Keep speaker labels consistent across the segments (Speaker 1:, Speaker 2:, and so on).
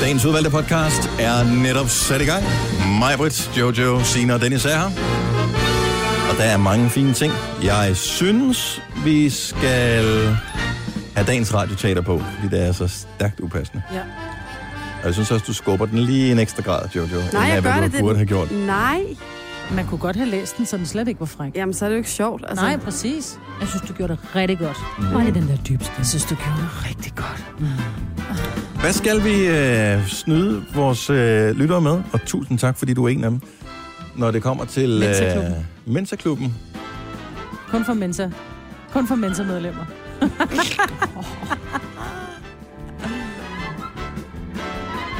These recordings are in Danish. Speaker 1: Dagens udvalgte podcast er netop sat i gang. Mig, Britt, Jojo, Sina og Dennis er her. Og der er mange fine ting. Jeg synes, vi skal have dagens radioteater på, fordi det er så stærkt upassende.
Speaker 2: Ja.
Speaker 1: Og jeg synes også, du skubber den lige en ekstra grad, Jojo. end
Speaker 2: Nej,
Speaker 1: her,
Speaker 2: jeg
Speaker 1: hvad
Speaker 2: gør
Speaker 1: du
Speaker 2: det.
Speaker 1: burde
Speaker 2: det
Speaker 1: have gjort.
Speaker 2: Nej,
Speaker 3: Man kunne godt have læst den, så den slet ikke var fræk.
Speaker 2: jamen så er det jo ikke sjovt. Altså,
Speaker 3: Nej, præcis. Jeg synes, du gjorde det rigtig godt. Mm. Og i den der dybste. Jeg synes, du gjorde det rigtig godt.
Speaker 1: Hvad skal vi øh, snyde vores øh, lyttere med? Og tusind tak, fordi du er en af dem. Når det kommer til øh,
Speaker 3: Mensaklubben.
Speaker 1: Mensaklubben.
Speaker 3: Kun for Mensa. Kun for Mensa-medlemmer.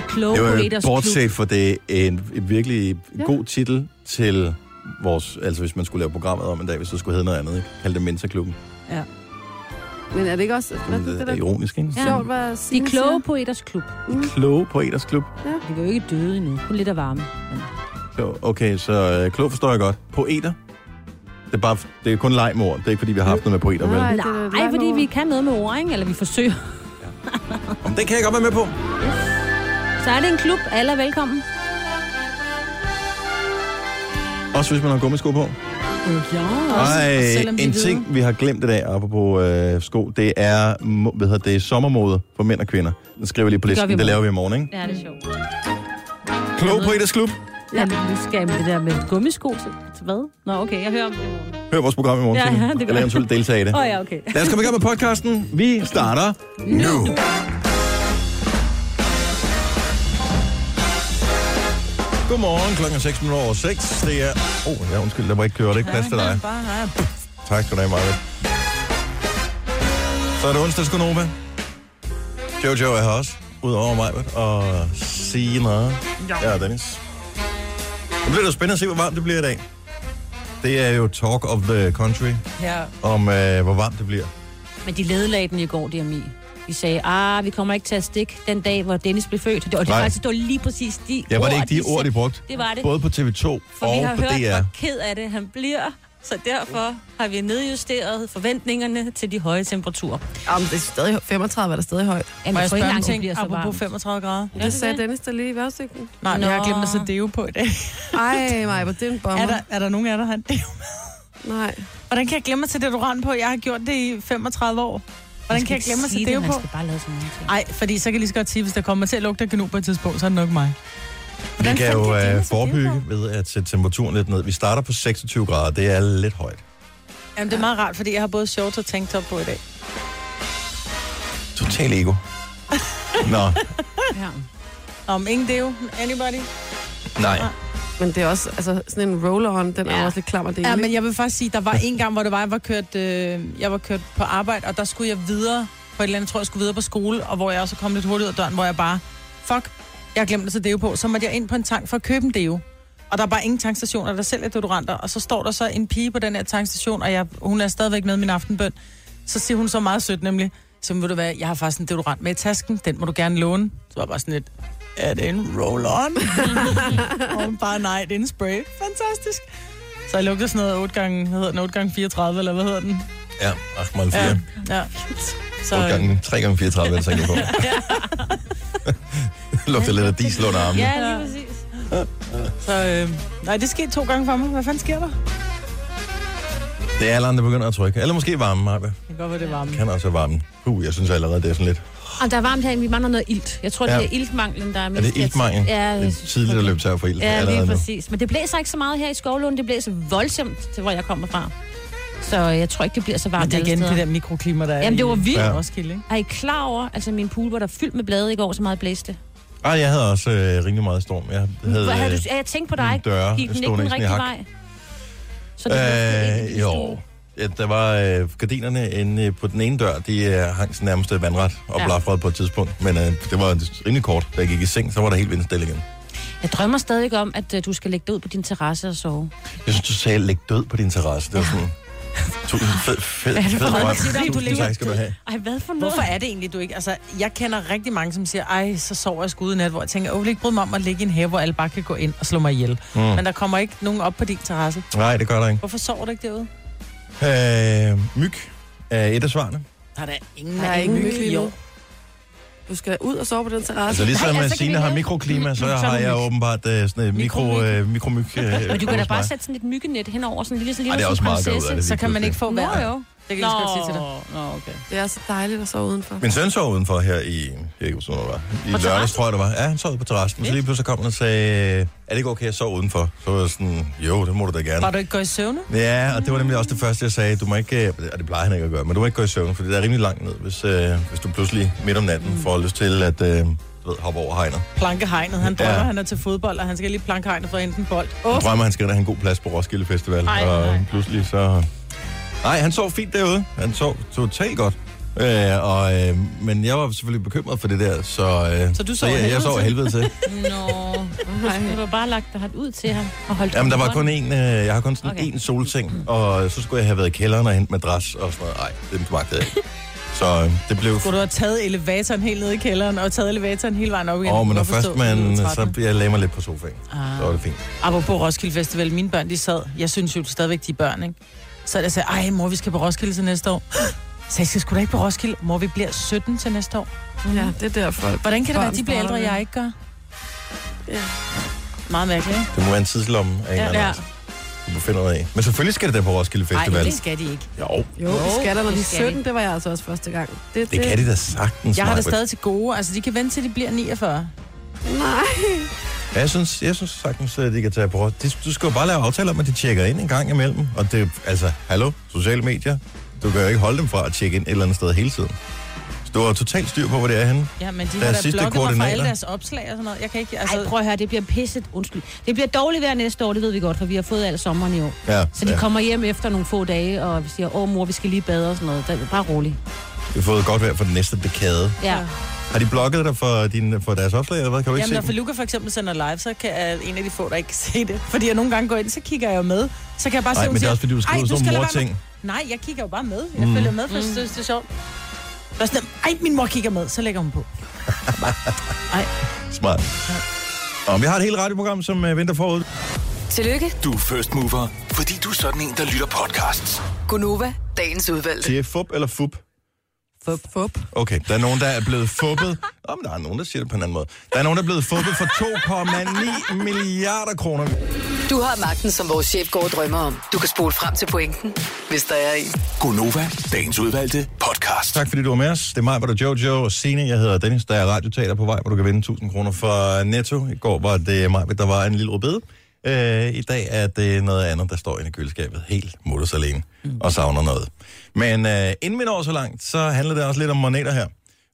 Speaker 3: Kloge
Speaker 1: Det var
Speaker 3: poeters klub.
Speaker 1: bortset for det en, en virkelig god titel til vores, altså hvis man skulle lave programmet om en dag, hvis det skulle hedde noget andet, ikke? Kald det Mensaklubben.
Speaker 3: Ja.
Speaker 2: Men er det ikke også
Speaker 1: Men
Speaker 2: hvad,
Speaker 1: Det,
Speaker 2: det,
Speaker 1: det
Speaker 2: der
Speaker 1: er ironisk, ikke?
Speaker 3: Ja.
Speaker 2: sjovt, hvad
Speaker 3: De
Speaker 2: Signe Mm.
Speaker 3: kloge poeters klub.
Speaker 1: Kloge poeters klub.
Speaker 3: De var jo ikke døde endnu. Kun lidt af varme. Men
Speaker 1: Jo, Okay, så øh, klog forstår jeg godt. Poeter. Det er, bare, det er kun leg med ord. Det er ikke, fordi vi har haft noget med poeter, vel?
Speaker 2: Nej.
Speaker 1: Nej.
Speaker 2: det er et
Speaker 3: Nej,
Speaker 2: langt
Speaker 3: fordi
Speaker 2: ord.
Speaker 3: vi kan noget med ord, ikke? Eller vi forsøger.
Speaker 1: Om det kan jeg godt være med på.
Speaker 3: Så er det en klub. Alle er velkommen.
Speaker 1: Også hvis man har gummisko på.
Speaker 3: Ja,
Speaker 1: Ej,
Speaker 3: selvom de
Speaker 1: en
Speaker 3: er hvide.
Speaker 1: ting, vi har glemt i dag, apropos øh, sko, det er, må- hvad hedder det, sommermode for mænd og kvinder. Den skriver jeg lige på
Speaker 3: Det gør
Speaker 1: listen.
Speaker 3: vi i
Speaker 1: Det, det laver
Speaker 3: morgen.
Speaker 1: vi i morgen, ikke?
Speaker 3: Ja, det er sjovt.
Speaker 1: Klog poeters klub.
Speaker 3: Ja, nu skal jeg med det der med gummisko til, til hvad? Nå, okay, jeg hører om det. i morgen.
Speaker 1: Hør vores program i morgen,
Speaker 3: Ja,
Speaker 1: Signe.
Speaker 3: ja, det gør
Speaker 1: Eller
Speaker 3: jeg.
Speaker 1: eventuelt deltage i det.
Speaker 3: Åh oh, ja, okay.
Speaker 1: Lad os komme i gang med podcasten. Vi starter nu. Godmorgen, klokken er 6 minutter over 6. Det er... Åh, oh, ja, undskyld, der var ikke køre, det er ikke plads til dig.
Speaker 3: Bare, nej.
Speaker 1: Tak skal du have, Maja. Så er det onsdags Gunova. Jojo er her også, udover mig, og Sina. Ja, og Dennis. Det bliver da spændende at se, hvor varmt det bliver i dag. Det er jo talk of the country,
Speaker 3: Ja.
Speaker 1: om øh, hvor varmt det bliver.
Speaker 3: Men de ledelagde den i går, DMI. De sagde, ah, vi kommer ikke til at stikke den dag, hvor Dennis blev født. Det, og det
Speaker 1: Nej.
Speaker 3: var faktisk det var lige præcis de
Speaker 1: Ja, var det ikke de ord,
Speaker 3: sagde.
Speaker 1: de brugte?
Speaker 3: Det var det.
Speaker 1: Både på TV2
Speaker 3: For vi
Speaker 1: og
Speaker 3: har
Speaker 1: på
Speaker 3: hørt,
Speaker 1: DR.
Speaker 3: hvor ked af det han bliver. Så derfor har vi nedjusteret forventningerne til de høje temperaturer.
Speaker 4: Jamen, det er stadig 35 er der stadig højt.
Speaker 3: Jamen,
Speaker 5: Må jeg
Speaker 3: for
Speaker 5: spørge
Speaker 3: ikke
Speaker 5: om
Speaker 3: engang
Speaker 5: en ting,
Speaker 3: bliver så
Speaker 5: apropos
Speaker 3: varmt.
Speaker 5: 35 grader?
Speaker 3: Er
Speaker 2: Det
Speaker 3: det
Speaker 2: sagde
Speaker 3: det?
Speaker 2: Dennis der lige i vejrudsigten.
Speaker 5: Nej, men jeg har
Speaker 3: Nå.
Speaker 5: glemt at sætte deo på i dag.
Speaker 2: Ej, Maja, det er en bomber.
Speaker 5: Er der, er der nogen af jer, der har en deo?
Speaker 2: Nej.
Speaker 5: Hvordan kan jeg glemme at sætte deodorant på? Jeg har gjort det i 35 år. Hvordan kan jeg glemme at
Speaker 3: sige
Speaker 5: sætte deo
Speaker 3: det,
Speaker 5: på?
Speaker 3: Han skal bare lave sådan nogle ting.
Speaker 5: Nej, fordi så kan jeg lige så godt sige, hvis der kommer til at lugte af gnu på et tidspunkt, så er det nok mig.
Speaker 1: Vi
Speaker 5: Hvordan
Speaker 1: kan
Speaker 5: fanden
Speaker 1: jo
Speaker 5: kan jeg glemme
Speaker 1: øh,
Speaker 5: at sætte det
Speaker 1: forebygge ved at sætte temperaturen lidt ned. Vi starter på 26 grader, det er lidt højt.
Speaker 5: Jamen, det er meget rart, fordi jeg har både shorts og tanktop på i dag.
Speaker 1: Total ego. Nå,
Speaker 3: Ja.
Speaker 5: Om ingen deo, anybody?
Speaker 1: nej.
Speaker 2: Men det er også altså, sådan en roll-on, den er ja.
Speaker 3: Ja.
Speaker 2: også lidt klam og dele.
Speaker 5: Ja, men jeg vil faktisk sige, der var en gang, hvor det var, jeg var kørt, øh, jeg var kørt på arbejde, og der skulle jeg videre på et eller andet, jeg tror jeg skulle videre på skole, og hvor jeg også kom lidt hurtigt ud af døren, hvor jeg bare, fuck, jeg har glemt at sætte deo på. Så måtte jeg ind på en tank for at købe en deo. Og der er bare ingen tankstationer, der sælger deodoranter. Og så står der så en pige på den her tankstation, og jeg, hun er stadigvæk med i min aftenbøn. Så siger hun så meget sødt nemlig, så vil du være, jeg har faktisk en deodorant med i tasken, den må du gerne låne. Så var jeg bare sådan lidt, er det en roll-on? og hun bare, nej, det er en spray. Fantastisk. Så jeg lugtede sådan noget 8 gange, hvad hedder den, 8 gange 34, eller hvad hedder den?
Speaker 1: Ja, 8 gange
Speaker 5: Ja,
Speaker 1: 4.
Speaker 5: ja.
Speaker 1: 8
Speaker 5: Så,
Speaker 1: gange, 3 gange 34, er det tænker på. Lugter lidt af diesel under armen.
Speaker 3: ja,
Speaker 1: Ja.
Speaker 3: lige præcis.
Speaker 5: så øh, nej, det skete to gange for mig. Hvad fanden sker der?
Speaker 1: Det er alderen, der begynder at trykke. Eller måske varmen, Maja.
Speaker 5: Det kan godt være, det er varme.
Speaker 1: Kan også være varmen. Uh, jeg synes allerede, det er sådan lidt.
Speaker 3: Og der er varmt herinde, vi mangler noget ilt. Jeg tror, det
Speaker 1: Ja.
Speaker 3: er iltmanglen, der er
Speaker 1: Er
Speaker 3: mest...
Speaker 1: det iltmangel?
Speaker 3: Ja,
Speaker 1: Det er tidligt at løbe tør for ilt.
Speaker 3: Ja,
Speaker 1: allerede
Speaker 3: lige
Speaker 1: nu.
Speaker 3: præcis. Men det blæser ikke så meget her i Skovlund. Det blæser voldsomt til, hvor jeg kommer fra. Så jeg tror ikke, det bliver så varmt
Speaker 5: Men Ah, det er igen
Speaker 3: alle
Speaker 5: det
Speaker 3: steder.
Speaker 5: der mikroklima, der er
Speaker 3: Jamen, det var
Speaker 5: i-
Speaker 3: vildt.
Speaker 5: i
Speaker 1: Ja.
Speaker 5: Roskilde, ikke?
Speaker 3: Er I klar over, altså min pool var der fyldt med blade i går, så meget blæste?
Speaker 1: Ej, jeg havde også øh, rimelig meget storm. Jeg havde,
Speaker 3: Hvad havde
Speaker 1: øh,
Speaker 3: du, ja, jeg tænkte på dig.
Speaker 1: mine døre
Speaker 3: Gik den
Speaker 1: stod
Speaker 3: ikke den
Speaker 1: næsten i
Speaker 3: rigtige
Speaker 1: hak.
Speaker 3: vej? Så blev
Speaker 1: Øh,
Speaker 3: fyldt
Speaker 1: jo. Ja, der var øh, gardinerne inde øh, på den ene dør, de øh, hang sådan nærmest øh, vandret og ja.
Speaker 3: Ja.
Speaker 1: blafrede på et tidspunkt. Men øh, det var rimelig kort. Da jeg gik i seng, så var der helt vindstille igen.
Speaker 3: Jeg drømmer stadig om, at øh, du skal lægge dig ud på din terrasse og sove.
Speaker 1: Jeg synes, du sagde, læg død på din terrasse. Det var sådan... Tusind fed, fed,
Speaker 3: Hvad er det
Speaker 1: fed
Speaker 3: for noget,
Speaker 1: drøm.
Speaker 3: du siger, du
Speaker 1: Tusind
Speaker 3: lægger
Speaker 1: tak skal du have.
Speaker 3: Ej, hvad for noget?
Speaker 5: Hvorfor er det egentlig, du ikke... Altså, jeg kender rigtig mange, som siger, ej, så sover jeg sgu ude i nat, hvor jeg tænker, åh, jeg vil ikke bryde mig om at ligge i en have, hvor alle bare kan gå ind og slå mig ihjel. Mm. Men der kommer ikke nogen op på din terrasse.
Speaker 1: Mm. Nej, det gør der ikke.
Speaker 5: Hvorfor sover du ikke derude?
Speaker 1: Øh, myg er et af svarene.
Speaker 5: Der er der ingen,
Speaker 2: Der er ingen myg lige nu.
Speaker 5: Jo.
Speaker 2: Du skal ud og sove på den terrasse.
Speaker 1: Altså ligesom
Speaker 3: Nej,
Speaker 1: Nej,
Speaker 3: altså, kan
Speaker 1: Signe
Speaker 3: vi
Speaker 1: har
Speaker 3: ikke-
Speaker 1: mikroklima, så
Speaker 3: Mm, så er
Speaker 1: har
Speaker 3: du
Speaker 1: jeg
Speaker 3: myg.
Speaker 1: åbenbart øh, sådan et mikro,
Speaker 3: Mikromyg.
Speaker 1: øh, mikromyg. Øh,
Speaker 3: Men du kan da
Speaker 1: hos
Speaker 3: bare
Speaker 1: mig.
Speaker 3: sætte sådan et myggenet henover, sådan en lille, sådan
Speaker 1: Ej,
Speaker 3: lille
Speaker 1: det er også meget godt ud af
Speaker 3: prinsesse.
Speaker 1: det.
Speaker 5: Så kan man ikke få
Speaker 3: Nå
Speaker 5: vejret.
Speaker 3: jo.
Speaker 5: Det kan jeg lige så godt sige til dig.
Speaker 3: Nå, okay.
Speaker 2: Det er så dejligt at sove udenfor.
Speaker 1: Min søn sov udenfor her i, jeg kan ikke huske, hvornår det var. I lørdags,
Speaker 3: terrassen?
Speaker 1: tror jeg, det var. Ja, han sov ude på terrassen. Så lige pludselig kom han og sagde, er det ikke okay, jeg sov udenfor? Så var jeg sådan, jo, det må du da gerne.
Speaker 5: Bare du ikke går i søvne?
Speaker 1: Ja, og det var nemlig også det første, jeg sagde. Du må ikke, øh, og det plejer han ikke at gøre, men du må ikke gå i søvn, for det er rimelig langt ned, hvis, øh, hvis du pludselig midt om natten får lyst til at øh, du ved, hoppe over hegnet.
Speaker 5: Plankehegnet. Han drømmer,
Speaker 1: Ja.
Speaker 5: ja. han er til fodbold, og han skal lige planke hegnet for at hente en bold. Åh,
Speaker 1: Han
Speaker 5: oh,
Speaker 1: drømmer, han skal da have en god plads på Roskilde Festival,
Speaker 5: Ej,
Speaker 1: og
Speaker 5: nej, nej.
Speaker 1: pludselig så... Nej, han sov fint derude. Han sov totalt godt. Øh, og, øh, men jeg var selvfølgelig bekymret for det der, så, øh,
Speaker 5: Så du sov
Speaker 1: jeg, jeg,
Speaker 5: helvede
Speaker 1: sov
Speaker 5: til?
Speaker 1: helvede til.
Speaker 5: no.
Speaker 3: Du har bare lagt dig ud til ham og holdt
Speaker 1: Jamen, der var
Speaker 3: hånden.
Speaker 1: kun én, øh, jeg har kun sådan okay.
Speaker 3: Okay.
Speaker 1: én solting, og så skulle jeg have været i kælderen og hentet madras og sådan noget. Nej, det magtede jeg ikke. Så øh, det blev
Speaker 5: Skulle du have taget elevatoren helt ned i kælderen, og taget elevatoren hele vejen op igen?
Speaker 1: Åh, oh, men når
Speaker 5: Hvorfor
Speaker 1: først
Speaker 5: stod
Speaker 1: man,
Speaker 5: den nede i
Speaker 1: så
Speaker 5: trappen?
Speaker 1: jeg lagde mig lidt på sofaen.
Speaker 5: Ah.
Speaker 1: Så var det fint.
Speaker 5: Apropos Roskilde Festival, mine børn, de sad. Jeg synes jo stadigvæk, de er børn, ikke? Så jeg sagde, ej mor, vi skal på Roskilde til næste år. Så jeg skal sgu da ikke på Roskilde. Mor, vi bliver 17 til næste år.
Speaker 2: Ja, det er derfor.
Speaker 5: Hvordan kan det
Speaker 2: Børn
Speaker 5: være, at de bliver ældre,
Speaker 2: starter
Speaker 5: og
Speaker 2: med.
Speaker 5: jeg ikke gør?
Speaker 2: Ja.
Speaker 5: Meget mærkeligt, ikke?
Speaker 1: Det må være en tidslomme af en ja, eller anden. Du må finde noget af. Men selvfølgelig skal det der på Roskilde Festival.
Speaker 5: Nej, det skal de ikke.
Speaker 1: Jo,
Speaker 2: Jo, jo det skal der, når
Speaker 3: det
Speaker 2: de er
Speaker 3: skal de.
Speaker 2: 17. Det var jeg altså også første gang.
Speaker 1: det kan de da sagtens.
Speaker 5: Jeg har det
Speaker 1: Maj-Brit.
Speaker 5: stadig til gode. Altså, de kan vente til, de bliver 49.
Speaker 2: Nej.
Speaker 1: Ja, jeg synes, jeg synes sagtens, at de kan tage på Roskilde. De- Du skal jo bare lave aftaler om, at de tjekker ind en gang imellem. Og det, altså, hallo, sociale medier. Du kan jo ikke holde dem fra at tjekke ind et eller andet sted hele tiden. Så du har totalt styr på, hvor det er henne.
Speaker 5: Ja, men de
Speaker 1: Der er
Speaker 5: har da
Speaker 1: sidste
Speaker 5: blokket mig fra
Speaker 1: koordinater.
Speaker 5: alle deres opslag og sådan noget. Jeg kan ikke, altså...
Speaker 3: Ej, prøv at høre, det bliver pisset. Undskyld. Det bliver dårligt vejr næste år, det ved vi godt, for vi har fået al sommeren i år.
Speaker 1: Ja,
Speaker 3: Så de
Speaker 1: ja.
Speaker 3: kommer hjem efter nogle få dage, og vi siger, åh mor, vi skal lige bade og sådan noget. Der, bare rolig.
Speaker 1: Vi har fået godt vejr for den næste dekade.
Speaker 3: Ja.
Speaker 1: Har de blokket dig for, din, for deres opslag, eller hvad? Kan du ikke
Speaker 5: Jamen, når
Speaker 1: se dem?
Speaker 5: Feluca for eksempel sender live, så kan jeg, en af de få, der ikke kan se det. Fordi jeg nogle gange går ind, så kigger jeg jo med. Så kan jeg bare se,
Speaker 1: Nej,
Speaker 5: hun
Speaker 1: men det er
Speaker 5: siger,
Speaker 1: også fordi, du
Speaker 5: "Ej,
Speaker 1: skriver sådan
Speaker 5: skal
Speaker 1: nogle
Speaker 5: lade være
Speaker 1: morting.
Speaker 5: med-" Nej, jeg kigger jo bare med. Jeg følger med, for jeg synes, det er sjovt. Der er sådan, ej, min mor kigger med, så lægger hun på.
Speaker 1: Smart. Og vi har et helt radioprogram, som øh, venter forud.
Speaker 6: Tillykke,
Speaker 7: Du er first mover, fordi du er sådan en, der lytter podcasts.
Speaker 6: Gunova, dagens udvalgte.
Speaker 1: Siger jeg fup eller fup?
Speaker 2: Fup. Fup.
Speaker 1: Okay, der er nogen, der er blevet fuppet. Nå, men der er nogen, der siger det på en anden måde. Der er nogen, der er blevet fuppet for 2,9 milliarder kroner.
Speaker 6: Du har magten, som vores chef går og drømmer om. Du kan spole frem til pointen, hvis der er en.
Speaker 7: Gonova, dagens udvalgte podcast.
Speaker 1: Tak fordi du var med os. Det er mig, hvor der er Jojo og Signe. Jeg hedder Dennis, der er radiotaler på vej, hvor du kan vinde 1000 kroner fra Netto. I går var det mig, der var en lille rødbede. Øh, I dag er det noget andet, der står inde i køleskabet helt mutters alene og savner noget. Men øh, inden vi når så langt, så handler det også lidt om moneter her.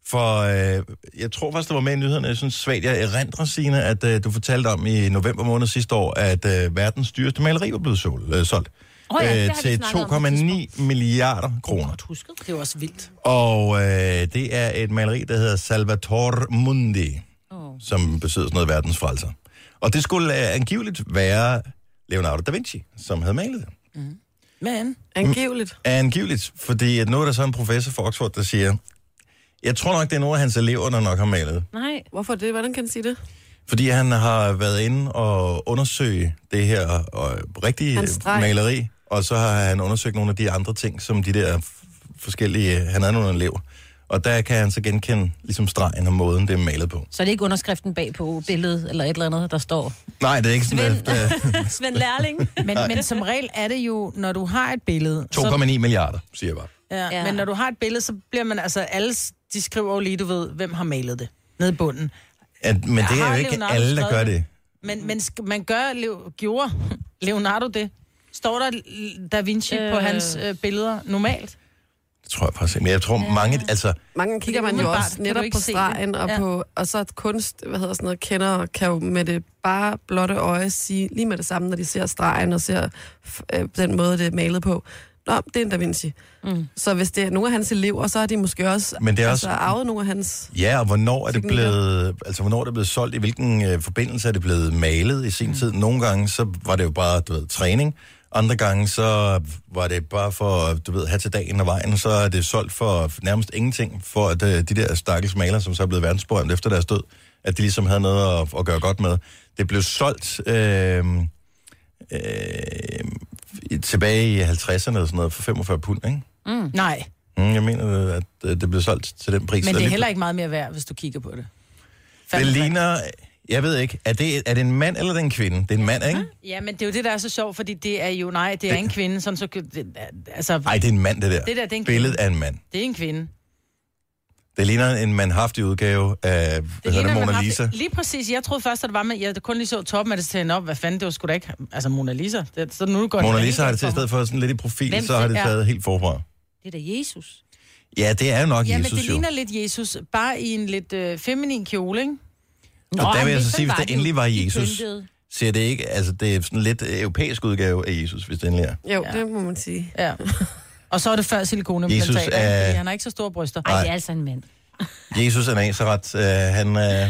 Speaker 1: For øh, jeg tror faktisk, det var med i nyhederne, jeg synes svagt, jeg erindrer, Signe, at øh, du fortalte om i november måned sidste år, at øh, verdens dyreste maleri var blevet sol, øh, solgt
Speaker 3: Åh ja, det har vi
Speaker 1: til
Speaker 3: snakket om på et
Speaker 1: 2,9 milliarder kroner.
Speaker 3: Husket.
Speaker 5: Det er jo også vildt.
Speaker 1: Og øh, det er et maleri, der hedder Salvator Mundi, oh.
Speaker 3: Åh.
Speaker 1: som betyder sådan noget verdens frelser. Og det skulle øh, angiveligt være Leonardo da Vinci, som havde malet det.
Speaker 5: Men
Speaker 2: Angiveligt.
Speaker 1: Angiveligt, fordi at nu er der så en professor fra Oxford, der siger, jeg tror nok, det er nogle af hans elever, der nok har malet.
Speaker 3: Nej.
Speaker 2: Hvorfor det? Hvordan kan du sige det?
Speaker 1: Fordi han har været inde og undersøge det her og rigtige
Speaker 2: Hans streg.
Speaker 1: maleri, og så har han undersøgt nogle af de andre ting, som de der f- forskellige... Han havde nogle elever. Og der kan han så genkende ligesom stregen og måden, det er malet på.
Speaker 3: Så det er ikke underskriften bag på billedet eller et eller andet, der står.
Speaker 1: Nej, det er ikke sådan, at, øh,
Speaker 3: Svend Lærling.
Speaker 5: Men, men som regel er det jo, når du har et billede...
Speaker 1: 2,9 milliarder, siger jeg bare.
Speaker 5: ja,
Speaker 3: Ja.
Speaker 5: Men når du har et billede, så bliver man... Altså, alle, s- de skriver jo lige, du ved, hvem har malet det. Nede i bunden.
Speaker 1: At, men det er
Speaker 5: har
Speaker 1: jo ikke
Speaker 5: Leonardo
Speaker 1: alle, der
Speaker 5: skrevet
Speaker 1: gør
Speaker 5: det?
Speaker 1: det.
Speaker 5: Men, men sk- man gør, Leo, gjorde Leonardo det? Står der l- Da Vinci øh. på
Speaker 3: Øh.
Speaker 5: hans øh, billeder normalt?
Speaker 1: Det tror jeg faktisk ikke. Men jeg tror mange... Altså,
Speaker 2: Mange gange kigger
Speaker 5: Fordi
Speaker 2: man jo
Speaker 5: umiddelbart
Speaker 2: også
Speaker 5: kan
Speaker 2: netop
Speaker 5: du ikke
Speaker 2: på
Speaker 5: se
Speaker 2: stregen,
Speaker 5: det.
Speaker 2: og,
Speaker 5: Ja.
Speaker 2: på, og så at kunst, hvad hedder sådan noget, kender, kan jo med det bare blotte øje sige lige med det samme, når de ser stregen og ser f- øh, den måde, det er malet på. Nå, det er en Da Vinci. Mm. Så hvis det er nogle af hans elever, så har de måske også,
Speaker 1: Men det er
Speaker 2: altså,
Speaker 1: også-
Speaker 2: arvet nogle af hans...
Speaker 1: ja, og hvornår er det
Speaker 2: Teknikker.
Speaker 1: blevet... Altså, hvornår er det blevet solgt? I hvilken øh, forbindelse er det blevet malet i
Speaker 5: Mm.
Speaker 1: sin tid? Nogle gange, så var det jo bare, du ved, træning. Andre gange, så var det bare for, du ved, have til dagen og vejen, så er det solgt for nærmest ingenting, for at øh, de der stakkels malere, som så er blevet verdensberømt efter deres død, at de ligesom havde noget at, at gøre godt med. Det blev solgt... Øh, øh, i- tilbage i 50'erne eller sådan noget, for 45 pund, ikke?
Speaker 5: Mm. Nej.
Speaker 1: Mm, jeg mener, at øh, det blev solgt til den pris.
Speaker 5: Men det er
Speaker 1: Alligevel-
Speaker 5: heller ikke meget mere værd, hvis du kigger på det.
Speaker 1: Det
Speaker 5: Fandme.
Speaker 1: ligner... Jeg ved ikke, er det, er det en mand eller det er en kvinde? Det er en mand, ikke?
Speaker 5: Ja, men det er jo det, der er så sjovt, fordi det er jo, nej, det er en kvinde, sådan så, det, altså,
Speaker 1: Nej, det er en mand, det der.
Speaker 5: Det der, det er en
Speaker 1: Billedet af en mand.
Speaker 5: det er en kvinde.
Speaker 1: Det ligner en mandhaftig udgave af hvad hedder det,
Speaker 5: man
Speaker 1: Mona
Speaker 5: har-
Speaker 1: Lisa.
Speaker 5: Lige præcis, jeg troede først, at det var med, jeg kun lige så toppen af det, så tænkte jeg, "Nå, hvad fanden, det var sgu da ikke, altså Mona Lisa. Det, så nu går det
Speaker 1: Mona
Speaker 5: helt
Speaker 1: Lisa har det
Speaker 5: galt
Speaker 1: til i
Speaker 5: for mig.
Speaker 1: stedet for sådan lidt i profil,
Speaker 3: Hvem
Speaker 1: så har det
Speaker 5: siger-
Speaker 1: taget helt forfra.
Speaker 3: Det er da Jesus.
Speaker 1: Ja, det er jo nok
Speaker 5: Ja, men
Speaker 1: Jesus
Speaker 5: det
Speaker 1: jo.
Speaker 5: ligner lidt Jesus, bare i en lidt øh, feminin kjole, ikke?
Speaker 3: Nå,
Speaker 1: Og der vil
Speaker 3: men
Speaker 1: jeg så
Speaker 3: sådan
Speaker 1: sige, hvis
Speaker 3: var
Speaker 1: det
Speaker 3: det
Speaker 1: endelig var
Speaker 3: jo. De
Speaker 1: Jesus,
Speaker 3: pyntede.
Speaker 1: ser det ikke, altså det er sådan lidt europæisk udgave af Jesus, hvis det endelig er.
Speaker 2: Jo, ja. det må man sige.
Speaker 5: Ja. Og så er det før
Speaker 1: Jesus
Speaker 5: silikonimplantater,
Speaker 1: er-
Speaker 5: er... han har ikke så store bryster.
Speaker 3: Ej,
Speaker 1: Nej.
Speaker 3: det er altså en mand.
Speaker 1: Jesus af Nazareth, øh, han øh, er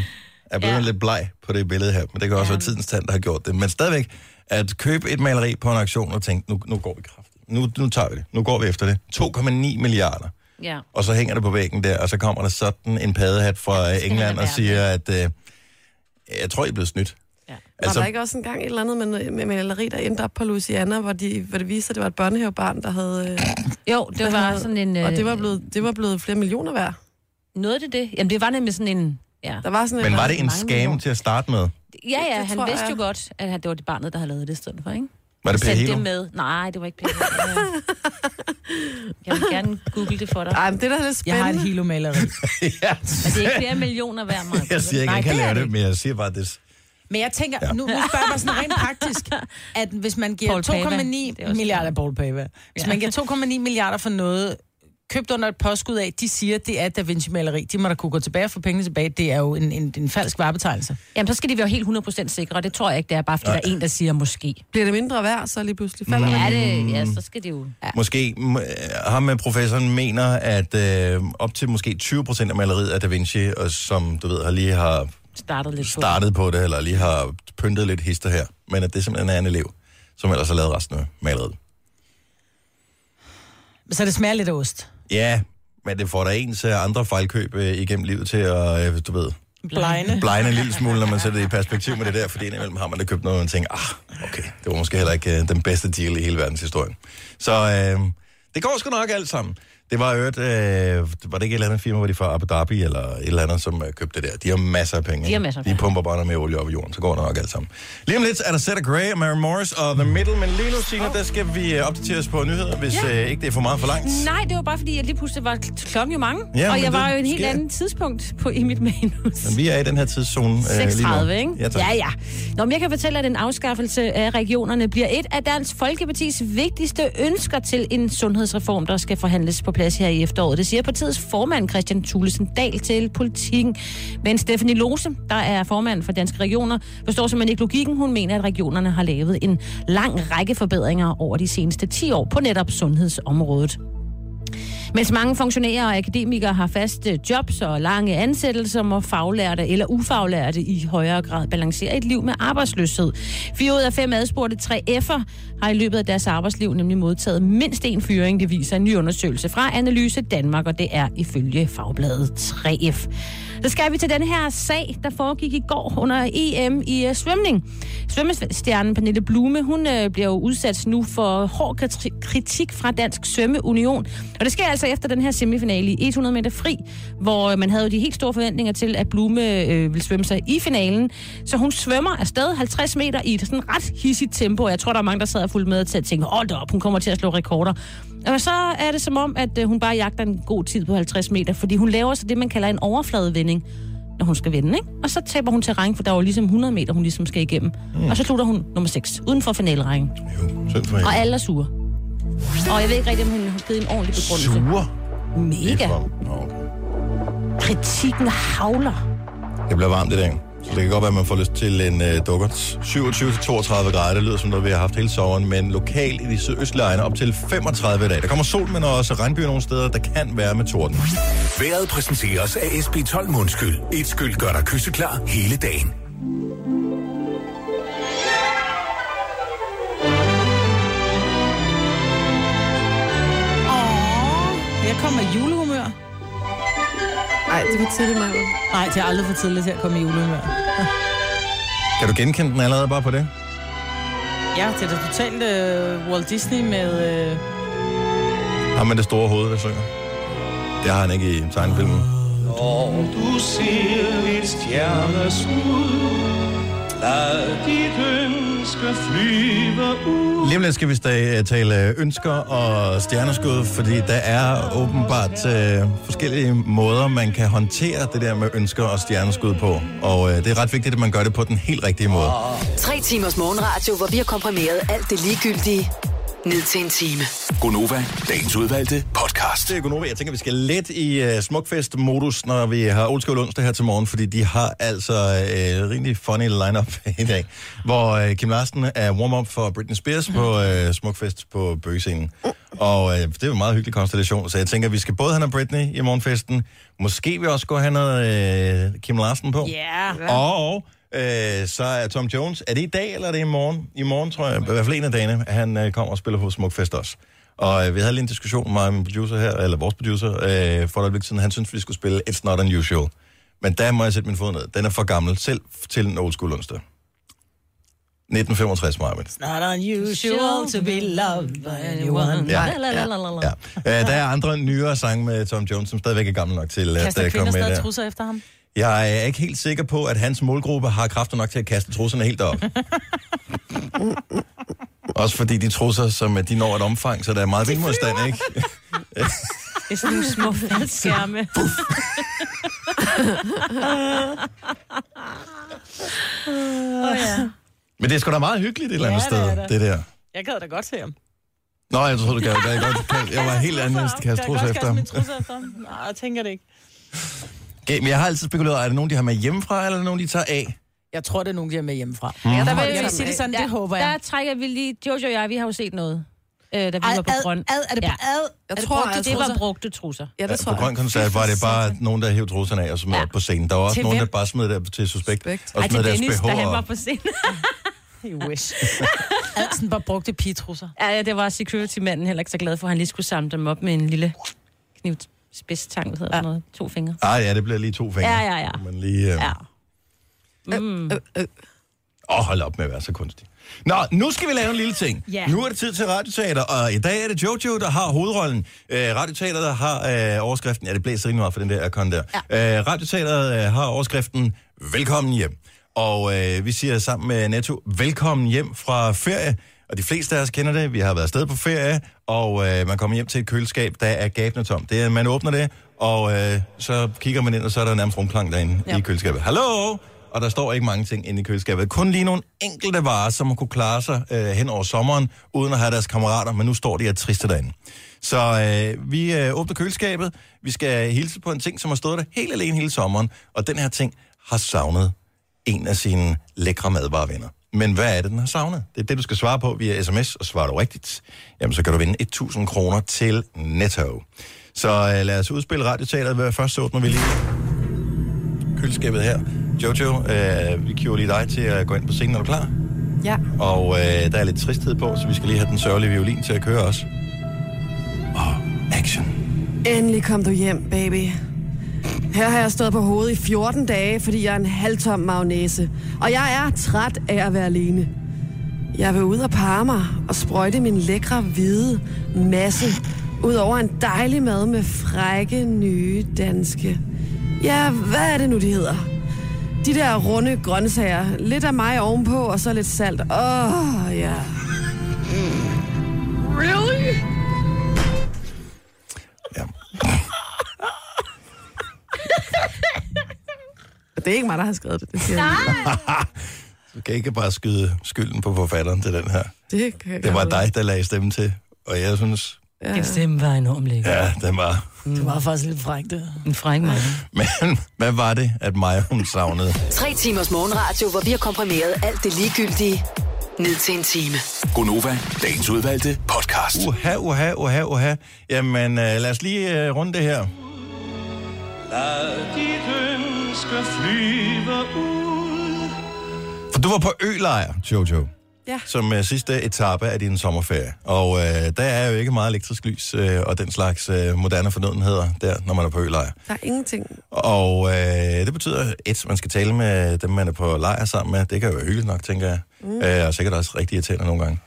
Speaker 1: blevet ja.
Speaker 3: Ja.
Speaker 1: lidt bleg på det billede her, men det kan også ja. være tidens tand, der har gjort det. Men stadigvæk, at købe et maleri på en auktion og tænke, nu, nu går vi kraftigt. Nu, nu tager vi det. Nu går vi efter det. 2,9 milliarder.
Speaker 3: Ja.
Speaker 1: Og så hænger det på væggen der, og så kommer der sådan en paddehat fra øh, England
Speaker 3: lade
Speaker 1: og
Speaker 3: være
Speaker 1: siger, at øh, jeg tror, I er blevet snydt.
Speaker 3: Ja.
Speaker 2: Altså... Var der ikke også engang et eller andet med, med, med maleri, der endte op på Louisiana, hvor, de, hvor det viste, at det var et børnehavebarn, der havde... Øh,
Speaker 3: Jo, det var sådan en... øh,
Speaker 2: og det var, blevet, det var blevet flere millioner værd.
Speaker 3: Nåede det det? Jamen, det var nemlig sådan en... Ja,
Speaker 2: Der var sådan
Speaker 1: Men
Speaker 2: et,
Speaker 1: var det en
Speaker 3: mange millioner.
Speaker 1: scam til at starte med?
Speaker 3: ja, ja
Speaker 2: det
Speaker 3: han
Speaker 2: tror
Speaker 3: vidste
Speaker 2: jeg.
Speaker 3: jo godt, at han- det var det barnet, der havde lavet det i stedet for, ikke?
Speaker 1: Var det Per
Speaker 3: Sendte det
Speaker 1: Helo?
Speaker 3: med. Nej, det var ikke Pelle. Helo. Jeg vil gerne google det for
Speaker 1: Ah.
Speaker 3: dig.
Speaker 2: Ej, men det der er da lidt
Speaker 5: Jeg har et
Speaker 2: spændende.
Speaker 5: hilomaleri.
Speaker 1: ja.
Speaker 3: Men det er ikke flere millioner hver meget.
Speaker 1: Jeg siger ikke, at jeg kan lave det, men jeg siger bare, at det...
Speaker 5: Men jeg tænker, ja. nu, nu spørger jeg bare sådan rent praktisk, at hvis man
Speaker 3: Paul Pava.
Speaker 5: giver
Speaker 3: Det er
Speaker 5: 2,9
Speaker 3: også-
Speaker 5: milliarder, Paul Pava, hvis man giver 2,9 milliarder for noget, købt under et påskud af, de siger, det er Da Vinci-maleri. De må da kunne gå tilbage og få pengene tilbage. Det er jo en, en, en falsk varebetegnelse.
Speaker 3: Jamen, så skal de være helt 100% sikre, og det tror jeg ikke, det er, bare fordi der er en, der siger måske.
Speaker 2: Bliver det mindre værd, så lige pludselig falder
Speaker 3: Ja,
Speaker 2: det.
Speaker 3: det,
Speaker 1: Mm.
Speaker 3: ja så skal det jo... Ja.
Speaker 1: Måske m- øh, ham med professoren mener, at øh, op til måske 20 procent af maleriet af Da Vinci, og som du ved, har lige har
Speaker 3: Startet lidt på.
Speaker 1: startet på det, eller lige har pyntet lidt hister her, men at det simpelthen er en elev, som ellers har lavet resten af maleriet.
Speaker 5: Så det smager lidt af ost.
Speaker 1: Ja, men det får da ens øh, andre fejlkøb øh, igennem livet til at, øh, du ved,
Speaker 5: Blegne.
Speaker 1: blegne en lille smule, når man sætter det i perspektiv med det der, fordi indimellem har man da købt noget, og man tænker, ah, okay, det var måske heller ikke øh, den bedste deal i hele verdenshistorien. Så øh, det går sgu nok alt sammen. Det var i øvrigt, øh, var det ikke et eller andet firma, hvor de fra Abu Dhabi eller et eller andet, som øh, købte det der. De har masser af penge.
Speaker 3: De har masser af
Speaker 1: de
Speaker 3: penge.
Speaker 1: pumper bare noget mere olie op i jorden, så går det nok alt sammen. Lige om lidt er der Setta Gray og Mary Morris og The Middle, men lige nu, Signe, der skal vi øh, opdatere os på nyheder, hvis ja. øh, ikke det er for meget for langt.
Speaker 3: Nej, det var bare fordi, jeg lige pludselig var kl- klokken jo mange,
Speaker 1: Ja,
Speaker 3: ja, og
Speaker 1: men
Speaker 3: jeg var
Speaker 1: det
Speaker 3: jo en helt
Speaker 1: sker.
Speaker 3: anden tidspunkt på, i mit manus.
Speaker 1: Men vi er i den her tidszone. øh, lige nu.
Speaker 3: 36, Mm-hmm. ikke?
Speaker 1: Ja, tak.
Speaker 3: ja, ja. Nå, men jeg kan fortælle, at en afskaffelse af regionerne bliver et af Dansk Folkepartis vigtigste ønsker til en sundhedsreform, der skal forhandles på plads her i efteråret. Det siger partiets formand Christian Thulesen Dahl til politikken. Men Stephanie Lose, der er formand for Danske Regioner, forstår simpelthen ikke logikken. Hun mener, at regionerne har lavet en lang række forbedringer over de seneste 10 år på netop sundhedsområdet. Mens mange funktionærer og akademikere har faste jobs og lange ansættelser, må faglærte eller ufaglærte i højere grad balancere et liv med arbejdsløshed. Fire ud af fem adspurgte 3F'er har i løbet af deres arbejdsliv nemlig modtaget mindst en fyring, det viser en ny undersøgelse fra Analyse Danmark, og det er ifølge fagbladet 3F. Så skal vi til den her sag, der foregik i går under EM i øh, svømning. Svømmestjernen Pernille Blume, hun øh, bliver jo udsat nu for hård kritri- kritik fra Dansk Svømmeunion. Og det sker altså efter den her semifinale i 100 meter fri, hvor øh, man havde jo de helt store forventninger til, at Blume øh, ville svømme sig i finalen. Så hun svømmer afsted 50 meter i et sådan ret hissigt tempo. Og Jeg tror, der er mange, der sad og fulgte med til at tænke, hold da op, hun kommer til at slå rekorder. Og så er det som om, at øh, hun bare jagter en god tid på 50 meter, fordi hun laver så det, man kalder en overfladevending når hun skal vinde, ikke? Og så taber hun terræn, for der er jo ligesom 100 meter, hun ligesom skal igennem. Mm. Og så slutter hun nummer 6, uden for finalerækken.
Speaker 1: Jo, synd for hende.
Speaker 3: Og alle er sure. Og jeg ved ikke rigtig, om hun har givet en ordentlig begrundelse.
Speaker 1: Sure.
Speaker 3: Mega.
Speaker 1: Ligefrem. Nå, okay.
Speaker 3: Kritikken havler.
Speaker 1: Det bliver varmt i dag. Så det kan godt være, at man får lyst til en øh, dukkert. 27-32 grader, det lyder som noget, vi har haft hele sommeren, men lokalt i de sydøstlige egne op til 35 i dag. Der kommer sol, men også regnbyer nogle steder, der kan være med torden.
Speaker 7: Været præsenteres af SB12 Mundskyld. Et skyld gør dig kysseklar hele dagen.
Speaker 5: Åh, jeg kommer i julehumør.
Speaker 2: Nej, det var tidligt, Maja.
Speaker 5: Nej, det er aldrig for tidligt til at komme i julehumør.
Speaker 1: Kan du genkende den allerede bare på det?
Speaker 5: Ja, det er da totalt øh, Walt Disney med... Øh,
Speaker 1: Har man det store hoved, der synger? Det har han ikke i tegnefilmen.
Speaker 8: Du ser et stjerneskud. Lad dit ønske flyve ud.
Speaker 1: Lige om lidt skal vi sta- øh, tale ønsker og stjerneskud, fordi der er åbenbart øh, forskellige måder, man kan håndtere det der med ønsker og stjerneskud på. Og øh, det er ret vigtigt, at man gør det på den helt rigtige måde.
Speaker 6: Tre timers morgenradio, hvor vi har komprimeret alt det ligegyldige ned til en time.
Speaker 7: Gonova, dagens udvalgte podcast.
Speaker 1: Det er Gunova. Jeg tænker, vi skal lidt i uh, smukfest-modus, når vi har Olskov onsdag her til morgen, fordi de har altså uh, rimelig funny lineup i dag, hvor uh, Kim Larsen er warm-up for Britney Spears på uh, smukfest på bøgescenen. Og uh, det er jo en meget hyggelig konstellation, så jeg tænker, vi skal både have noget Britney i morgenfesten, måske vi også gå have noget uh, Kim Larsen på.
Speaker 5: Ja. Yeah.
Speaker 1: Og øh, så er Tom Jones, er det i dag eller er det i morgen? I morgen tror jeg, i hvert fald en af dagene, han øh, kommer og spiller på Smukfest også. Og øh, vi havde lige en diskussion med min producer her, eller vores producer, øh, for et øjeblik siden, han synes, vi skulle spille It's Not Unusual. Men der må jeg sætte min fod ned. Den er for gammel, selv til en old school onsdag. 1965, Marvin.
Speaker 5: Not unusual to be loved by anyone.
Speaker 1: Ja,
Speaker 3: La, la, la, la, la.
Speaker 1: Ja. Øh, der er andre nyere sange med Tom Jones, som stadigvæk er gammel nok til, at
Speaker 5: Kaster
Speaker 1: øh,
Speaker 5: kvinder
Speaker 1: komme med
Speaker 5: stadig
Speaker 1: der.
Speaker 5: trusser efter ham?
Speaker 1: Jeg er ikke helt sikker på, at hans målgruppe har kræfter nok til at kaste trusserne helt op. Også fordi de trusser, som øh, de når et omfang, så der er meget vindmodstand, ikke?
Speaker 3: Det er sådan nogle små faldskærme. Åh, ja.
Speaker 1: Men det er sgu da meget hyggeligt et eller andet
Speaker 5: Ja, det er
Speaker 1: sted, det,
Speaker 5: det.
Speaker 1: der.
Speaker 5: Jeg gad da godt se ham.
Speaker 1: Nå, jeg troede, du gav det godt. Jeg var helt andet, at kaste trusser efter ham.
Speaker 5: Kan jeg godt kaste min trusser efter ham? Nej, jeg tænker det ikke.
Speaker 1: Okay, men jeg har altid spekuleret, er det nogen, de har med hjemmefra, eller er det nogen, de tager af?
Speaker 5: Jeg tror, det er nogen, der er med hjemmefra.
Speaker 1: Mm.
Speaker 2: Ja, der
Speaker 5: Jeg vil sige det sådan, det håber
Speaker 3: Der
Speaker 5: jeg.
Speaker 3: trækker vi lige... Jojo og jeg, vi har jo set noget, øh, da vi
Speaker 5: Ad,
Speaker 3: var på
Speaker 5: ad,
Speaker 3: grøn.
Speaker 5: ad, er det på ad?
Speaker 2: Jeg
Speaker 5: Er det
Speaker 2: tror,
Speaker 5: brugte
Speaker 2: altså-
Speaker 3: Det var
Speaker 5: trusser?
Speaker 3: brugte trusser.
Speaker 2: Ja, det tror
Speaker 1: Altså, På Grøn
Speaker 2: jeg.
Speaker 1: Koncert var det bare nogen, der hævde trusserne af og smed
Speaker 3: Ja.
Speaker 1: op på scenen. Der var også
Speaker 5: Til
Speaker 1: nogen, der
Speaker 5: hvem?
Speaker 1: bare smed det til suspekt.
Speaker 2: Suspekt.
Speaker 1: Og
Speaker 3: Ej,
Speaker 1: smed
Speaker 3: til
Speaker 1: deres
Speaker 3: Dennis, da han
Speaker 1: behov
Speaker 3: var
Speaker 1: op.
Speaker 3: på scenen.
Speaker 5: You wish. ad, sådan bare brugte pigetrusser.
Speaker 3: Ja, ja, det var security-manden heller ikke så glad for, at han lige skulle samle dem op med en lille knivspidstang, hvad hedder ja. sådan noget, to fingre.
Speaker 1: Ej, Ah, ja, det bliver lige to fingre.
Speaker 3: Ja, ja, ja.
Speaker 1: Man lige, øh...
Speaker 3: Ja.
Speaker 2: Mm. Øh,
Speaker 1: Åh, oh, hold op med at være så kunstig. Nå, nu skal vi lave en lille ting.
Speaker 3: Ja.
Speaker 1: Nu er det tid til radioteater, og i dag er det Jojo, der har hovedrollen. Øh, radioteater, der har øh, overskriften... Ja, det blæser rimelig meget for den der akkon der. Ja. Øh, radioteateret øh, har overskriften Velkommen hjem. Og øh, vi siger sammen med Netto, velkommen hjem fra ferie. Og de fleste af os kender det. Vi har været afsted på ferie, og øh, man kommer hjem til et køleskab, der er gabende tomt. Det er, man åbner det, og øh, så kigger man ind, og så er der nærmest rumklang derinde ja. i køleskabet. Hallo? og der står ikke mange ting inde i køleskabet. Kun lige nogle enkelte varer, som kunne klare sig øh, hen over sommeren, uden at have deres kammerater, men nu står de og er triste derinde. Så øh, vi øh, åbner køleskabet, vi skal hilse på en ting, som har stået der helt alene hele sommeren, og den her ting har savnet en af sine lækre madvarevenner. Men hvad er det, den har savnet? Det er det, du skal svare på via sms, og svarer du rigtigt, jamen så kan du vinde 1.000 kroner til Netto. Så øh, lad os udspille radioteateret. Først så åbner vi lige køleskabet her. Jojo, øh, vi kiver lige dig til at gå ind på scenen. Er du klar?
Speaker 2: Ja.
Speaker 1: Og øh, der er lidt tristhed på, så vi skal lige have den sørgelige violin til at køre også. Og action.
Speaker 2: Endelig kom du hjem, baby. Her har jeg stået på hovedet i 14 dage, fordi jeg er en halvtom magnæse. Og jeg er træt af at være alene. Jeg vil ud og parre mig og sprøjte min lækre, hvide masse ud over en dejlig mad med frække, nye danske. Ja, hvad er det nu, de hedder? De der runde grøntsager. Lidt af mig ovenpå, og så lidt salt. Åh, oh, ja.
Speaker 1: Ja.
Speaker 2: Det er ikke mig, der har skrevet det. Det, siger jeg.
Speaker 1: Du kan ikke bare skyde skylden på forfatteren til den her.
Speaker 2: det, kan jeg
Speaker 1: Det var
Speaker 2: godt.
Speaker 1: dig, der lagde stemme til. Og jeg synes,
Speaker 5: Din stemme var enormt lækker.
Speaker 1: ja, den var...
Speaker 5: Det var faktisk lidt frækt, det.
Speaker 3: En fræk mand.
Speaker 1: Men hvad var det, at Maja hun savnede?
Speaker 6: Tre timers morgenradio, hvor vi har komprimeret alt det ligegyldige ned til en time.
Speaker 7: Gonova, dagens udvalgte podcast.
Speaker 1: Uha, uha, uha, uha. Jamen, øh, lad os lige øh, runde det her.
Speaker 8: Lad dit ønske flyve ud.
Speaker 1: For du var på ølejr, Jojo.
Speaker 2: Ja.
Speaker 1: Som uh, sidste etape af din sommerferie. Og uh, der er jo ikke meget elektrisk lys uh, og den slags uh, moderne fornødenheder der, når man er på ølejr.
Speaker 2: Der er ingenting
Speaker 1: Og uh, det betyder, et, man skal tale med dem, man er på lejr sammen med. Det kan jo Øh, være hyggeligt nok, tænker jeg. Mm. Uh, og sikkert også rigtig irriterende nogle gange.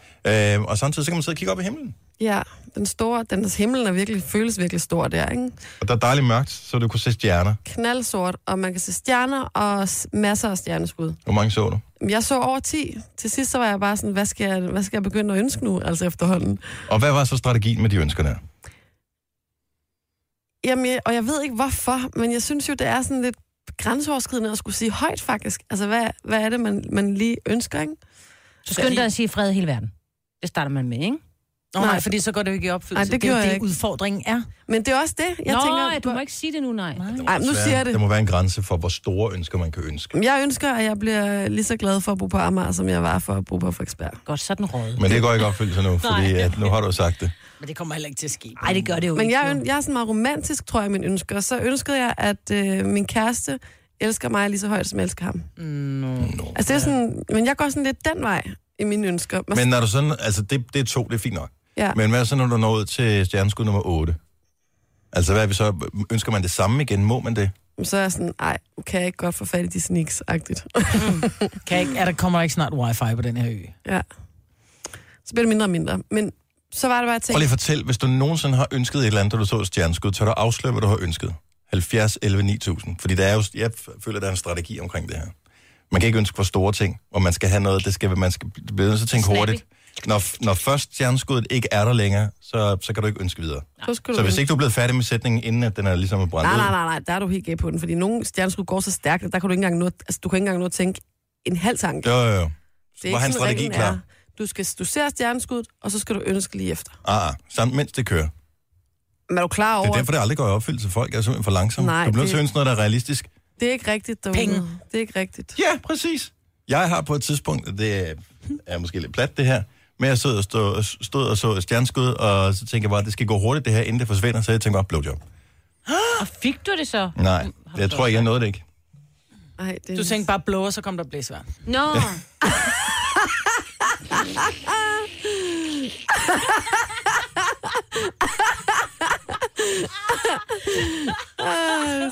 Speaker 1: Uh, og samtidig så kan man sidde og kigge op i himlen.
Speaker 2: Ja, den store, den himmel er virkelig, føles virkelig stor der, ikke?
Speaker 1: Og der er dejligt mørkt, så du kunne se stjerner.
Speaker 2: Knaldsort, og man kan se stjerner og s- masser af stjerneskud.
Speaker 1: Hvor mange så du?
Speaker 2: Jeg så over 10. Til sidst så var jeg bare sådan, hvad skal jeg, hvad skal jeg begynde at ønske nu, altså efterhånden?
Speaker 1: Og hvad var så strategien med de ønsker der?
Speaker 2: Jamen, jeg, og jeg ved ikke hvorfor, men jeg synes jo, det er sådan lidt grænseoverskridende at skulle sige højt faktisk. Altså, hvad, hvad er det, man, man lige ønsker, ikke?
Speaker 3: Så skynd dig at sige fred i hele verden. Det starter man med, ikke?
Speaker 5: Nå, nej, fordi så går det jo ikke i opfyldelse.
Speaker 2: Nej, det
Speaker 5: er jo
Speaker 2: gjorde jeg
Speaker 5: det,
Speaker 2: ikke.
Speaker 5: udfordringen er.
Speaker 2: Men det er også det, jeg
Speaker 3: Nå,
Speaker 2: tænker...
Speaker 3: du må ikke sige det nu, nej.
Speaker 2: Ej, men nu siger jeg det.
Speaker 1: Altså, Der må være en grænse for, hvor store ønsker man kan ønske.
Speaker 2: Jeg ønsker, at jeg bliver lige så glad for at bo på Amager, som jeg var for at bo på Frederiksberg.
Speaker 3: Godt, så er den røget.
Speaker 1: Men det går ikke opfyldelse nu, fordi at nu har du sagt det.
Speaker 5: Men det kommer heller ikke til at ske.
Speaker 3: Nej, det gør det jo
Speaker 2: Men
Speaker 3: ikke.
Speaker 2: jeg, øn- jeg er sådan meget romantisk, tror jeg, min ønsker. Så ønskede jeg, at øh, min kæreste elsker mig lige så højt, som jeg elsker ham. Mm. Altså, det er sådan, men jeg går sådan lidt den vej i mine ønsker. Men,
Speaker 1: Men når du sådan, altså det, det er to, det er fint nok.
Speaker 2: ja. men,
Speaker 1: Men hvad så, når du når ud til stjerneskud nummer 8? Altså, hvad er vi så? Ønsker man det samme igen? Må man det?
Speaker 2: så er jeg sådan, ej, kan jeg ikke godt få fat i de sneaks-agtigt.
Speaker 5: Kan jeg ikke, er der kommer der ikke snart wifi på den her ø?
Speaker 2: ja. Så bliver det mindre og mindre. Men så var det bare, at jeg
Speaker 1: Prøv lige
Speaker 2: tænkte,
Speaker 1: at fortælle, hvis du nogensinde har ønsket et eller andet, da du så et stjerneskud, så du afsløre, hvad du har ønsket. 70, 11, 9000. Fordi der er jo, jeg føler, der er en strategi omkring det her. Man kan ikke ønske for store ting, og man skal have noget, det skal, man skal blive nødt til at tænke
Speaker 3: Snappy.
Speaker 1: hurtigt. Når, når først stjerneskuddet ikke er der længere, så, så kan du ikke ønske videre.
Speaker 2: så skulle
Speaker 1: Så
Speaker 2: du...
Speaker 1: hvis ikke du er blevet færdig med sætningen, inden at den er ligesom brændt
Speaker 2: Mm. Nej,
Speaker 1: ud,
Speaker 2: nej, nej, nej, der er du helt gæt på den, fordi nogle stjerneskud går så stærkt, at der kan du ikke engang nå, altså, du kan ikke engang nå at tænke en halv tanke.
Speaker 1: Jo, jo, jo.
Speaker 2: Det er
Speaker 1: Hvor
Speaker 2: ikke
Speaker 1: hans
Speaker 2: sådan,
Speaker 1: strategi
Speaker 2: reglen
Speaker 1: klar?
Speaker 2: er. Du, skal, du ser stjerneskud, og så skal du ønske lige efter.
Speaker 1: Ah, ah, samt mens det kører.
Speaker 2: Men er du klar over,
Speaker 1: Det er
Speaker 2: det er,
Speaker 1: derfor, det aldrig går i opfyldelse. Folk er simpelthen for langsomme.
Speaker 2: Nej,
Speaker 1: du bliver nødt til
Speaker 2: det-
Speaker 1: at ønske noget, der er realistisk.
Speaker 2: det er ikke rigtigt derude.
Speaker 5: Penge.
Speaker 2: Det er ikke rigtigt.
Speaker 1: Ja, præcis. Jeg har på et tidspunkt, og det er- er måske lidt plat det her, men jeg stod og, stod, stod og så et stjerneskud, og så tænkte jeg bare, at det skal gå hurtigt det her, inden det forsvinder, så jeg tænkte bare, blowjob.
Speaker 3: Og fik du det så?
Speaker 1: Nej, jeg tror ikke, jeg nåede det ikke.
Speaker 2: Ej, det er
Speaker 5: Du tænkte bare blower, så kom der blæsvær.
Speaker 3: Nå,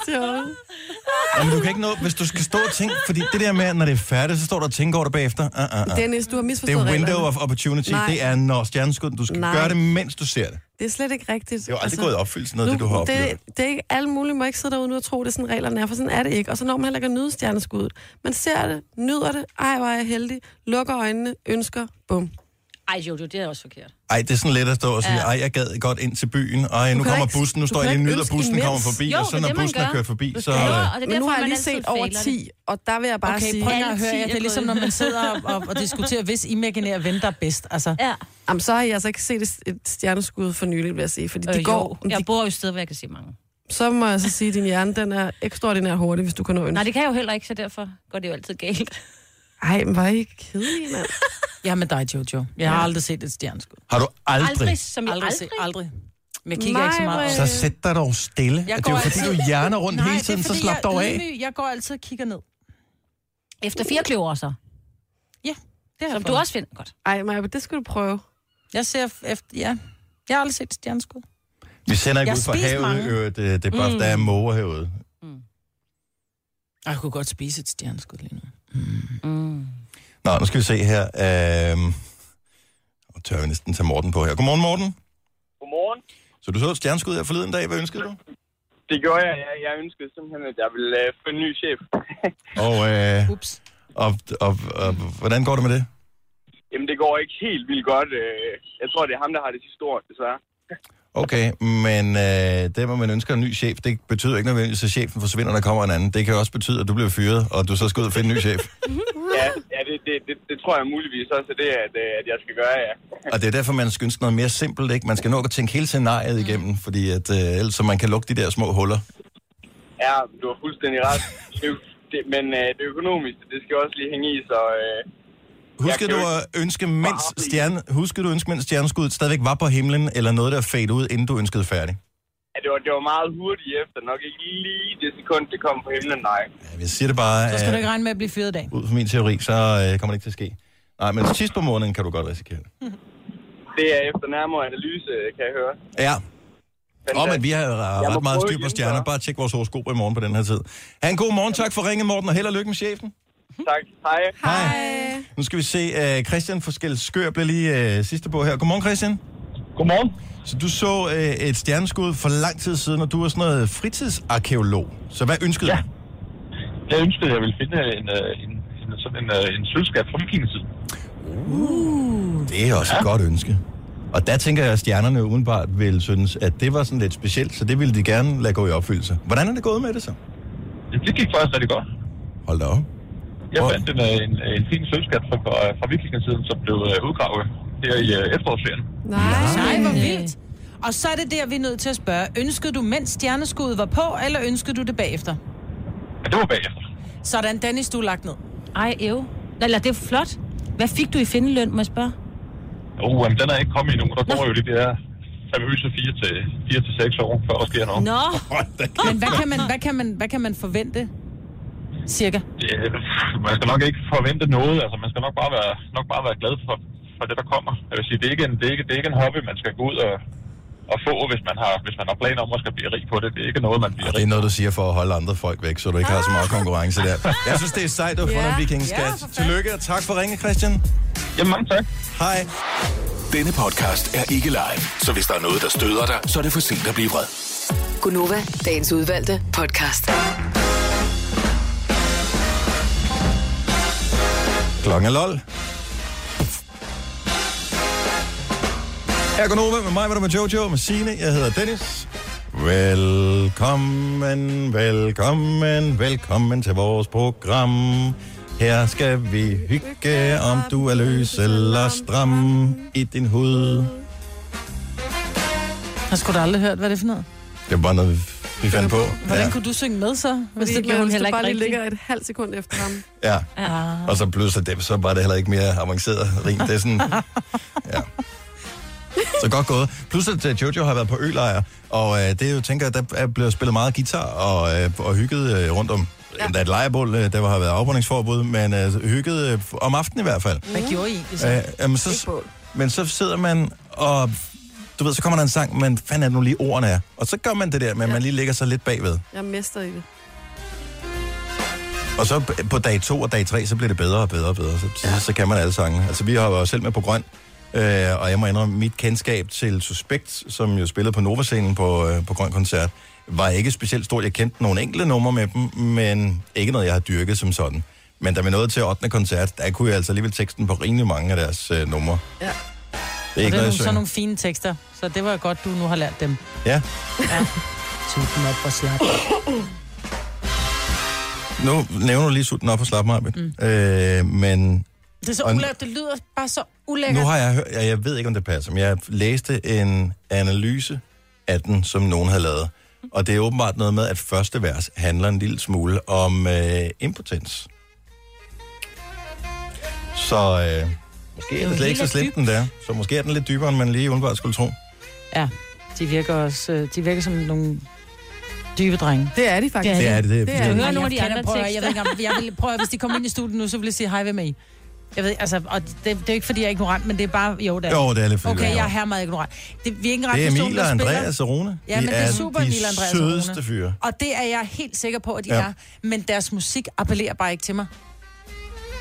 Speaker 2: sjovt.
Speaker 1: Jamen, du kan ikke nå, hvis du skal stå og tænke, fordi det der med, når det er færdigt, så står du og tænker over det bagefter. Uh, uh, uh.
Speaker 2: Dennis, du
Speaker 1: Det
Speaker 2: har
Speaker 1: er
Speaker 2: misforstået
Speaker 1: window
Speaker 2: reglerne.
Speaker 1: of opportunity,
Speaker 2: Nej.
Speaker 1: det er når stjerneskud, du skal
Speaker 2: Nej.
Speaker 1: gøre det, mens du ser det.
Speaker 2: Det er slet ikke rigtigt. Altså,
Speaker 1: Det er jo aldrig gået i opfyldelse, noget af det, du har oplevet.
Speaker 2: det, det er ikke, alle mulige må ikke sidde derude nu og tro, det er sådan reglerne er, for sådan er det ikke. Og så når man heller ikke at nyde stjerneskuddet. Man ser det, nyder det, ej, hvor er jeg heldig, lukker øjnene, ønsker, bum.
Speaker 3: ej Jojo, det er også forkert.
Speaker 1: Ej, det er sådan let at stå og sige, ej, jeg gad godt ind til byen, ej, nu
Speaker 2: kan
Speaker 1: kommer
Speaker 2: ikke-
Speaker 1: bussen, nu
Speaker 2: du
Speaker 1: står
Speaker 2: kan
Speaker 1: jeg lige
Speaker 2: ikke
Speaker 1: og nyder,
Speaker 2: ønske
Speaker 1: bussen
Speaker 2: imens.
Speaker 1: kommer forbi,
Speaker 3: Jo,
Speaker 1: og så
Speaker 3: men
Speaker 1: når
Speaker 3: det, man
Speaker 1: bussen er
Speaker 3: gør.
Speaker 1: kørt forbi,
Speaker 3: Du
Speaker 1: så...
Speaker 3: kræver,
Speaker 1: øh,
Speaker 3: og det
Speaker 2: Men
Speaker 3: er
Speaker 2: nu
Speaker 3: derfor,
Speaker 2: har jeg
Speaker 3: man
Speaker 2: lige
Speaker 3: altid
Speaker 2: set over
Speaker 3: fejler det.
Speaker 2: 10, og der vil jeg bare
Speaker 5: Okay,
Speaker 2: sige...
Speaker 5: prøv lige
Speaker 3: Alle
Speaker 5: at
Speaker 3: ti
Speaker 5: høre,
Speaker 3: er
Speaker 5: det er
Speaker 3: gået
Speaker 5: ligesom,
Speaker 3: i.
Speaker 5: når man sidder og, og, og diskuterer, hvis imaginær ven, der er bedst. Altså,
Speaker 3: Ja.
Speaker 2: Jamen, så har jeg altså ikke set et- et stjerneskud for nylig, vil jeg sige. Fordi øh, de
Speaker 3: Øh,
Speaker 2: går,
Speaker 3: jo.
Speaker 2: de,
Speaker 3: Jeg bor jo et sted, hvor jeg kan se mange.
Speaker 2: så må jeg så sige, at din hjerne den er ekstraordinært hurtig, hvis du kan nå
Speaker 3: Nej,
Speaker 2: ønske.
Speaker 3: det kan jeg jo heller ikke, så derfor går det jo altid galt.
Speaker 2: Ej, men var I ikke kedelige, mand?
Speaker 5: jeg er med dig, Jojo. Jeg har aldrig set et stjerneskud.
Speaker 1: Har du aldrig?
Speaker 3: Aldrig, som jeg aldrig.
Speaker 5: Aldrig, set, aldrig. Men jeg kigger ikke så meget
Speaker 2: Nej,
Speaker 5: op.
Speaker 1: Så sæt dig dog stille.
Speaker 5: Jeg
Speaker 1: det er jo
Speaker 5: går
Speaker 1: fordi,
Speaker 5: altid-
Speaker 1: du hjerner rundt hele tiden, så slap dog af.
Speaker 5: Ydmyg, jeg går altid og kigger ned.
Speaker 3: Efter fire kløver så.
Speaker 5: Det har
Speaker 3: Som
Speaker 5: jeg
Speaker 3: du
Speaker 5: fået.
Speaker 3: også finder godt.
Speaker 2: Ej, Maja, det skulle du prøve.
Speaker 5: Jeg ser f- efter, ja. Jeg har aldrig set et stjerneskud.
Speaker 1: Vi sender ikke
Speaker 5: Jeg
Speaker 1: ud fra
Speaker 5: spiser
Speaker 1: havet,
Speaker 5: mange.
Speaker 1: øh, det, det er bare, der er måger herude.
Speaker 5: Ej, Jeg kunne godt spise et stjerneskud lige nu.
Speaker 1: Nå, nu skal vi se her. Øhm, og tør vi næsten tage Morten på her. Godmorgen, Morten.
Speaker 9: Godmorgen.
Speaker 1: Så du så et stjerneskud her forleden dag. Hvad ønskede du?
Speaker 9: Det gjorde jeg. Jeg, jeg ønskede simpelthen, at jeg ville øh, få en ny chef.
Speaker 1: Og, øh,
Speaker 5: Ups.
Speaker 1: og, og, og, hvordan går det med det?
Speaker 9: Jamen, det går ikke helt vildt godt. Øh, jeg tror, det er ham, der har det sidste ord, desværre.
Speaker 1: Okay, men øh, det, hvor man ønsker en ny chef, det betyder ikke nødvendigvis, at chefen forsvinder, og der kommer en anden. Det kan også betyde, at du bliver fyret, og du så skal ud og finde en ny chef.
Speaker 9: Ja, ja det, det, det, det tror jeg muligvis også er det, at, øh, at jeg skal gøre, ja.
Speaker 1: Og det er derfor, man skal ønske noget mere simpelt, ikke? Man skal nok at tænke hele scenariet igennem, fordi at, øh, ellers så man kan lukke de der små huller.
Speaker 9: Ja, du har fuldstændig ret. Det, det, men øh, det økonomiske, det skal også lige hænge i, så... Øh,
Speaker 1: Husker
Speaker 9: Jeg kan
Speaker 1: du
Speaker 9: jo
Speaker 1: at ønske, mens
Speaker 9: Bare-
Speaker 1: stjerne, husker du at ønske, mens stjerneskuddet stadigvæk var på himlen, eller noget, der fade ud, inden du ønskede færdig?
Speaker 9: ja, det, var, det var meget hurtigt efter. Nok ikke lige det sekund, det kom på himlen, nej.
Speaker 1: Ja, jeg siger det bare,
Speaker 5: Så skal du
Speaker 1: at,
Speaker 5: ikke regne med at blive fyret i dag.
Speaker 1: ud fra min teori, så øh, kommer det ikke til at ske. Nej, men sidst på måneden kan du godt risikere det.
Speaker 9: Det er efter nærmere analyse, kan jeg høre.
Speaker 1: Ja,
Speaker 9: Men,
Speaker 1: og
Speaker 9: øh,
Speaker 1: men vi har øh,
Speaker 9: Jeg må
Speaker 1: ret meget
Speaker 9: prøve
Speaker 1: styr på
Speaker 9: igen,
Speaker 1: stjerner.
Speaker 9: så.
Speaker 1: Bare tjek vores horoskop i morgen på den her tid. Ha' en god morgen. Tak for ringen, Morten, og held og lykke med chefen.
Speaker 9: Tak. Hej.
Speaker 1: Hej. Nu skal vi se, øh, Christian fra Skælskør blev lige øh, sidste på her. Godmorgen, Christian.
Speaker 10: Godmorgen.
Speaker 1: Så du så øh, et stjerneskud for lang tid siden, og du er sådan noget fritidsarkeolog. Så hvad ønskede ja. du?
Speaker 10: Jeg ønskede, at jeg ville finde en, øh, en, en, sådan en, øh, en sølvskat fra vikingetiden.
Speaker 1: Uh. Det er også ja. et godt ønske. Og der tænker jeg, at stjernerne udenbart vil synes, at det var sådan lidt specielt, så det ville de gerne lade gå i opfyldelse. Hvordan er det gået med det så?
Speaker 10: Det gik faktisk rigtig godt.
Speaker 1: Hold da op.
Speaker 10: Jeg fandt en, øh, en, en fin sølvskat fra, fra vikingetiden, som blev øh, udgravet her i øh, efterårsferien.
Speaker 5: Nej. Nej, hvor vildt. Og så er det der, vi er nødt til at spørge. Ønskede du, mens stjerneskuddet var på, eller ønskede du det bagefter?
Speaker 10: Ja, det var bagefter.
Speaker 5: Sådan, Dennis, du er lagt ned.
Speaker 3: Ej, ev. Eller det er flot. Hvad fik du i findeløn, må jeg spørge?
Speaker 10: Oh, jamen, den er ikke kommet endnu. Der går jo de der famøse 4 til, 4 til 6 år, før der sker noget.
Speaker 5: Nå. Men hvad kan man, hvad kan man, hvad kan man forvente? Cirka.
Speaker 10: Det, øh, man skal nok ikke forvente noget. Altså, man skal nok bare være, nok bare være glad for, for det, der kommer. Jeg vil sige, det er ikke en, det er ikke, det er ikke en hobby, man skal gå ud og, og få, hvis man, har, hvis man har planer om at skal blive rig på det. Det er ikke noget, man bliver
Speaker 1: Og det er noget, du siger for at holde andre folk væk, så du ikke har så meget konkurrence der. Jeg synes, det er sejt, at du har fundet
Speaker 7: Ja.
Speaker 1: en vikingeskat.
Speaker 7: Ja, for fanden.
Speaker 1: Tillykke, og tak for ringe, Christian.
Speaker 10: Jamen, mange tak.
Speaker 1: Hej.
Speaker 7: Denne podcast er ikke live, så hvis der er noget, der støder dig, så er det for sent at blive vred.
Speaker 6: Gunova, dagens udvalgte podcast.
Speaker 1: Klokken er lol. Her går Nova med mig, hvor der med Jojo, med Signe. Jeg hedder Dennis. Velkommen, velkommen, velkommen til vores program. Her skal vi hygge, om du er løs eller stram i din hud.
Speaker 5: Jeg har sgu da aldrig hørt, hvad det er for noget.
Speaker 1: Det var bare noget, vi fandt på.
Speaker 5: Hvordan ja. kunne du synge med så?
Speaker 2: Fordi det blev heller ikke bare lige ligger et halvt sekund efter ham.
Speaker 1: Ja,
Speaker 5: Ah.
Speaker 1: og så pludselig det, så var det heller ikke mere avanceret rim. Det er sådan, ja. Så godt gået. Plus at øh, Jojo har været på ølejr, og øh, det er jo, tænker jeg, der er blevet spillet meget guitar og, øh, og hygget øh, rundt om. Ja. Der er et lejebål, øh, der har været afbrændingsforbud, men øh, hygget øh, om aftenen i hvert fald.
Speaker 5: Hvad gjorde I ligesom? egentlig
Speaker 1: Øh, jamen, så, men så sidder man og... Du ved, så kommer der en sang, men fanden er det nu lige ordene er. Og så gør man det der, men ja. man lige lægger sig lidt bagved.
Speaker 2: Jeg er mester i det.
Speaker 1: Og så b- på dag 2 og dag 3, så bliver det bedre og bedre og bedre. Så, ja. så kan man alle sangene. Altså, vi har jo selv med på Grøn, øh, og jeg må indrømme, mit kendskab til Suspekt, som jo spillede på Nova-scenen på, øh, på Grøn Koncert, var ikke specielt stort. Jeg kendte nogle enkelte numre med dem, men ikke noget, jeg har dyrket som sådan. Men da vi nåede til 8. koncert, der kunne jeg altså alligevel teksten på rimelig mange af deres øh, numre.
Speaker 5: Ja.
Speaker 1: Det
Speaker 5: Det
Speaker 1: er ikke
Speaker 5: og det er
Speaker 1: noget, jeg
Speaker 5: nogle, sådan
Speaker 1: synger.
Speaker 5: nogle fine tekster, så det var godt, du nu har lært dem.
Speaker 1: Ja.
Speaker 5: Ja. Tusind op for slap.
Speaker 1: Nu nævner du lige sutten op og slap mig, mm. øh, men...
Speaker 5: Det er så
Speaker 1: og-
Speaker 5: ulækkert. Det lyder bare så ulækkert.
Speaker 1: Nu har jeg hørt, og jeg ved ikke, om det passer, men jeg læste en analyse af den, som nogen havde lavet. Og det er åbenbart noget med, at første vers handler en lille smule om øh, impotens. Så øh, måske
Speaker 5: Det
Speaker 1: er
Speaker 5: er jo
Speaker 1: det slet ikke så
Speaker 5: helt
Speaker 1: slemt den der. Så måske er den lidt dybere, end man lige umiddelbart skulle tro.
Speaker 5: Ja, de virker også... øh, De virker som nogle dybe drenge. Det er de faktisk.
Speaker 1: Det er de. Det er de. Det er de.
Speaker 5: Du
Speaker 1: Ej,
Speaker 5: hører nogle af de
Speaker 1: jeg
Speaker 5: andre
Speaker 1: kender-
Speaker 5: prøver, jeg, ved ikke, om- jeg vil prøve, hvis de kommer ind i studiet nu, så vil jeg sige hej, hvem er I? Jeg ved, altså, og det, det, er jo ikke, fordi jeg er ignorant, men det er bare... Jo, det er,
Speaker 1: Jo, det er lidt, fordi du er
Speaker 5: Okay, jeg er
Speaker 1: ignorant.
Speaker 5: her meget ignorant. Det, vi er ikke en ret
Speaker 1: Det er
Speaker 5: person,
Speaker 1: Emil
Speaker 5: der
Speaker 1: og
Speaker 5: spiller.
Speaker 1: Andreas og Rune.
Speaker 5: Ja,
Speaker 1: De
Speaker 5: men det
Speaker 1: er
Speaker 5: er super
Speaker 1: de
Speaker 5: Emil og Andreas og Rune.
Speaker 1: sødeste fyre.
Speaker 5: Og det er jeg helt sikker på, at de
Speaker 1: Ja.
Speaker 5: ja. er. Men deres musik appellerer bare ikke til mig.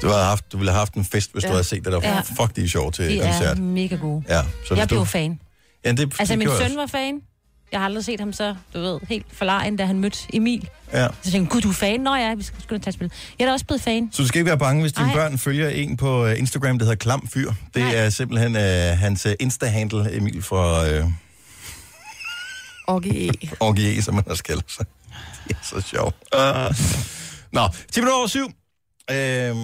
Speaker 1: Du, havde haft, du ville have haft en fest, hvis ja.
Speaker 5: Ja.
Speaker 1: du havde set det der.
Speaker 3: Ja.
Speaker 1: Ja. Fuck, de er sjove til
Speaker 3: De
Speaker 1: koncert.
Speaker 3: er mega gode.
Speaker 1: Ja, så hvis
Speaker 3: jeg blev
Speaker 1: du...
Speaker 3: fan.
Speaker 1: Ja, det,
Speaker 3: Altså,
Speaker 1: det
Speaker 3: min
Speaker 1: gjorde jeg
Speaker 3: søn var fan. Jeg har aldrig set ham så, du ved, helt forlegen, da han mødte Emil.
Speaker 1: også. Ja.
Speaker 3: Så tænkte jeg, gud, du er fan? Nå ja, vi skal sgu da tage et spil. Jeg er da også blevet fan.
Speaker 1: Så du skal ikke være bange, hvis dine
Speaker 3: Ej.
Speaker 1: børn følger en på øh, Instagram, der hedder Klam Fyr. Det er simpelthen øh, hans øh, Insta-handle, Emil fra øh,
Speaker 2: Orgi E.
Speaker 1: Orgie, som han har skældt sig. Det er så sjovt. Uh, nå, 10 minutter over syv. Øh,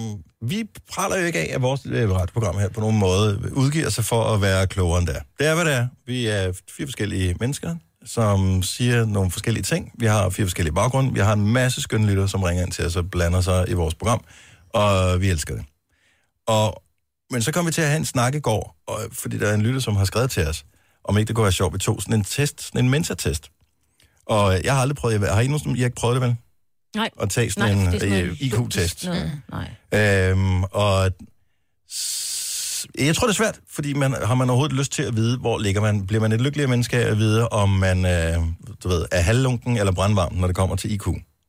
Speaker 1: vi praler jo ikke af, at vores øh, radioprogram her på nogen måde udgiver sig for at være klogere end der. Det er, hvad det er. Vi er fire forskellige mennesker, som siger nogle forskellige ting. Vi har fire forskellige baggrunde. Vi har en masse skønne lyttere, som ringer ind til os og blander sig i vores program. Og vi elsker det. Og, men så kom vi til at have en snak i går, og, fordi der er en lytter, som har skrevet til os, om ikke det kunne være sjovt, vi tog sådan en test, sådan en mentortest. Og jeg har aldrig prøvet, jeg, har I nogen, I har ikke prøvet det vel?
Speaker 3: Nej.
Speaker 1: At tage sådan
Speaker 3: Nej,
Speaker 1: Nej,
Speaker 3: det
Speaker 1: en
Speaker 3: er sådan
Speaker 1: øh, Mm.
Speaker 3: noget
Speaker 1: IQ-test.
Speaker 3: noget. Nej.
Speaker 1: Øhm, og s- jeg tror, det er svært, fordi man, har man overhovedet lyst til at vide, hvor ligger man? Bliver man et lykkeligere menneske af at vide, om man øh, du ved, er halvlunken eller brandvarm, når det kommer til IQ?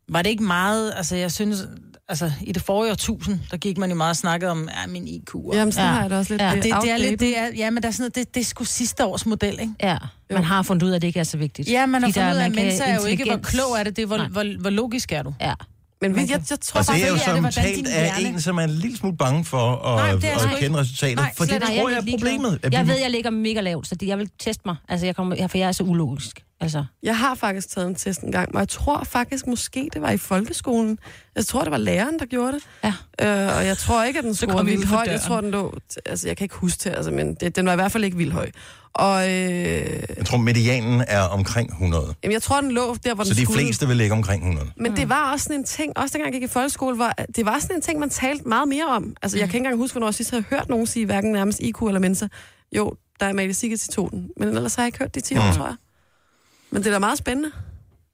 Speaker 5: Var det ikke meget... Altså, jeg synes... altså, i det forrige årtusind, der gik man jo meget og snakkede om, ja, min IQ. Og,
Speaker 2: Jamen, sådan har jeg det også lidt.
Speaker 5: Ja.
Speaker 2: Det
Speaker 5: Det,
Speaker 2: er
Speaker 5: det, er
Speaker 2: outdated.
Speaker 5: lidt, det er, ja, men der er sådan noget, det, det er sgu sidste års model, ikke?
Speaker 3: Ja, man har fundet ud af, at det ikke er så vigtigt.
Speaker 5: Ja, man har
Speaker 3: Fordi der-
Speaker 5: fundet ud af,
Speaker 3: man
Speaker 5: at
Speaker 3: kan
Speaker 5: mennesker er jo ikke, hvor
Speaker 3: intelligens-
Speaker 5: klog er det, det er, hvor, hvor, hvor logisk er du.
Speaker 3: Ja.
Speaker 2: Men vi- jeg, jeg tror
Speaker 1: Og det
Speaker 5: bare,
Speaker 1: er jo
Speaker 5: det er det,
Speaker 1: som
Speaker 5: hvordan
Speaker 1: talt
Speaker 5: din
Speaker 1: af
Speaker 5: hjerne-
Speaker 1: en, som er en lille smule bange for at,
Speaker 5: Nej,
Speaker 1: Nej,
Speaker 5: det er jeg sgu
Speaker 1: at
Speaker 5: ikke.
Speaker 1: kende resultatet.
Speaker 5: Nej,
Speaker 1: for det
Speaker 5: slet
Speaker 3: Nej,
Speaker 1: tror jeg
Speaker 3: lidt
Speaker 1: er
Speaker 3: ligeglad.
Speaker 1: problemet. At
Speaker 3: Jeg
Speaker 1: vi-
Speaker 3: ved, jeg ligger mega lavt, så det, jeg vil teste mig. Altså, jeg kommer, ja, for jeg er så ulogisk. Altså.
Speaker 2: Jeg har faktisk taget en test en gang, og jeg tror faktisk måske, det var i folkeskolen. Jeg tror, det var læreren, der gjorde det.
Speaker 3: Ja.
Speaker 2: Øh, og jeg tror ikke, at den
Speaker 5: kom
Speaker 2: scorede
Speaker 5: vi
Speaker 2: vildt
Speaker 5: uden for
Speaker 2: højt. Jeg
Speaker 5: døren.
Speaker 2: tror, den lå... Altså, jeg kan ikke huske det, altså, men det, den var i hvert fald ikke vildt høj. Og øh,
Speaker 1: Jeg tror, medianen er omkring 100.
Speaker 2: jamen, jeg tror, den lå der, hvor
Speaker 1: Så
Speaker 2: den
Speaker 1: de
Speaker 2: skulle.
Speaker 1: fleste vil ligge omkring 100.
Speaker 2: Men det var også sådan en ting, også dengang jeg gik i folkeskole, var, det var sådan en ting, man talte meget mere om. Altså, jeg kan ikke engang huske, hvornår jeg sidst havde hørt nogen sige, hverken nærmest IQ eller mensa. Jo, der er Amalie Sigge til tonen, men ellers har jeg ikke hørt det i 10 år,
Speaker 1: Mm.
Speaker 2: tror jeg. Men det er da meget spændende.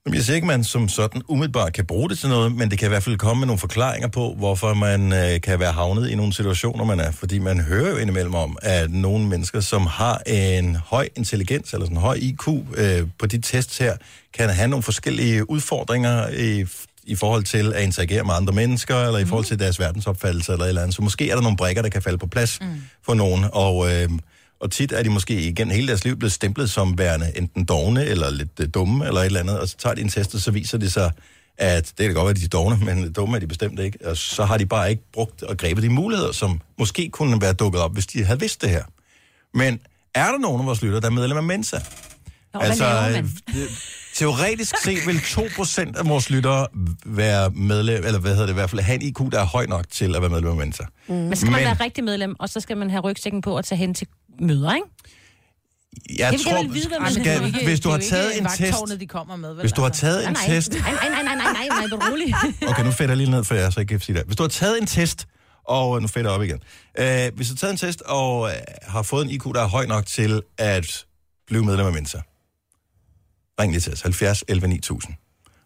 Speaker 1: Men Jeg siger ikke, man som sådan umiddelbart kan bruge det til noget, men det kan i hvert fald komme med nogle forklaringer på, hvorfor man øh, kan være havnet i nogle situationer, man er. Fordi man hører jo indimellem om, at nogle mennesker, som har en høj intelligens eller sådan en høj IQ øh, på de tests her, kan have nogle forskellige udfordringer i, i forhold til at interagere med andre mennesker, eller i forhold til deres verdensopfattelse eller et eller andet. Så måske er der nogle brækker, der kan falde på plads mm. for nogen, og... Øh, og tit er de måske igen hele deres liv blevet stemplet som værende enten dogne eller lidt øh, dumme eller et eller andet, og så tager de en test, og så viser det sig, at det kan godt være, at de er dogne, men dumme er de bestemt ikke. Og så har de bare ikke brugt og grebet de muligheder, som måske kunne være dukket op, hvis de havde vidst det her. Men er der nogen af vores lytter, der er medlem af Mensa?
Speaker 3: Nå, altså, hvad laver man?
Speaker 1: øh, øh, teoretisk set vil 2% af vores lyttere være medlem, eller hvad hedder det i hvert fald, have en IQ, der er høj nok til at være medlem af Mensa. Mm.
Speaker 3: Men skal man være rigtig medlem, og så skal man have rygsækken på og tage hen til møder, ikke?
Speaker 1: jeg
Speaker 3: vil
Speaker 1: tror,
Speaker 3: gerne vide, hvad man
Speaker 1: skal,
Speaker 3: hedder.
Speaker 5: Det er jo
Speaker 1: hvis du har
Speaker 5: ikke- det er jo
Speaker 1: taget
Speaker 5: ikke
Speaker 1: en test...
Speaker 5: vagttårnet, de kommer med, vel? altså.
Speaker 1: Hvis du har taget
Speaker 3: Nej,
Speaker 1: en
Speaker 3: nej,
Speaker 1: test...
Speaker 3: nej, nej, nej, nej, nej, nej, nej, nej, rolig.
Speaker 1: Okay, nu fætter jeg lige ned, for jeg så ikke kan sige det. Hvis du har taget en test, og nu fætter jeg op igen. Øh, hvis du har taget en test, og øh, har fået en IQ, der er høj nok til at blive medlem af Mensa, ring lige til os. 70 11 9000.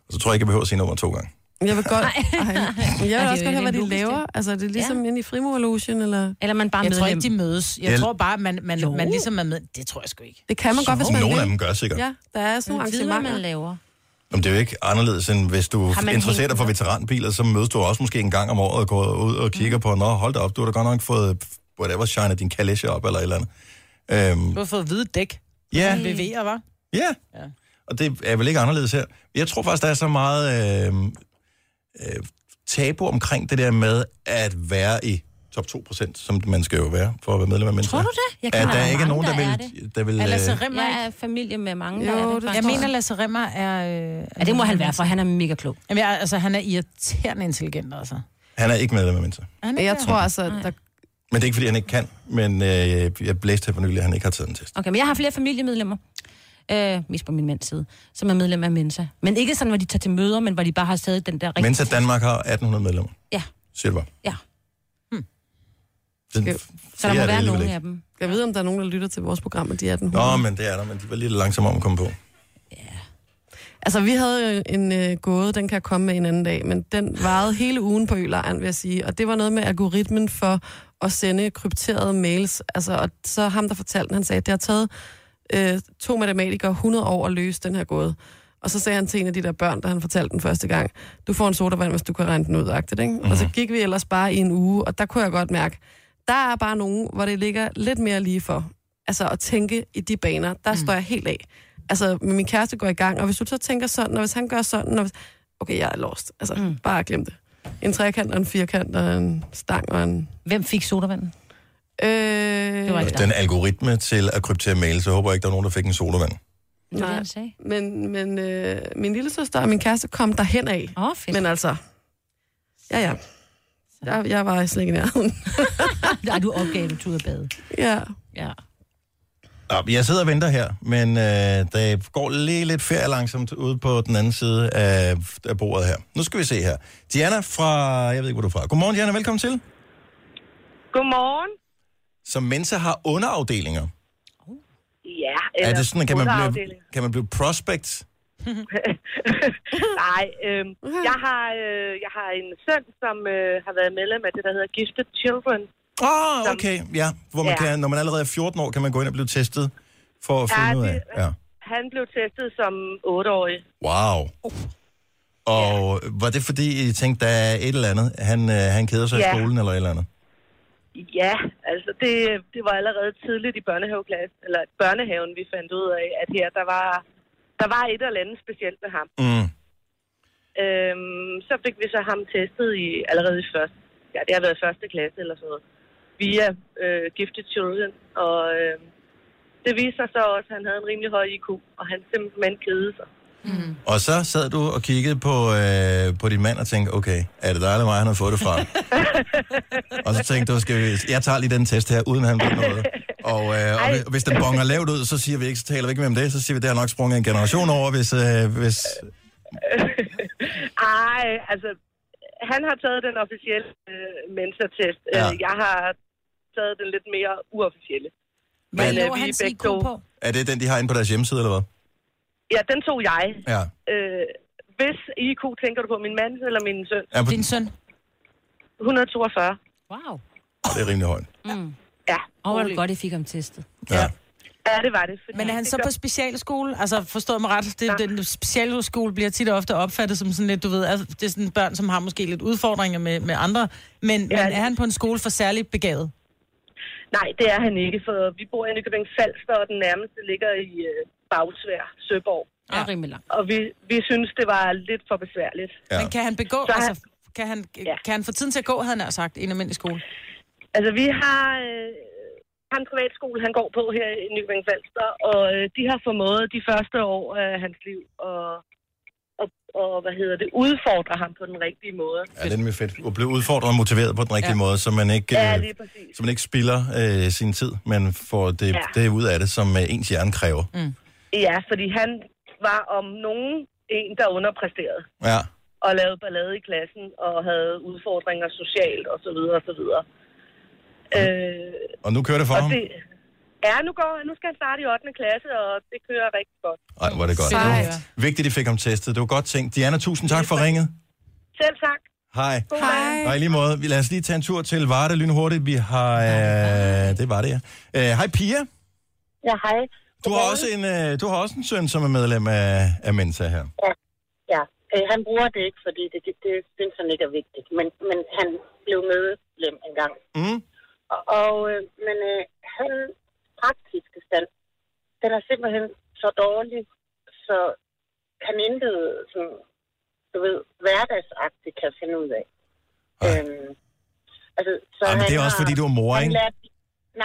Speaker 1: Og så tror jeg ikke, jeg behøver at sige nummer to gange.
Speaker 2: Jeg vil godt... Ej. Men Jeg
Speaker 3: er
Speaker 2: vil
Speaker 3: jo
Speaker 2: også godt
Speaker 3: helt
Speaker 2: have, hvad de
Speaker 3: logisk,
Speaker 2: laver.
Speaker 3: det.
Speaker 2: Altså, er det ligesom inde i frimurlogen, eller...
Speaker 3: Eller man bare
Speaker 5: Jeg tror
Speaker 3: medlem.
Speaker 5: ikke, de mødes. Jeg
Speaker 1: Jeg-
Speaker 5: tror bare, man, man,
Speaker 3: Jo.
Speaker 5: man ligesom er med. Det tror jeg sgu ikke.
Speaker 2: Det kan man godt, hvis man
Speaker 1: Nogle af
Speaker 2: vil.
Speaker 1: dem gør sikkert. Ja.
Speaker 2: Ja, der er sådan nogle
Speaker 3: Ved, hvad man
Speaker 2: arrangementer.
Speaker 3: laver.
Speaker 1: Jamen, det er jo ikke anderledes, end hvis du
Speaker 3: Har man
Speaker 1: interesserer dig
Speaker 3: hængt
Speaker 1: for
Speaker 3: med?
Speaker 1: veteranbiler, så mødes du også måske en gang om året og går ud og
Speaker 3: Mm.
Speaker 1: kigger på, nå, hold da op, du har da godt nok fået, whatever, shine din kalesje op, eller et eller andet. Øhm,
Speaker 5: Du har fået hvide dæk.
Speaker 1: ja.
Speaker 5: Man bevæger, hva'?
Speaker 1: Ja.
Speaker 5: Ja.
Speaker 1: ja. Og det er vel ikke anderledes her. Jeg tror faktisk, der er så meget øh, øh, tabu omkring det der med at være i top 2%, som man skal jo være for at være medlem af mennesker.
Speaker 3: Tror du det? Jeg
Speaker 1: At
Speaker 3: kender
Speaker 1: der
Speaker 3: mange,
Speaker 1: ikke er nogen, der,
Speaker 3: er
Speaker 1: vil... Der vil
Speaker 5: Er Lasse
Speaker 1: øh,
Speaker 5: Rimmer
Speaker 3: Jeg
Speaker 5: ikke?
Speaker 3: er familie med mange,
Speaker 2: Jo,
Speaker 3: der er
Speaker 2: det
Speaker 3: det,
Speaker 2: tror
Speaker 5: Jeg
Speaker 3: faktisk.
Speaker 5: mener, Lasse Rimmer er... Øh,
Speaker 3: Ja, det må han være, for han er mega klog.
Speaker 5: Jamen, jeg, altså, han er irriterende intelligent, altså.
Speaker 1: han er ikke medlem af mennesker.
Speaker 5: Er Han
Speaker 2: Men
Speaker 5: ikke
Speaker 2: Jeg
Speaker 5: det?
Speaker 2: tror altså, at der...
Speaker 1: Men det er ikke, fordi han ikke kan. Men øh, jeg blæste her for nylig, at han ikke har taget en test.
Speaker 3: Okay, men jeg har flere familiemedlemmer. Øh, mest på min mands side, som er medlem af Mensa. Men ikke sådan, hvor de tager til møder, men hvor de bare har stadig den der
Speaker 1: Mens at Danmark har 1800 medlemmer.
Speaker 3: Ja.
Speaker 1: Siger du bare.
Speaker 3: Ja.
Speaker 1: Hmm. Den,
Speaker 2: Jo.
Speaker 3: Så der må være
Speaker 1: nogen
Speaker 3: nogen af dem.
Speaker 2: Jeg ved, om der er nogen, der lytter til vores program, og de er den
Speaker 1: Nå, men det er der, men de var lidt langsomme om at komme på.
Speaker 2: Altså, vi havde jo en øh, gåde, den kan jeg komme med en anden dag, men den varede hele ugen på Ølejren, vil jeg sige. Og det var noget med algoritmen for at sende krypterede mails. Altså, og så ham, der fortalte den, han sagde, at det har taget øh, to matematikere 100 år at løse den her gåde. Og så sagde han til en af de der børn, der han fortalte den første gang, du får en sodavand, hvis du kan regne den ud, agtigt, ikke? Mm-hmm. Og så gik vi ellers bare i en uge, og der kunne jeg godt mærke, der er bare nogen, hvor det ligger lidt mere lige for. Altså at tænke i de baner, der mm. står jeg helt af. Altså, men min kæreste går i gang, og hvis du så tænker sådan, og hvis han gør sådan, og hvis... Okay, jeg er lost. Altså, mm. bare glem det. En trekant og en firkant og en stang og en...
Speaker 3: Hvem fik sodavanden?
Speaker 2: Øh,
Speaker 3: Det var ikke dig.
Speaker 1: Den algoritme til at kryptere mail, så håber jeg ikke, der er nogen, der fik en sodavand.
Speaker 3: Det var det,
Speaker 2: nej.
Speaker 3: han sagde.
Speaker 2: Men, men øh, min lille søster og min kæreste kom derhen af.
Speaker 3: Åh, oh, fedt.
Speaker 2: Men altså, ja ja. Jeg, jeg var slet ikke i nærheden.
Speaker 3: Ej, du opgav, du tog ud at bade.
Speaker 2: ja.
Speaker 3: Ja.
Speaker 1: Nå, Jeg sidder og venter her, men øh, der går lige lidt ferie langsomt ude på den anden side af, af bordet her. Nu skal vi se her. Diana fra, jeg ved ikke, hvor du er fra. Godmorgen, Diana. Velkommen til.
Speaker 11: Godmorgen.
Speaker 1: Så Mensa har underafdelinger.
Speaker 11: Ja,
Speaker 1: Er det sådan, kan man, blive,
Speaker 11: underafdeling.
Speaker 1: kan man blive prospect?
Speaker 11: Nej, øh, jeg, har, øh, jeg har en søn, som øh, har været medlem af det, der hedder Gifted Children.
Speaker 1: Åh, oh, okay. Ja, hvor man
Speaker 11: Ja.
Speaker 1: kan, når man allerede er 14 år, kan man gå ind og blive testet for at
Speaker 11: Ja,
Speaker 1: finde ud
Speaker 11: det-
Speaker 1: af. Ja.
Speaker 11: Han blev testet som 8-årig.
Speaker 1: Wow. Og var det fordi, I tænkte, der er et eller andet? Han, øh, han keder sig
Speaker 11: Ja.
Speaker 1: i skolen eller et eller andet?
Speaker 11: Ja, altså det, det var allerede tidligt i børnehaveklassen, eller børnehaven, vi fandt ud af, at her der var, der var et eller andet specielt med ham.
Speaker 1: Mm.
Speaker 11: Øhm, så fik vi så ham testet i, allerede i første, ja, det har været første klasse eller sådan noget, via øh, Gifted Children. Og øh, det viste sig så også, at han havde en rimelig høj IQ, og han simpelthen kedede sig.
Speaker 1: Og så sad du og kiggede på, øh, på din mand og tænkte, okay, er det dig eller mig, han har fået det fra? og så tænkte du, skal vi, jeg tager lige den test her, uden han ved noget. Og, øh, og
Speaker 11: Ej.
Speaker 1: hvis, hvis den bonger lavt ud, så siger vi ikke, så taler vi ikke mere om det, så siger vi, det har nok sprunget en generation over, hvis... Øh, hvis
Speaker 11: Ej, altså, han har taget den officielle øh, mentortest.
Speaker 1: Ja.
Speaker 11: Ja. Jeg har taget den lidt mere uofficielle.
Speaker 1: Hvad lå
Speaker 11: er
Speaker 1: hans
Speaker 11: begge to-
Speaker 1: er det den, de har inde på deres hjemmeside, eller hvad?
Speaker 11: Ja, den tog jeg.
Speaker 1: Ja.
Speaker 11: Øh, hvis IQ, tænker du på min mand eller min søn?
Speaker 1: Ja, på- Din
Speaker 5: søn.
Speaker 11: 142.
Speaker 3: Wow.
Speaker 1: Og det er rimelig højt.
Speaker 3: Mm.
Speaker 11: Ja.
Speaker 3: Og hvor er det godt, I fik ham testet.
Speaker 11: Ja, det var det. Fordi
Speaker 5: Men er han
Speaker 11: det
Speaker 5: så
Speaker 11: gør-
Speaker 5: på specialskole? Altså, forstår mig ret, det, den specialskole bliver tit og ofte opfattet som sådan lidt, du ved, altså, det er sådan børn, som har måske lidt udfordringer med, med andre. Men, ja, men er han på en skole for særligt begavet?
Speaker 11: Nej, det er han ikke, for vi bor i Nykøbing Falster, og den nærmeste ligger i øh, Bagsvær, Søborg.
Speaker 3: Ja. rimelig langt.
Speaker 11: Og vi, vi synes, det var lidt for besværligt.
Speaker 1: Ja.
Speaker 5: Men kan han begå,
Speaker 11: Så
Speaker 5: altså, kan han, kan han få tiden til at gå, havde han nær sagt, i en almindelig skole?
Speaker 11: Altså, vi har... Øh, han privatskole, han går på her i Nykøbing Falster, og øh, de har formået de første år af hans liv og, og, og hvad hedder det, udfordre ham på den rigtige måde.
Speaker 1: Ja, det er nemlig fedt. At blive udfordret og motiveret på den rigtige ja. måde, så man ikke,
Speaker 11: Ja,
Speaker 1: øh,
Speaker 11: lige præcis.
Speaker 1: så man ikke spilder øh, sin tid, men får det, ja.
Speaker 11: Ja.
Speaker 1: det ud af det, som øh, ens hjerne kræver.
Speaker 5: Mm.
Speaker 11: Ja, fordi han var om nogen en, der underpræsterede
Speaker 1: Ja.
Speaker 11: og lavede ballade i klassen og havde udfordringer socialt og så videre og så videre. Øh,
Speaker 1: Og nu kører det for
Speaker 11: og
Speaker 1: ham.
Speaker 11: det, ja, nu, går, nu skal han starte i 8. klasse, og det kører rigtig godt.
Speaker 1: Ej, hvor er det godt.
Speaker 11: Fedt.
Speaker 1: Det var vigtigt, at I fik ham testet. Det var godt tænkt. Diana, tusind tak for ringet.
Speaker 11: Selv tak.
Speaker 1: Hej.
Speaker 11: God Hej.
Speaker 1: Og i lige måde, vi- lad os lige tage en tur til Varde lynhurtigt. Vi har... Øh, det var det, ja. Øh, Hej, Pia.
Speaker 7: Ja, hej.
Speaker 1: Du har, også en, øh, du har også en søn, som er medlem af, af Mensa her.
Speaker 7: Ja, øh, han bruger det ikke, fordi det, det, det synes han ikke er vigtigt. Men, men han blev medlem engang.
Speaker 1: Mm.
Speaker 7: Og, og øh, men øh, hans praktiske stand, den er simpelthen så dårlig, så han intet sådan, du ved, hverdagsagtigt kan finde ud af. Øhm, altså, så
Speaker 1: Ej, men
Speaker 7: han
Speaker 1: det er også,
Speaker 7: har-
Speaker 1: fordi du er mor,
Speaker 7: han
Speaker 1: ikke?
Speaker 7: Lærte,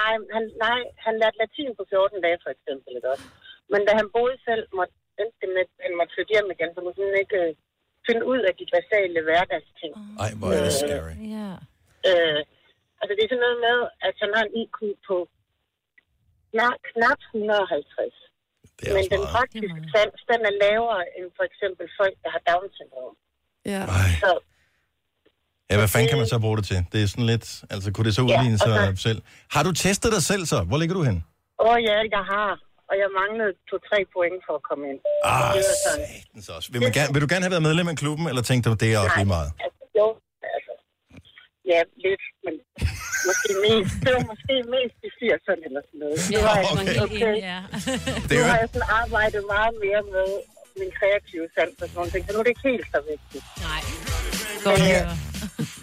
Speaker 7: nej, han, nej, han lærte latin på 14 dage, for eksempel. Ikke også? Men da han boede selv, måtte, endte det med, at han måtte flytte hjem igen, så nu kunne han ikke øh, finde ud af de basale hverdagsting.
Speaker 1: Ej, hvor er det
Speaker 7: Øh,
Speaker 1: scary.
Speaker 3: Ja.
Speaker 7: Øh, altså, det er sådan noget med, at han har en IQ på knap, knap 150.
Speaker 1: Det
Speaker 7: Men den praktiske sans, den er lavere end for eksempel folk, der har Down-syndrom.
Speaker 2: Ja.
Speaker 7: Så,
Speaker 1: Ja, hvad fanden kan man så bruge det til? Det er sådan lidt... Altså, kunne det så udligne
Speaker 7: Øh. og
Speaker 1: sig selv? Har du testet dig selv så? Hvor ligger du hen?
Speaker 7: åh ja, jeg har, og jeg manglede to-tre point for at komme ind.
Speaker 1: Ah,
Speaker 7: Det var sådan.
Speaker 1: Vil, man gerne, vil du gerne have været medlem af klubben, eller tænkte du, det er også lige meget?
Speaker 7: Altså, jo, altså, ja, lidt, men måske mest. Det var måske mest i 80'erne eller sådan noget.
Speaker 3: Ja,
Speaker 7: Nu har jeg
Speaker 3: okay.
Speaker 7: sådan, okay.
Speaker 3: Altså,
Speaker 7: Nu
Speaker 1: Det er jo-
Speaker 7: har jeg sådan arbejdet meget mere med min kreative sans og sådan nogle ting, så nu er det ikke helt så vigtigt.
Speaker 3: Nej.
Speaker 1: Pia,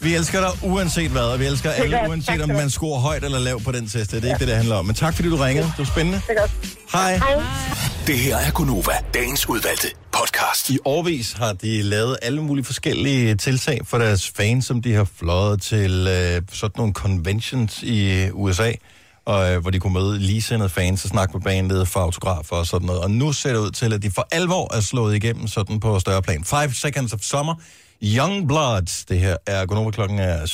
Speaker 1: vi elsker dig uanset hvad, og vi elsker
Speaker 7: Det er
Speaker 1: alle,
Speaker 7: godt.
Speaker 1: uanset
Speaker 7: Tak
Speaker 1: om
Speaker 7: skal du
Speaker 1: man scorer højt eller lavt på den test. Det er ikke det, det handler om. Men tak, fordi du ringede. Det var spændende. Hej.
Speaker 8: Det her er Gunova, dagens udvalgte podcast.
Speaker 1: I årvis har de lavet alle mulige forskellige tiltag for deres fans, som de har fløjet til øh, sådan nogle conventions i øh, USA, og, øh, hvor de kunne møde ligesindede fans og snakke med bandet for autografer og sådan noget. Og nu ser det ud til, at de for alvor er slået igennem sådan på større plan. Five Seconds of Summer, Young Bloods, det her er Gunova klokken er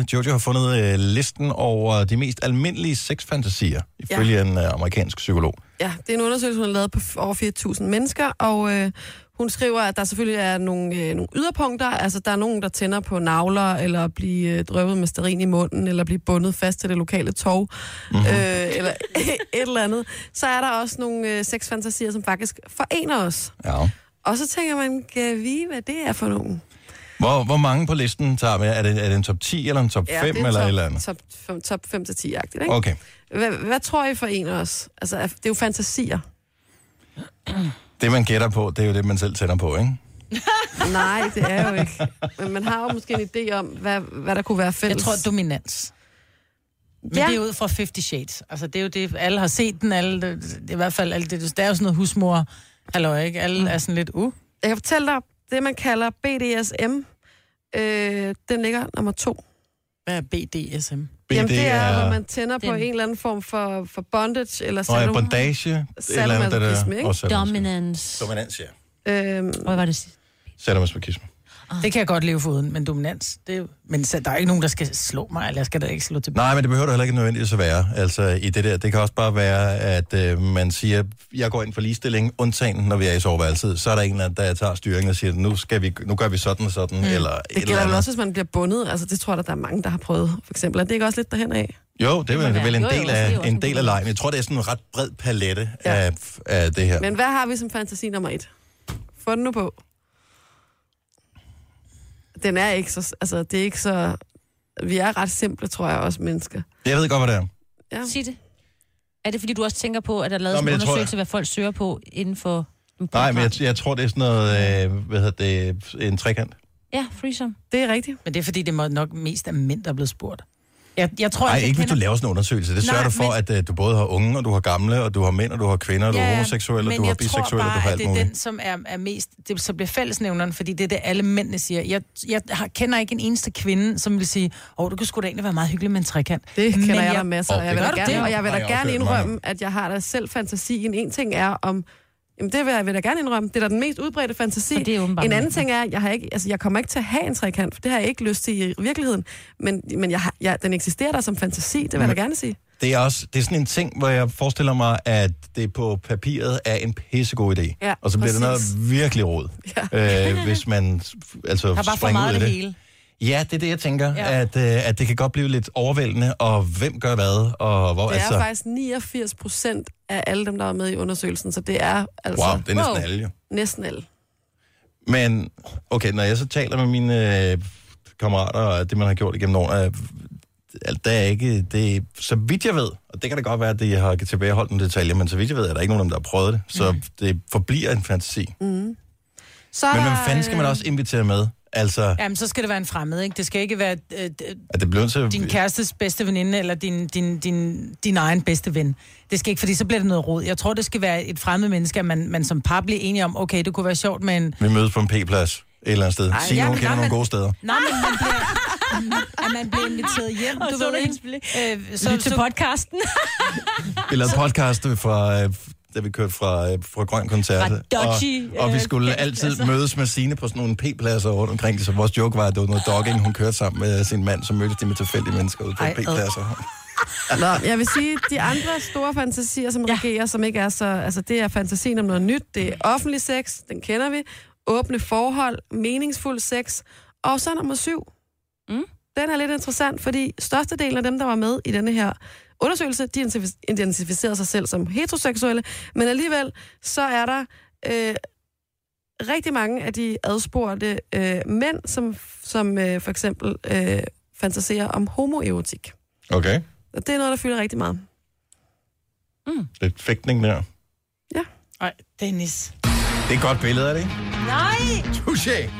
Speaker 1: 7.35. Jojo har fundet øh, listen over de mest almindelige sexfantasier, ifølge ja. en øh, amerikansk psykolog.
Speaker 2: Ja, det er en undersøgelse, hun har lavet på f- over 4.000 mennesker, og øh, hun skriver, at der selvfølgelig er nogle, øh, nogle yderpunkter. Altså, der er nogen, der tænder på navler, eller blive øh, drøbet med sterin i munden, eller blive bundet fast til det lokale tog,
Speaker 1: Mhm.
Speaker 2: mm-hmm. øh, eller et eller andet. Så er der også nogle øh, sexfantasier, som faktisk forener os.
Speaker 1: Ja.
Speaker 2: Og så tænker man, kan vi, hvad det er for nogen?
Speaker 1: Hvor, hvor mange på listen tager vi? Er det, er det en top 10 eller en top 5
Speaker 2: det er
Speaker 1: eller
Speaker 2: top,
Speaker 1: et eller andet?
Speaker 2: Top, top, top 5-10-agtigt, ikke?
Speaker 1: Okay.
Speaker 2: Hvad, hvad tror I forener os? Altså, er- det er jo fantasier.
Speaker 1: Det, man gætter på, det er jo det, man selv tænder på, ikke?
Speaker 2: Nej, det er jo ikke. Men man har jo måske en idé om, hvad, hvad der kunne være fælles.
Speaker 5: Jeg tror, dominans. Men ja. det er ud fra 50 Shades. Altså, det er jo det, alle har set den, alle, det, det er i hvert fald, alle, det, der er jo sådan noget husmor, halløj, ikke? Alle mm. er sådan lidt, uh.
Speaker 2: Jeg kan fortælle dig, det man kalder BDSM, øh, den ligger nummer to.
Speaker 5: Hvad er BDSM?
Speaker 1: BD
Speaker 2: Jamen, det er,
Speaker 1: er-
Speaker 2: hvor man tænder på
Speaker 1: Den.
Speaker 2: en eller anden form for, for bondage, eller
Speaker 1: Nå ja,
Speaker 2: sadom-
Speaker 1: bondage.
Speaker 2: sadomasochisme, ikke?
Speaker 3: Dominance.
Speaker 1: Dominans, ja.
Speaker 2: Øhm,
Speaker 3: Hvad var det sidste?
Speaker 1: Sadomasochisme.
Speaker 2: Ah.
Speaker 5: Det kan jeg godt leve foruden, men dominans, det er jo... Men så, der er ikke nogen, der skal slå mig, eller jeg skal da ikke slå tilbage.
Speaker 1: Nej, men det behøver du heller ikke nødvendigvis at være. Altså i det der, det kan også bare være, at øh, man siger, jeg går ind for ligestilling, undtagen når vi er i soveværelset. Så er der en eller anden, der tager styringen og siger, nu, skal vi, nu gør vi sådan og sådan, mm. eller et
Speaker 2: Det
Speaker 1: eller
Speaker 2: gælder vel
Speaker 1: andet.
Speaker 2: også, hvis man bliver bundet. Altså, det tror jeg, der er mange, der har prøvet, for eksempel. Er det ikke også lidt derhen af?
Speaker 1: Jo, det, er
Speaker 2: være.
Speaker 1: vel en
Speaker 2: Jo, jo,
Speaker 1: del
Speaker 2: det er
Speaker 1: af,
Speaker 2: jo også
Speaker 1: en
Speaker 2: en
Speaker 1: del af lejen. Jeg tror, det er sådan en ret bred palette ja. af, af det her.
Speaker 2: Men hvad har vi som fantasi nummer et? Få den nu på. Den er ikke så... Altså, det er ikke så... Vi er ret simple, tror jeg, også mennesker.
Speaker 1: Jeg ved godt, hvad det er.
Speaker 2: Ja.
Speaker 3: Sig det. Er det, fordi du også tænker på, at der er lavet
Speaker 1: Nå,
Speaker 3: Nå, en
Speaker 1: men jeg tror,
Speaker 3: undersøgelse, hvad folk søger på inden for...
Speaker 1: Nej, men jeg, jeg tror, det er sådan noget, øh, hvad hedder det, en trekant.
Speaker 3: Ja, threesome.
Speaker 2: Det er rigtigt.
Speaker 5: Men det er, fordi det må nok mest af mænd, der er blevet spurgt. Jeg, jeg tror, altså,
Speaker 1: Nej,
Speaker 5: jeg
Speaker 1: ikke hvis du
Speaker 5: kender-
Speaker 1: laver sådan en undersøgelse. Det
Speaker 5: Nej,
Speaker 1: sørger du for,
Speaker 5: men-
Speaker 1: at øh, du både har unge, og du har gamle, og du har mænd, og du har kvinder, og du har homoseksuelle, og
Speaker 5: men
Speaker 1: du har
Speaker 5: jeg tror
Speaker 1: biseksuelle, og
Speaker 5: bare,
Speaker 1: du har
Speaker 5: at
Speaker 1: alt
Speaker 5: det er
Speaker 1: muligt.
Speaker 5: den, som er, er mest, det, så bliver fællesnævneren, fordi det er det, alle mændene siger. Jeg, jeg har, kender ikke en eneste kvinde, som vil sige, åh, oh, du kunne sgu da egentlig være meget hyggelig med en trekant.
Speaker 2: Det kender
Speaker 5: Men
Speaker 2: jeg, der masser af.
Speaker 5: Åh,
Speaker 2: Jeg vil
Speaker 5: gør
Speaker 2: da
Speaker 5: du
Speaker 2: gerne,
Speaker 5: det?
Speaker 2: og jeg vil da
Speaker 5: Har også
Speaker 2: gerne
Speaker 5: hørt mange
Speaker 2: indrømme, at jeg har da selv fantasien. En ting er om... Jamen, det vil jeg, vil jeg da gerne indrømme. Det er da den mest udbredte fantasi.
Speaker 3: Og det er åbenbart
Speaker 2: en anden
Speaker 3: mænd.
Speaker 2: ting er, jeg har ikke, altså, jeg kommer ikke til at have en trekant, for det har jeg ikke lyst til i virkeligheden. Men, men jeg har, jeg, den eksisterer der som fantasi, det vil jeg da
Speaker 1: Men-
Speaker 2: gerne sige.
Speaker 1: Det er også det er sådan en ting, hvor jeg forestiller mig, at det på papiret er en pissegod idé.
Speaker 2: Ja,
Speaker 1: og så bliver
Speaker 2: præcis.
Speaker 1: det noget virkelig råd, ja. øh, hvis man altså,
Speaker 5: Der er bare for
Speaker 1: springer
Speaker 5: meget
Speaker 1: ud
Speaker 5: af
Speaker 1: i
Speaker 5: det
Speaker 1: det.
Speaker 5: hele.
Speaker 1: Ja, det er det, jeg tænker,
Speaker 5: Ja.
Speaker 1: ja. at, øh, at det kan godt blive lidt overvældende, og hvem gør hvad, og hvor
Speaker 2: Det er
Speaker 1: altså...
Speaker 2: faktisk 89 procent af alle dem, der er med i undersøgelsen, så det er altså...
Speaker 1: Wow, det er næsten alle jo.
Speaker 2: Næsten alle.
Speaker 1: Men okay, når jeg så taler med mine øh, kammerater og det, man har gjort igennem årene, øh, at der er ikke, det, så vidt jeg ved, og det kan da godt være, at det har tilbageholdt nogle detaljer, men så vidt jeg ved, er der ikke nogen af dem, der har prøvet det, så mm. det forbliver en fantasi.
Speaker 2: Mm. Så er
Speaker 1: Men hvem
Speaker 5: der,
Speaker 1: fanden skal man
Speaker 5: øh,
Speaker 1: også invitere med? Altså,
Speaker 5: Jamen, så skal det være en fremmed, ikke? Det skal ikke være øh, d-
Speaker 1: er det blevet til...
Speaker 5: din kærestes bedste veninde, eller din, din, din, din egen bedste ven. Det skal ikke, fordi så bliver det noget rod. Jeg tror, det skal være et fremmed menneske, at man, man som par bliver enige om, okay, det kunne være sjovt med en...
Speaker 1: Vi mødes på en p-plads et eller andet sted.
Speaker 5: Ej,
Speaker 1: Signe,
Speaker 5: ja,
Speaker 1: hun
Speaker 5: men
Speaker 1: kender
Speaker 5: nej,
Speaker 1: nogle
Speaker 5: men-
Speaker 1: gode steder.
Speaker 5: Nej, men man bliver, at man bliver inviteret hjem,
Speaker 3: Og
Speaker 5: du
Speaker 3: så er
Speaker 5: ved
Speaker 3: der hendes
Speaker 5: ikke? Øh,
Speaker 3: Lyt til podcasten.
Speaker 1: Vi
Speaker 3: Altså-
Speaker 1: lavede podcast fra, øh, da vi kørte fra, øh, fra Grøn Koncert.
Speaker 3: Fra dodgy,
Speaker 1: og, og vi
Speaker 3: øh,
Speaker 1: skulle altid mødes med Sine på sådan nogle p-pladser rundt omkring det, så vores joke var, at det var noget dogging, hun kørte sammen med sin mand, så mødtes de med tilfældige mennesker ude på
Speaker 2: Ej, ad.
Speaker 1: p-pladser.
Speaker 2: Nå, jeg vil sige, de andre store fantasier, som ja. regerer, som ikke er så... Altså, det er fantasien om noget nyt. Det er offentlig sex, den kender vi. Åbne forhold, meningsfuld sex. Og så nummer syv. Mm. Den er lidt interessant, fordi størstedelen af dem, der var med i denne her undersøgelse, de identif- identificerede sig selv som heteroseksuelle, men alligevel så er der øh, rigtig mange af de adspurgte øh, mænd, som, som øh, for eksempel øh, fantaserer om homoerotik.
Speaker 1: Okay.
Speaker 2: Og det er noget, der fylder rigtig meget.
Speaker 1: Lidt fægtning der.
Speaker 5: Nej, Dennis.
Speaker 1: Det er et godt billede, er det ikke?
Speaker 5: Nej!
Speaker 1: Touché!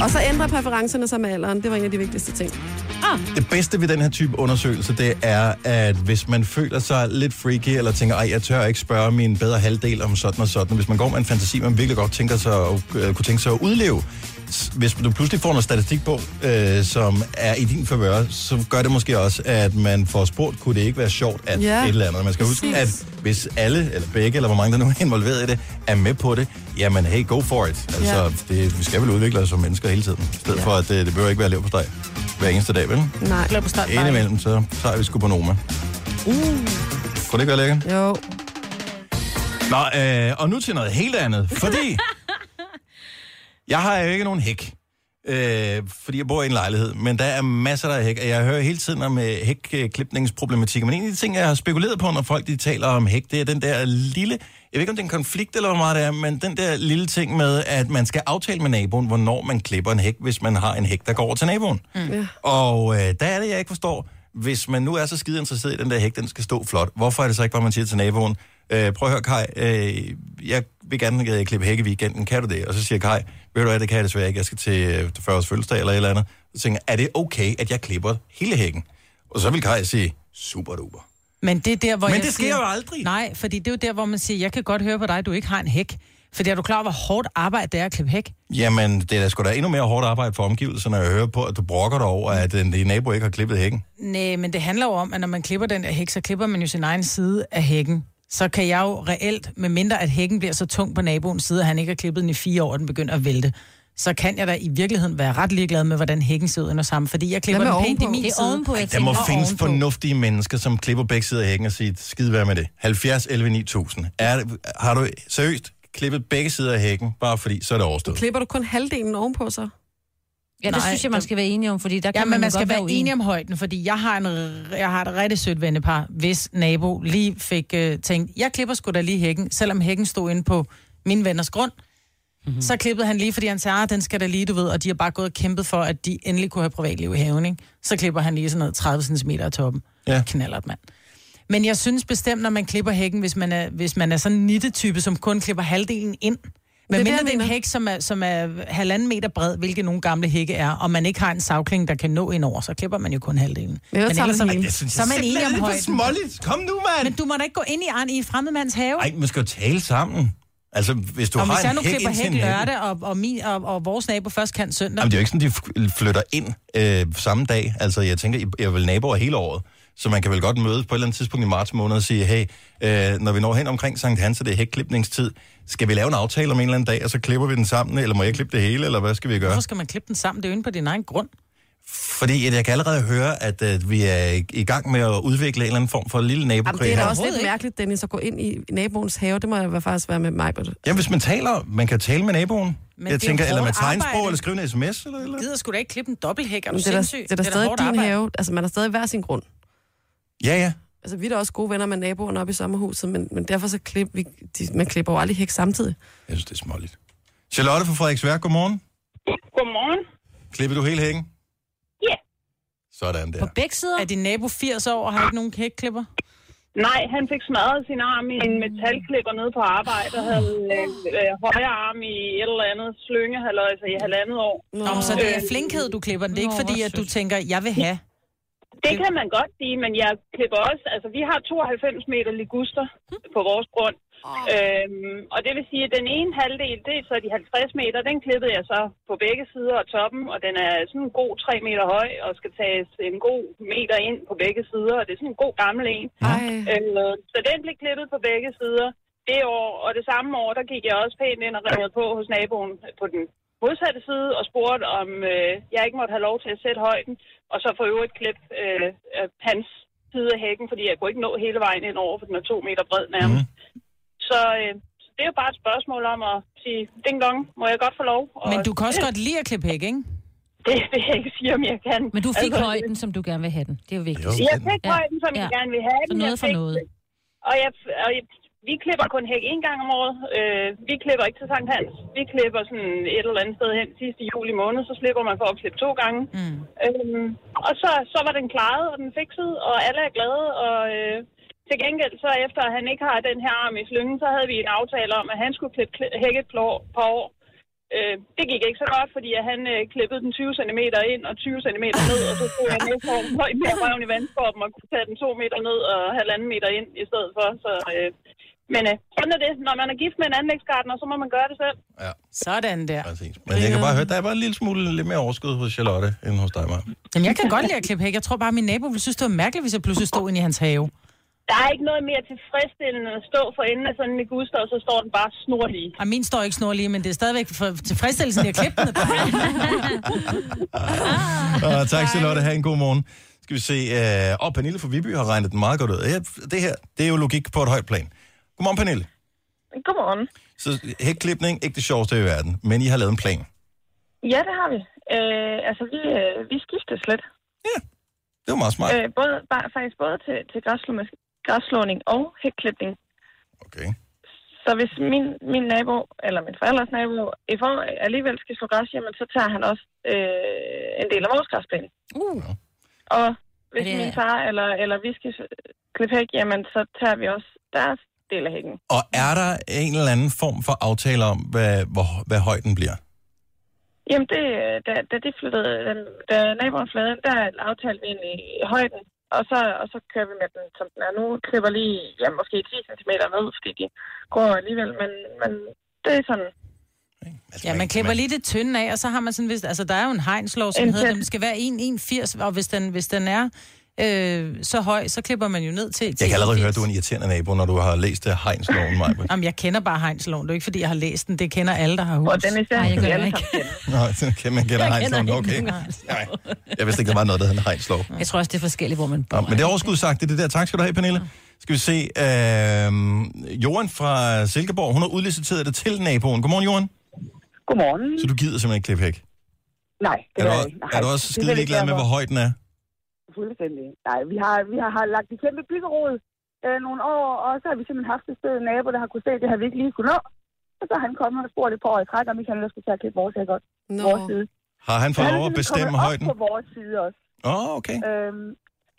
Speaker 2: Og så ændrer præferencerne sig med alderen. Det var en af de vigtigste ting.
Speaker 1: Det bedste ved den her type undersøgelse, det er, at hvis man føler sig lidt freaky, eller tænker, ej, jeg tør ikke spørge min bedre halvdel om sådan og sådan, hvis man går med en fantasi, man virkelig godt tænker sig at, øh, kunne tænke sig at udleve, s- hvis du pludselig får noget statistik på, øh, som er i din favør, så gør det måske også, at man får spurgt, kunne det ikke være sjovt, at
Speaker 12: Ja,
Speaker 1: et eller andet. Man skal huske, at
Speaker 12: præcis.
Speaker 1: hvis alle, eller begge, eller hvor mange der nu er involveret i det, er med på det, jamen hey, go for it. Altså,
Speaker 2: Ja.
Speaker 1: det, vi skal vel udvikle os som mennesker hele tiden, i stedet ja. for, at øh, det, det behøver ikke være lev på dig hver eneste dag, vel?
Speaker 2: Nej.
Speaker 5: Lad på start.
Speaker 1: Indimellem, så tager vi sgu på Noma.
Speaker 2: Uh.
Speaker 1: Kunne det ikke være lækkert?
Speaker 2: Jo.
Speaker 1: Nå, øh, og nu til noget helt andet, fordi jeg har jo ikke nogen hæk. Øh, fordi jeg bor i en lejlighed, men der er masser der er hæk, og jeg hører hele tiden om øh, hækklipningsproblematikker. Men en af de ting, jeg har spekuleret på, når folk de taler om hæk, det er den der lille, jeg ved ikke om det er en konflikt eller hvor meget det er, men den der lille ting med, at man skal aftale med naboen, hvornår man klipper en hæk, hvis man har en hæk, der går over til naboen.
Speaker 2: Mm. Ja.
Speaker 1: Og øh, der er det, jeg ikke forstår. Hvis man nu er så skide interesseret i, at den der hæk, den skal stå flot, hvorfor er det så ikke bare, man siger til naboen, Øh, prøv at høre, Kai, øh, jeg vil gerne have at klippe hække i weekenden, kan du det? Og så siger Kai, ved du hvad, det kan jeg desværre ikke, jeg skal til øh, 40 års fødselsdag eller et eller andet. Så tænker jeg, er det okay, at jeg klipper hele hækken? Og så vil Kai sige, super duper.
Speaker 5: Men det er der, hvor
Speaker 1: Men
Speaker 5: jeg
Speaker 1: det sker
Speaker 5: siger,
Speaker 1: jo aldrig.
Speaker 5: Nej, fordi det er jo der, hvor man siger, jeg kan godt høre på dig, du ikke har en hæk. Fordi er du klar over, hvor hårdt arbejde det er at klippe hæk?
Speaker 1: Jamen, det er da sgu da endnu mere hårdt arbejde for omgivelserne at høre på, at du brokker dig over, at øh, din nabo ikke har klippet hækken.
Speaker 5: Nej, men det handler jo om, at når man klipper den der hæk, så klipper man jo sin egen side af hækken. Så kan jeg jo reelt, med mindre at hækken bliver så tung på naboens side, at han ikke har klippet den i fire år, og den begynder at vælte, så kan jeg da i virkeligheden være ret ligeglad med, hvordan hækken ser ud under sammen, fordi jeg klipper
Speaker 3: Hvad med
Speaker 5: den pænt i
Speaker 3: ovenpå?
Speaker 5: min
Speaker 3: Det er
Speaker 5: side.
Speaker 3: ovenpå, jeg
Speaker 5: Ej,
Speaker 1: Der må findes fornuftige mennesker, som klipper begge sider af hækken og siger, skide være med det. 70 11 9000. Er, har du seriøst klippet begge sider af hækken, bare fordi, så er det overstået?
Speaker 2: Klipper du kun halvdelen ovenpå så?
Speaker 3: Ja, det synes jeg, man skal være enige om, fordi der
Speaker 5: Ja,
Speaker 3: kan
Speaker 5: men
Speaker 3: man,
Speaker 5: man
Speaker 3: jo
Speaker 5: skal
Speaker 3: godt
Speaker 5: være
Speaker 3: være uenig.
Speaker 5: enig om højden, fordi jeg har, en, r- jeg har et rigtig sødt vennepar, hvis nabo lige fik øh, tænkt, jeg klipper sgu da lige hækken, selvom hækken stod inde på min venners grund. Mm-hmm. Så klippede han lige, fordi han sagde, "Ah, den skal da lige, du ved, og de har bare gået og kæmpet for, at de endelig kunne have privatliv i haven, ikke? Så klipper han lige sådan noget 30 cm af toppen.
Speaker 1: Ja.
Speaker 5: Knallert, mand. Men jeg synes bestemt, når man klipper hækken, hvis man er, hvis man er sådan en nitte-type, som kun klipper halvdelen ind. Men
Speaker 2: det,
Speaker 5: mindre
Speaker 2: jeg
Speaker 5: det er en
Speaker 2: mener.
Speaker 5: hæk, som er, som er halvanden meter bred, hvilket nogle gamle hække er, og man ikke har en savkling, der kan nå ind over, så klipper man jo kun halvdelen.
Speaker 2: Men jeg tager
Speaker 5: ellers
Speaker 2: den
Speaker 5: er
Speaker 2: hele.
Speaker 5: man,
Speaker 2: Ej, det synes
Speaker 5: så er man enig om højden.
Speaker 1: småligt. Kom nu, mand!
Speaker 5: Men du må da ikke gå ind i, Arne, i fremmedmands have.
Speaker 1: Ej, man skal jo tale sammen. Altså, hvis du
Speaker 5: og
Speaker 1: har
Speaker 5: hvis jeg
Speaker 1: en
Speaker 5: nu
Speaker 1: hæk
Speaker 5: klipper
Speaker 1: ind til
Speaker 5: hæk
Speaker 1: en hæk-
Speaker 5: lørdag, og, og, min, og, og vores nabo først kan søndag,
Speaker 1: Jamen, det er jo ikke sådan, de f- flytter ind øh, samme dag. Altså, jeg tænker, I- jeg er vel naboer hele året. Så man kan vel godt mødes på et eller andet tidspunkt i marts måned og sige, hey, øh, når vi når hen omkring Sankt Hans, og det er hækklipningstid, skal vi lave en aftale om en eller anden dag, og så klipper vi den sammen, eller må jeg klippe det hele, eller hvad skal vi gøre?
Speaker 5: hvorfor skal man klippe den sammen? Det er jo inde på din egen grund.
Speaker 1: Fordi at jeg kan allerede høre, at, at vi er i- i gang med at udvikle en eller anden form for lille nabokrig.
Speaker 2: Jamen, det er da
Speaker 1: her.
Speaker 2: også lidt mærkeligt, Dennis, at gå ind i naboens have. Det må jeg faktisk være med mig på det.
Speaker 1: Jamen, hvis man taler, man kan tale med naboen.
Speaker 2: Men
Speaker 1: jeg
Speaker 2: det er jo
Speaker 1: tænker, eller med
Speaker 2: hårdt arbejde.
Speaker 1: tegnsprog, eller skrive en sms, eller eller?
Speaker 5: Gider sgu da ikke klippe en dobbelthæk, er du
Speaker 2: Men det er da-
Speaker 5: sindssyg?
Speaker 2: det er da stadig
Speaker 5: hårdt
Speaker 2: din
Speaker 5: arbejde.
Speaker 2: have. Altså, man har stadig hver sin grund.
Speaker 1: Ja, ja.
Speaker 2: Altså, vi er da også gode venner med naboerne oppe i sommerhuset, men, men derfor så klip, vi, de, man klipper jo aldrig hæk samtidig.
Speaker 1: Jeg synes, det er småligt. Charlotte fra Frederiksværk, godmorgen.
Speaker 13: Godmorgen.
Speaker 1: Klipper du hele hækken?
Speaker 13: Ja.
Speaker 1: Sådan der.
Speaker 5: Begge sider? Er din nabo 80 år og har ikke nogen hækklipper?
Speaker 13: Nej, han fik smadret sin arm i en metalklipper nede på arbejde og havde øh, øh, højre arm i et eller andet slynge, altså i halvandet år.
Speaker 5: Nå, Nå,
Speaker 12: Øh.
Speaker 5: så det er flinkhed, du klipper den. Det er ikke fordi, at du tænker, jeg vil have.
Speaker 13: Det kan man godt sige, men jeg klipper også... Altså, vi har 92 meter liguster på vores grund. Øhm, og det vil sige, at den ene halvdel, det er så de 50 meter, den klippede jeg så på begge sider af toppen, og den er sådan en god 3 meter høj, og skal tages en god meter ind på begge sider, og det er sådan en god gammel en. Øh, så den blev klippet på begge sider det år, og det samme år, der gik jeg også pænt ind og revet på hos naboen på den modsatte side og spurgte, om øh, jeg ikke måtte have lov til at sætte højden, og så for øvrigt klip øh, øh, hans side af hækken, fordi jeg kunne ikke nå hele vejen ind over, for den er to meter bred nærmest. Mm. Så, øh, så det er jo bare et spørgsmål om at sige, ding dong, må jeg godt få lov? Og,
Speaker 5: Men du kan også godt lide at klippe hæk, ikke?
Speaker 13: Det vil jeg ikke sige, om jeg kan. Altså,
Speaker 3: Men du fik højden, som du gerne vil have den. Det er jo vigtigt.
Speaker 13: Jeg fik højden, som jeg gerne vil have
Speaker 3: Så
Speaker 13: den.
Speaker 3: noget
Speaker 13: Jeg
Speaker 3: for
Speaker 13: fik-
Speaker 3: noget.
Speaker 13: Og, jeg, og jeg, vi klipper kun hæk en gang om året. Øh, vi klipper ikke til Sankt Hans. Vi klipper sådan et eller andet sted hen sidste juli måned, så slipper man for at klippe to gange.
Speaker 5: Mm.
Speaker 13: Øhm, og så, så var den klaret, og den fikset, og alle er glade. Og øh, til gengæld, så efter at han ikke har den her arm i slyngen, så havde vi en aftale om, at han skulle klippe kli- hækket på år. På år. Øh, det gik ikke så godt, fordi at han øh, klippede den 20 cm ind og 20 cm ned, og så skulle jeg næste år højt mere røven i vandskorpen og kunne tage den 2 meter ned og halvanden meter ind i stedet for. Så, øh, men øh, sådan er det. Når man er gift med en anlægsgartner, så må man gøre det selv.
Speaker 5: Sådan der.
Speaker 1: Men jeg kan bare høre, der er bare en lille smule lidt mere overskud hos Charlotte, end hos dig, Maja.
Speaker 5: Jamen, jeg kan godt lide at klippe hæk. Jeg tror bare, min nabo ville synes, det var mærkeligt, hvis jeg pludselig stod ind i hans have.
Speaker 13: Der er ikke noget mere tilfredsstillende end at stå for enden af sådan en liguster, og så står den bare snorlig.
Speaker 5: Og min står ikke snorlige, men det er stadigvæk for tilfredsstillelsen, jeg klippede den.
Speaker 1: Og tak, Charlotte. Ha' en god morgen. Skal vi se. øh, Og Pernille fra Viby har regnet den meget godt ud. Ja, Det her, det er jo logik på et højt plan. Godmorgen, Pernille.
Speaker 12: Godmorgen.
Speaker 1: Så hækklipning, ikke det sjoveste i verden, men I har lavet en plan.
Speaker 12: Ja, det har vi. Øh, altså, vi, øh, vi skiftes lidt.
Speaker 1: Det var meget smart.
Speaker 12: Øh, både, bare, faktisk både til, til græsslå- græsslåning og hækklipning.
Speaker 1: Okay.
Speaker 12: Så hvis min, min nabo, eller min forældres nabo, i for, alligevel skal slå græs, jamen, så tager han også øh, en del af vores græsplæne.
Speaker 3: Uh.
Speaker 12: Og hvis
Speaker 3: Er det-
Speaker 12: min far eller, eller vi skal s- klippe hæk, jamen, så tager vi også deres del af hækken.
Speaker 1: Og er der en eller anden form for aftale om, hvad, hvor, hvad højden bliver?
Speaker 12: Jamen, det, øh, da, da de flyttede, da, da naboen flyttede ind, der aftalte vi egentlig højden, og så, og så kører vi med den, som den er nu. Klipper lige, ja, måske 10 cm ned, fordi de går alligevel, men, men det er sådan.
Speaker 1: Altså,
Speaker 5: Ja, man klipper lige det tynde af, og så har man sådan, hvis, altså der er jo en hegnslov, som
Speaker 12: En
Speaker 5: hedder, at
Speaker 12: tæt-
Speaker 5: den skal være 1,81, og hvis den, hvis den er øh, så høj, så klipper man jo ned til...
Speaker 1: Jeg kan allerede høre, at du er en irriterende nabo, når du har læst det hegnsloven, Maja.
Speaker 5: Jamen, jeg kender bare hegnsloven. Det er jo ikke, fordi jeg har læst den. Det kender alle, der har hus.
Speaker 12: Og den er især,
Speaker 5: Nej, jeg gør
Speaker 12: alle
Speaker 5: ikke.
Speaker 1: Nå, så kan man kender hegnsloven, okay. Nej, jeg vidste ikke, der var noget, der hed en hegnslov.
Speaker 3: Jeg tror også, det er forskelligt, hvor man
Speaker 1: Nå, men det er overskud sagt, det er det der. Tak skal du have, Pernille. Skal vi se, øh, Johan fra Silkeborg, hun har udliciteret det til naboen. Godmorgen, Johan.
Speaker 14: Godmorgen.
Speaker 1: Så du gider simpelthen ikke klippe hæk?
Speaker 14: Nej, det
Speaker 1: Er du,
Speaker 14: gør jeg ikke. Nej,
Speaker 1: er du også
Speaker 14: det
Speaker 1: skide
Speaker 14: vil jeg
Speaker 1: ligeglad
Speaker 14: ikke
Speaker 1: med, hvor
Speaker 14: være
Speaker 1: høj den er?
Speaker 14: for. Fuldstændig. Nej, vi har, vi har, har lagt et kæmpe byggerod øh, nogle år, og så har vi simpelthen haft et sted nabo, der har kunne se, det har vi ikke lige kunne nå. Og så er han kommet og spurgt et par år i træk, om vi kan også skulle tage at klippe vores hækker.
Speaker 2: Nå.
Speaker 14: Vores side.
Speaker 1: Har han fået
Speaker 14: Men
Speaker 1: lov at
Speaker 14: ligesom
Speaker 1: bestemme
Speaker 14: kommet
Speaker 1: højden?
Speaker 14: Op på vores side også.
Speaker 1: Åh, oh, okay.
Speaker 14: Øhm,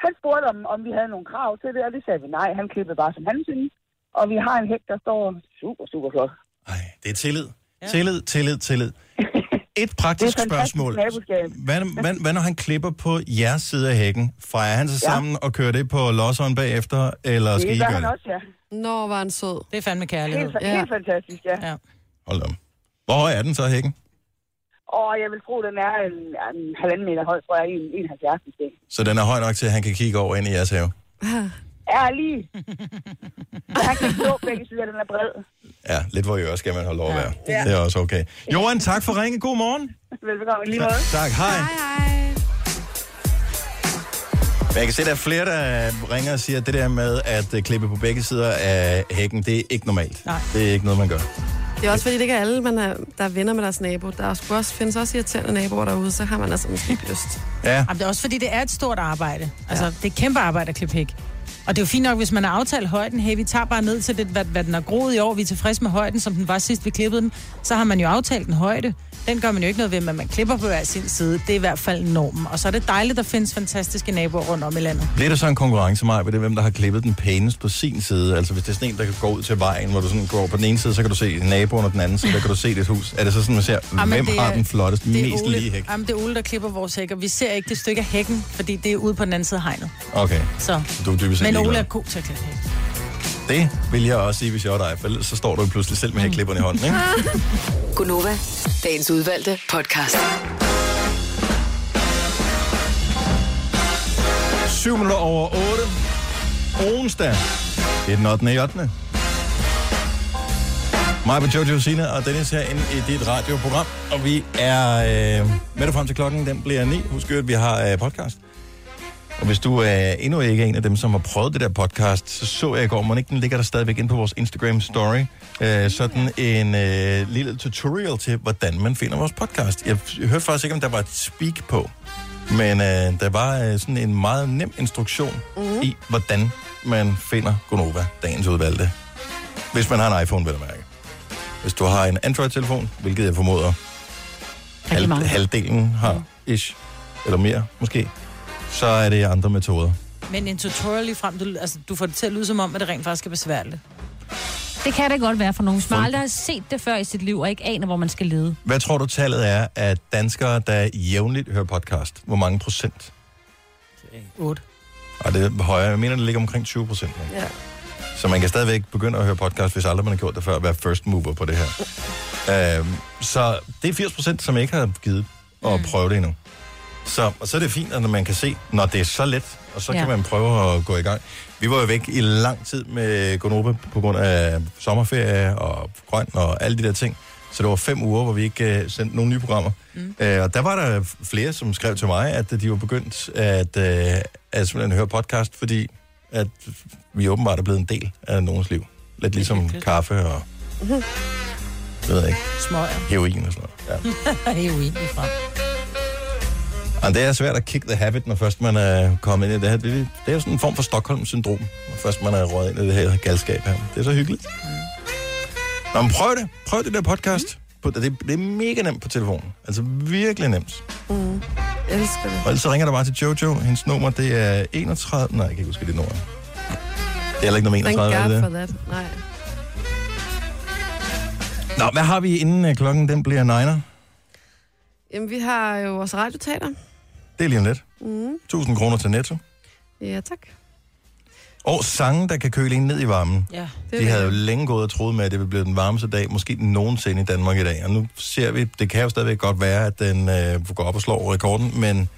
Speaker 14: han spurgte, om, om vi havde nogle krav til det, og det sagde vi nej. Han klippede bare, som han syntes. Og vi har en hæk, der står super, super flot.
Speaker 1: Det er tillid. Tillid, tillid, tillid. Et
Speaker 14: Det
Speaker 1: praktisk
Speaker 14: er et fantastisk
Speaker 1: spørgsmål.
Speaker 14: naboskab.
Speaker 1: Hvad, hvad, hvad når han klipper på jeres side af hækken? Fejrer han sig sammen og kører det på losseren bagefter, eller skal I
Speaker 14: det gør
Speaker 1: gøre
Speaker 14: han
Speaker 1: det?
Speaker 14: også, ja.
Speaker 2: Nå, var han sød.
Speaker 5: Det er fandme kærlighed.
Speaker 14: Helt, fa- helt fantastisk, ja.
Speaker 5: ja.
Speaker 1: Hold om. Hvor høj er den så, hækken?
Speaker 14: Og jeg vil tro, den er en, en halvanden meter høj, tror jeg, en, en 70 måske.
Speaker 1: Så den er høj nok til, at han kan kigge over ind i jeres have?
Speaker 14: Ja, lige. Han kan stå begge sider, den er bred.
Speaker 1: Ja, lidt hvor i ører skal man holde lov at være. Ja. Det er også okay. Johan, tak for ringe. God morgen.
Speaker 14: Velbekomme i lige måde.
Speaker 1: Tak, hej. Hej, Men jeg kan se, at der er flere, der ringer og siger, at det der med at øh, klippe på begge sider af hækken, det er ikke normalt.
Speaker 2: Nej.
Speaker 1: Det er ikke noget, man gør.
Speaker 2: Det er også fordi, det ikke er alle, man er, der er venner med deres nabo. Der er sgu også, findes også irriterende naboer derude, så har man altså måske ikke lyst.
Speaker 1: Ja.
Speaker 5: Jamen, det er også fordi, det er et stort arbejde. Altså, ja. det er et kæmpe arbejde at klippe hæk. Og det er jo fint nok, hvis man har aftalt højden. Hey, vi tager bare ned til det, hvad, hvad den har groet i år. Vi er tilfredse med højden, som den var sidst, vi klippede den. Så har man jo aftalt en højde. Den gør man jo ikke noget ved, men man klipper på hver sin side. Det er i hvert fald normen. Og så er det dejligt, der findes fantastiske naboer rundt om i landet.
Speaker 1: Bliver der så en konkurrence mig ved det, hvem der har klippet den pænest på sin side? Altså hvis det er sådan en, der kan gå ud til vejen, hvor du sådan går på den ene side, så kan du se naboen, og den anden side, der kan du se dit hus. Er det så sådan, man ser,
Speaker 5: Jamen,
Speaker 1: hvem
Speaker 5: Ah, det er-
Speaker 1: har den flotteste,
Speaker 5: det er
Speaker 1: mest
Speaker 5: Ole,
Speaker 1: lige hæk?
Speaker 5: Jamen, det er Ole, der klipper vores hæk, og vi ser ikke det stykke af hækken, fordi det er ude på den anden side af hegnet.
Speaker 1: Okay.
Speaker 5: Så.
Speaker 1: Du er dybest set
Speaker 5: Men
Speaker 1: ligeglad.
Speaker 5: Ole er god til at klippe hæk.
Speaker 1: Det vil jeg også sige, hvis jeg var dig, for ellers så står du jo pludselig selv med hækklipperne i hånden, ikke?
Speaker 6: Gunova, dagens udvalgte podcast.
Speaker 1: 7 minutter over 8. Onsdag. Det er den 8. i 8. Mig på Jojo Sina og Dennis herinde i dit radioprogram. Og vi er øh, med dig frem til klokken. Den bliver 9. Husk jo, at vi har øh, podcast. Og hvis du øh, endnu ikke er en af dem, som har prøvet det der podcast, så så jeg i går, man ikke den ligger der stadigvæk inde på vores Instagram story. Øh, sådan en øh, lille tutorial til, hvordan man finder vores podcast. Jeg, f- jeg hørte faktisk ikke, om der var et speak på. Men øh, der var øh, sådan en meget nem instruktion mm. i, hvordan man finder Gonova, dagens udvalgte. Hvis man har en iPhone, vil jeg mærke. Hvis du har en Android-telefon, hvilket jeg formoder, hal- halvdelen har, ish, eller mere måske, så er det andre metoder.
Speaker 5: Men en tutorial lige frem, du, altså, du får det til at lyde som om, at det rent faktisk er besværligt.
Speaker 3: Det kan det godt være for nogen. Hvis man aldrig har set det før i sit liv, og ikke aner, hvor man skal lede.
Speaker 1: Hvad tror du tallet er af danskere, der jævnligt hører podcast? Hvor mange procent?
Speaker 5: 8.
Speaker 1: Og det er højere. Jeg mener, det ligger omkring 20 procent. ikke?
Speaker 2: Ja.
Speaker 1: Så man kan stadigvæk begynde at høre podcast, hvis aldrig man har gjort det før, og være first mover på det her. Øhm, så det er 80 procent, som ikke har givet at prøve det endnu. Så, og så er det fint, at man kan se, når det er så let, og så ja.
Speaker 15: Ja.
Speaker 1: kan man prøve at gå i gang. Vi var jo væk i lang tid med Gonova på grund af sommerferie og grøn og alle de der ting. Så det var fem uger, hvor vi ikke uh, sendte nogen nye programmer. Mm. Uh, og der var der flere, som skrev til mig, at øh, de var begyndt at, uh, at simpelthen høre podcast, fordi at vi åbenbart er blevet en del af nogens liv. Lidt ligesom kaffe og, jeg ved ikke,
Speaker 5: Smøger.
Speaker 1: heroin og sådan noget. Ja.
Speaker 5: Heroin lige frem.
Speaker 1: Og det er svært at kick the habit, når først man er kommet ind i det her. Det, det er jo sådan en form for Stockholm-syndrom, når først man er røget ind i det her galskab her. Det er så hyggeligt. Nå, men prøv det. Prøv det der podcast. På, det, det er mega nemt på telefonen. Altså virkelig nemt.
Speaker 2: Mm. Jeg elsker det.
Speaker 1: Og ellers så ringer du bare til Jojo. Hendes nummer, det er 31... Nej, jeg kan ikke huske det nummer. Det er heller ikke nummer 31, er det det?
Speaker 2: that. Nej.
Speaker 1: Nå, hvad har vi inden øh, klokken den bliver 9'er?
Speaker 2: Jamen, vi har jo vores radioteater.
Speaker 1: Det er lige om lidt.
Speaker 2: Mm.
Speaker 1: 1000 kroner til Netto.
Speaker 2: Ja, tak.
Speaker 1: Og sange, der kan køle en ned i varmen.
Speaker 2: Ja,
Speaker 1: De havde jo længe gået og troet med, at det ville blive den varmeste dag, måske nogensinde i Danmark i dag. Og nu ser vi, det kan jo stadigvæk godt være, at den øh, går op og slår rekorden, men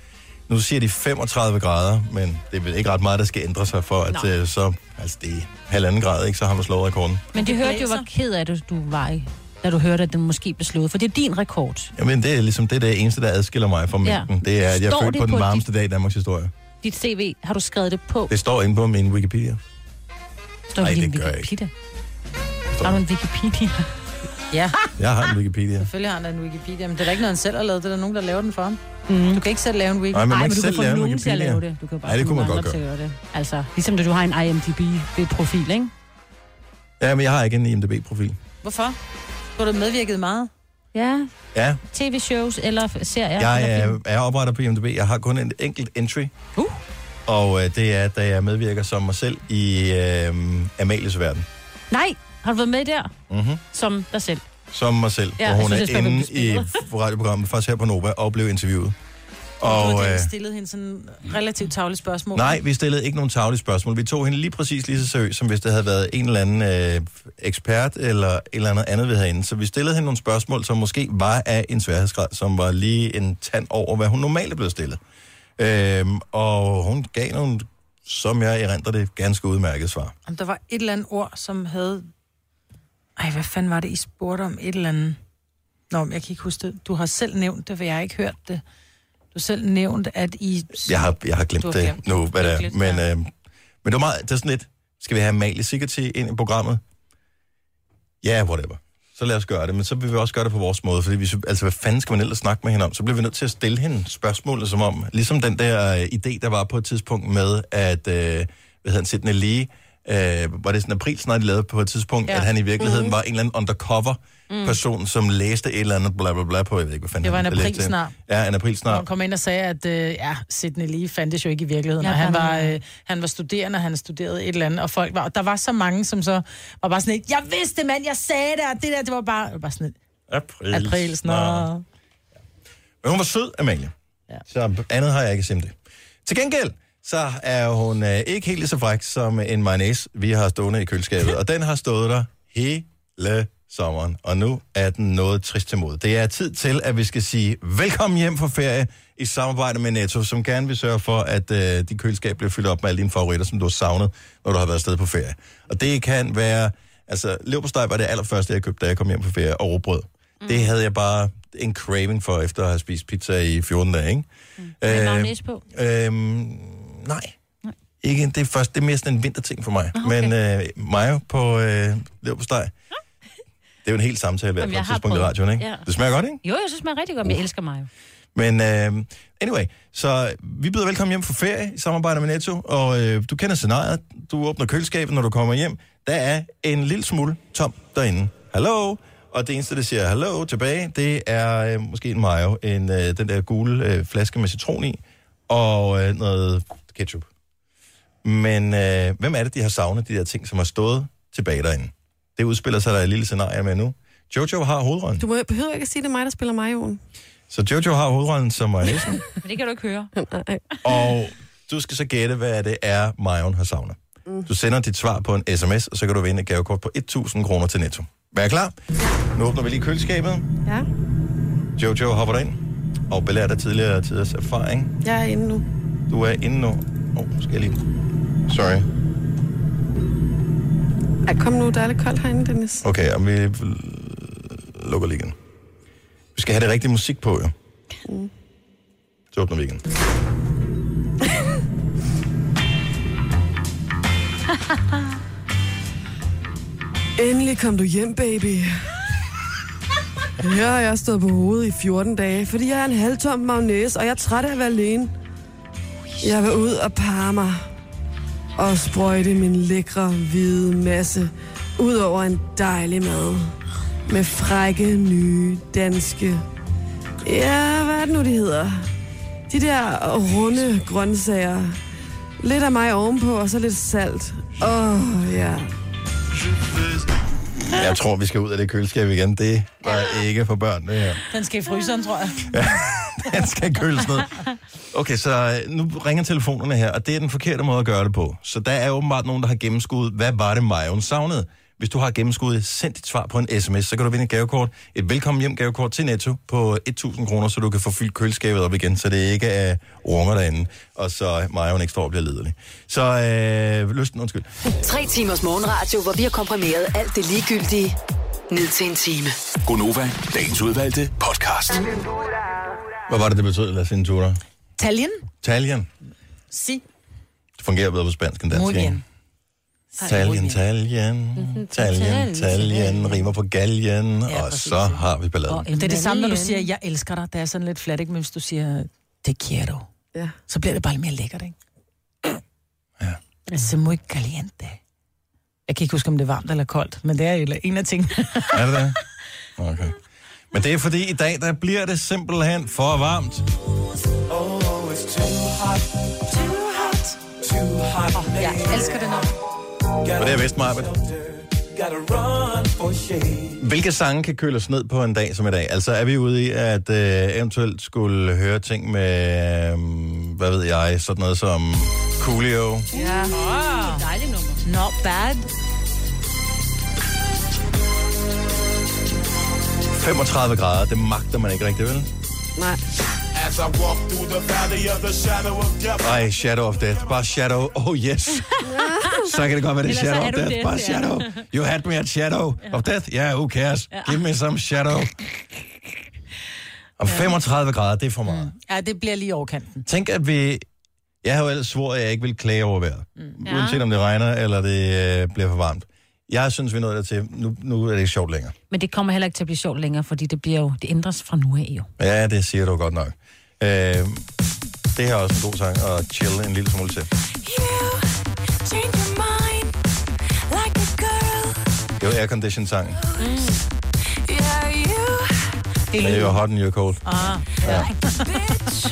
Speaker 1: nu siger de 35 grader, men det er vel ikke ret meget, der skal ændre sig for, at
Speaker 3: Nå.
Speaker 1: øh, så, altså det er halvanden grad, ikke, så har man slået rekorden.
Speaker 3: Men det hørte jo, hvor ked af det, du var i, da du hørte, at den måske blev slået. For det er din rekord.
Speaker 1: Jamen, det er ligesom det, der eneste, der adskiller mig fra
Speaker 3: Ja.
Speaker 1: mængden. Det er, at jeg
Speaker 3: Står
Speaker 1: er født
Speaker 3: det
Speaker 1: på den
Speaker 3: på
Speaker 1: varmeste dag i Danmarks historie.
Speaker 3: Dit CV, har du skrevet det på?
Speaker 1: Det står inde på min Wikipedia.
Speaker 3: Står
Speaker 1: Ej,
Speaker 3: det i
Speaker 1: det
Speaker 3: din
Speaker 1: gør jeg
Speaker 3: Wikipedia? Har du en Wikipedia?
Speaker 5: Ja.
Speaker 1: Jeg
Speaker 3: Ah.
Speaker 1: har en Wikipedia.
Speaker 5: Selvfølgelig har han da en Wikipedia, men det er da ikke noget, han selv har lavet. Det er der nogen, der laver den for ham. Mm. Du kan ikke selv lave en Wikipedia.
Speaker 1: Nej, man må
Speaker 3: Nej, men
Speaker 1: ikke
Speaker 3: du kan
Speaker 1: selv
Speaker 3: få
Speaker 1: lave en
Speaker 3: nogen til at
Speaker 1: Wikipedia.
Speaker 3: lave det. Du kan bare
Speaker 1: Ej, det
Speaker 3: få
Speaker 1: kunne man
Speaker 3: nogle
Speaker 1: godt
Speaker 3: andre til at gøre det. Altså, ligesom da du har en IMDb-profil, ikke?
Speaker 1: Ja, men jeg har ikke en IMDb-profil.
Speaker 5: Hvorfor? Du har da medvirket meget.
Speaker 3: Ja,
Speaker 1: Ja,
Speaker 3: tv-shows eller f- serier.
Speaker 1: jeg
Speaker 3: eller
Speaker 1: er,
Speaker 3: film.
Speaker 1: er opretter på IMDb. Jeg har kun en enkelt entry.
Speaker 3: Uh.
Speaker 1: Og øh, det er, da jeg medvirker som mig selv i øh, Amalies verden.
Speaker 3: Nej, har du været med der?
Speaker 1: Mm-hmm.
Speaker 3: Som dig selv.
Speaker 1: Som mig selv,
Speaker 3: Ja,
Speaker 1: hvor
Speaker 3: jeg
Speaker 1: hun
Speaker 3: synes,
Speaker 1: er
Speaker 3: jeg skal
Speaker 1: inde
Speaker 3: være
Speaker 1: i radioprogrammet, faktisk her på Nova, og blev interviewet.
Speaker 5: Og, du
Speaker 1: Og,
Speaker 5: har
Speaker 1: øh,
Speaker 5: stillet hende sådan relativt tavle spørgsmål.
Speaker 1: nej, vi stillede ikke nogen tavlige spørgsmål. Vi tog hende lige præcis lige så seriøst, som hvis det havde været en eller anden øh, ekspert eller et eller andet andet, vi havde inde. Så vi stillede hende nogle spørgsmål, som måske var af en sværhedsgrad, som var lige en tand over, hvad hun normalt er blevet stillet. Øhm, og hun gav nogle, som jeg erindrer det, ganske udmærket svar.
Speaker 5: Om der var et eller andet ord, som havde... Ej, hvad fanden var det, I spurgte om et eller andet? Nå, men jeg kan ikke huske det. Du har selv nævnt det, for jeg har ikke hørt det. Du har selv nævnt, at I...
Speaker 1: Jeg har, jeg har
Speaker 5: Du
Speaker 1: glemt
Speaker 5: har
Speaker 1: det
Speaker 5: glemt
Speaker 1: nu, hvad det er.
Speaker 5: Hyggeligt,
Speaker 1: Men, øh, men det var meget, det er sådan lidt, skal vi have Amalie Sigerti ind i programmet? Ja, yeah, whatever. Så lad os gøre det, men så vil vi også gøre det på vores måde, fordi vi, sy- altså, hvad fanden skal man ellers snakke med hende om? Så bliver vi nødt til at stille hende spørgsmålet som om, ligesom den der øh, idé, der var på et tidspunkt med, at, øh, hvad hedder han, Sidney Lee, øh, var det sådan april snart, de lavede på et tidspunkt, ja. at han i virkeligheden mm. var en eller anden undercover
Speaker 5: Mhm. Mm.
Speaker 1: person, som læste et eller andet bla bla bla på, jeg ved ikke, hvad fanden
Speaker 5: Det var
Speaker 1: han-
Speaker 5: en
Speaker 1: jeg læste
Speaker 5: april snart.
Speaker 1: Ja, en april
Speaker 5: Når
Speaker 1: snart.
Speaker 5: hun kom ind og sagde, at øh, ja, Sidney Lee fandtes jo ikke i virkeligheden,
Speaker 1: Ja,
Speaker 5: ja, og han
Speaker 1: fandme.
Speaker 5: var, øh, han var studerende, og han studerede et eller andet, og folk var, og der var så mange, som så var bare sådan lidt, jeg vidste det, mand, jeg sagde det, og det der, det var bare, det var bare sådan lidt,
Speaker 1: April,
Speaker 5: april snart.
Speaker 1: Men hun var sød, Amalie. Ja. Så andet har jeg ikke simpelthen. Til gengæld, så er hun øh, ikke helt lige så fræk som en mayonnaise, vi har stående i køleskabet. og den har stået der hele sommeren. Og nu er den noget trist til mod. Det er tid til, at vi skal sige velkommen hjem fra ferie i samarbejde med Netto, som gerne vil sørge for, at øh, dit køleskab bliver fyldt op med alle dine favoritter, som du har savnet, når du har været afsted på ferie. Og det kan være... Altså, leverpostej var det allerførste, jeg købte, da jeg kom hjem fra ferie, og råbrød. Mm. Det havde jeg bare en craving for, efter at have spist pizza i 14 dage, ikke? Mm.
Speaker 3: Med mayonnaise på?
Speaker 1: Øhm, nej. Ikke, det, er først, det er mere sådan en vinterting for mig. Okay. Men øh, mayo på øh, leverpostej, det er jo en helt samtale hver
Speaker 3: Jamen,
Speaker 1: på
Speaker 3: jeg
Speaker 1: et
Speaker 3: har
Speaker 1: tidspunkt i
Speaker 3: prøvet.
Speaker 1: radioen, ikke?
Speaker 3: Ja.
Speaker 1: Det smager godt, ikke?
Speaker 3: Jo, jeg synes, man er rigtig godt, men jeg elsker mig jo.
Speaker 1: Men øh, anyway, så vi byder velkommen hjem fra ferie i samarbejde med Netto, og øh, du kender scenariet. Du åbner køleskabet, når du kommer hjem. Der er en lille smule tom derinde. Hallo? Og det eneste, der siger hallo tilbage, det er øh, måske en mayo, en, øh, den der gule øh, flaske med citron i, og øh, noget ketchup. Men øh, hvem er det, de har savnet, de der ting, som har stået tilbage derinde? Det udspiller sig der et lille scenarie med nu. Jojo har hovedrollen.
Speaker 2: Du må- behøver ikke at sige, det er mig, der spiller mig, Jon.
Speaker 1: Så Jojo har hovedrollen som Maja
Speaker 3: Men det kan du ikke høre.
Speaker 1: Og du skal så gætte, hvad det er, Majon har savnet. Mm. Du sender dit svar på en sms, og så kan du vinde et gavekort på 1.000 kroner til Netto. Vær klar? Nu åbner vi lige køleskabet.
Speaker 2: Ja,
Speaker 1: Jojo hopper ind og belærer dig tidligere tiders erfaring.
Speaker 2: jeg er inde nu.
Speaker 1: Du er inde nu. Åh, oh, skal jeg lige... Sorry.
Speaker 2: Ej, kom nu, der er lidt koldt herinde, Dennis.
Speaker 1: Okay, og vi lukker lige igen. Vi skal have det rigtige musik på, jo.
Speaker 2: Mm.
Speaker 1: Så åbner vi igen.
Speaker 2: Endelig kom du hjem, baby. Her har jeg stået på hovedet i 14 dage, fordi jeg er en halvtom magnæs, og jeg er træt af at være alene. Jeg vil ud og parre mig og sprøjte min lækre, hvide masse ud over en dejlig mad med frække, nye, danske... Ja, hvad er det nu, de hedder? De der runde grøntsager. Lidt af mig ovenpå, og så lidt salt. Åh, oh, ja.
Speaker 1: Jeg tror, vi skal ud af det køleskab igen. Det var ikke for børn, det her.
Speaker 5: Den skal i fryseren, tror jeg.
Speaker 1: Den skal køles ned. Okay, så øh, nu ringer telefonerne her, og det er den forkerte måde at gøre det på. Så der er åbenbart nogen, der har gennemskuddet, hvad var det, Majon savnede? Hvis du har gennemskuddet, send dit svar på en sms, så kan du vinde et gavekort, et velkommen hjem gavekort til Netto på 1.000 kroner, så du kan få fyldt køleskabet op igen, så det ikke er runger derinde, og så Majon ikke står og bliver lidelig. Så øh, lysten, undskyld.
Speaker 6: Tre timers morgenradio, hvor vi har komprimeret alt det ligegyldige ned til en time.
Speaker 7: Gonova, dagens udvalgte podcast.
Speaker 1: Hvad var det, det betød, La Cintura?
Speaker 5: Taljen?
Speaker 1: Taljen.
Speaker 5: Si.
Speaker 1: Det fungerer bedre på spansk end dansk,
Speaker 5: Muy
Speaker 1: ikke?
Speaker 5: bien.
Speaker 1: Taljen, taljen, taljen, taljen, rimer på galjen, og så har vi balladen.
Speaker 5: Det er det samme, når du siger, jeg elsker dig. Det er sådan lidt flat, ikke? Men hvis du siger, det quiero,
Speaker 2: ja.
Speaker 5: så bliver det bare lidt mere lækkert, ikke? Ja. Se muy caliente. Jeg kan ikke huske, om det er varmt eller koldt, men det er jo en af tingene.
Speaker 1: Er det det? Okay. Men det er fordi, i dag, der bliver det simpelthen for varmt.
Speaker 8: Oh, it's too hot, too hot, too hot.
Speaker 5: Jeg elsker det nok.
Speaker 1: Og det er vist meget. Hvilke sange kan køles ned på en dag som i dag? Altså er vi ude i, at øh, eventuelt skulle høre ting med, øh, hvad ved jeg, sådan noget som Coolio,
Speaker 3: Ja. Oh. Dejligt nummer. Not bad.
Speaker 1: 35 grader, det magter man ikke rigtig, vel?
Speaker 2: Nej.
Speaker 8: As I walk through the valley of the shadow of death.
Speaker 1: Ej, Shadow of Death, bare Shadow, oh yes. Så kan det godt være, det er
Speaker 8: Ellers så
Speaker 1: Shadow
Speaker 8: er
Speaker 1: of
Speaker 8: du
Speaker 1: Death,
Speaker 8: death,
Speaker 1: bare
Speaker 8: ja.
Speaker 1: Shadow. You had me at Shadow of Death, yeah, who cares? Give me some Shadow. Og 35 grader, det er for meget.
Speaker 8: Mm.
Speaker 5: Ja, det bliver lige overkanten.
Speaker 1: Tænk, at vi... Jeg har jo ellers svoret, at jeg ikke vil klage over vejret. Mm. Uanset om det regner, eller det øh, bliver for varmt. Jeg synes, vi er nået dertil. Nu, nu er det ikke sjovt længere.
Speaker 3: Men det kommer heller ikke til at blive sjovt længere, fordi det bliver jo, det ændres fra nu af jo.
Speaker 1: Ja, det siger du godt nok. Øh, det her er også en god sang at chille en lille smule til.
Speaker 8: Change your mind like a girl.
Speaker 1: Det er jo aircondition-sangen.
Speaker 8: Mm. Yeah, you.
Speaker 1: Men det er jo hot and you're cold.
Speaker 8: Ah, ja. Bitch,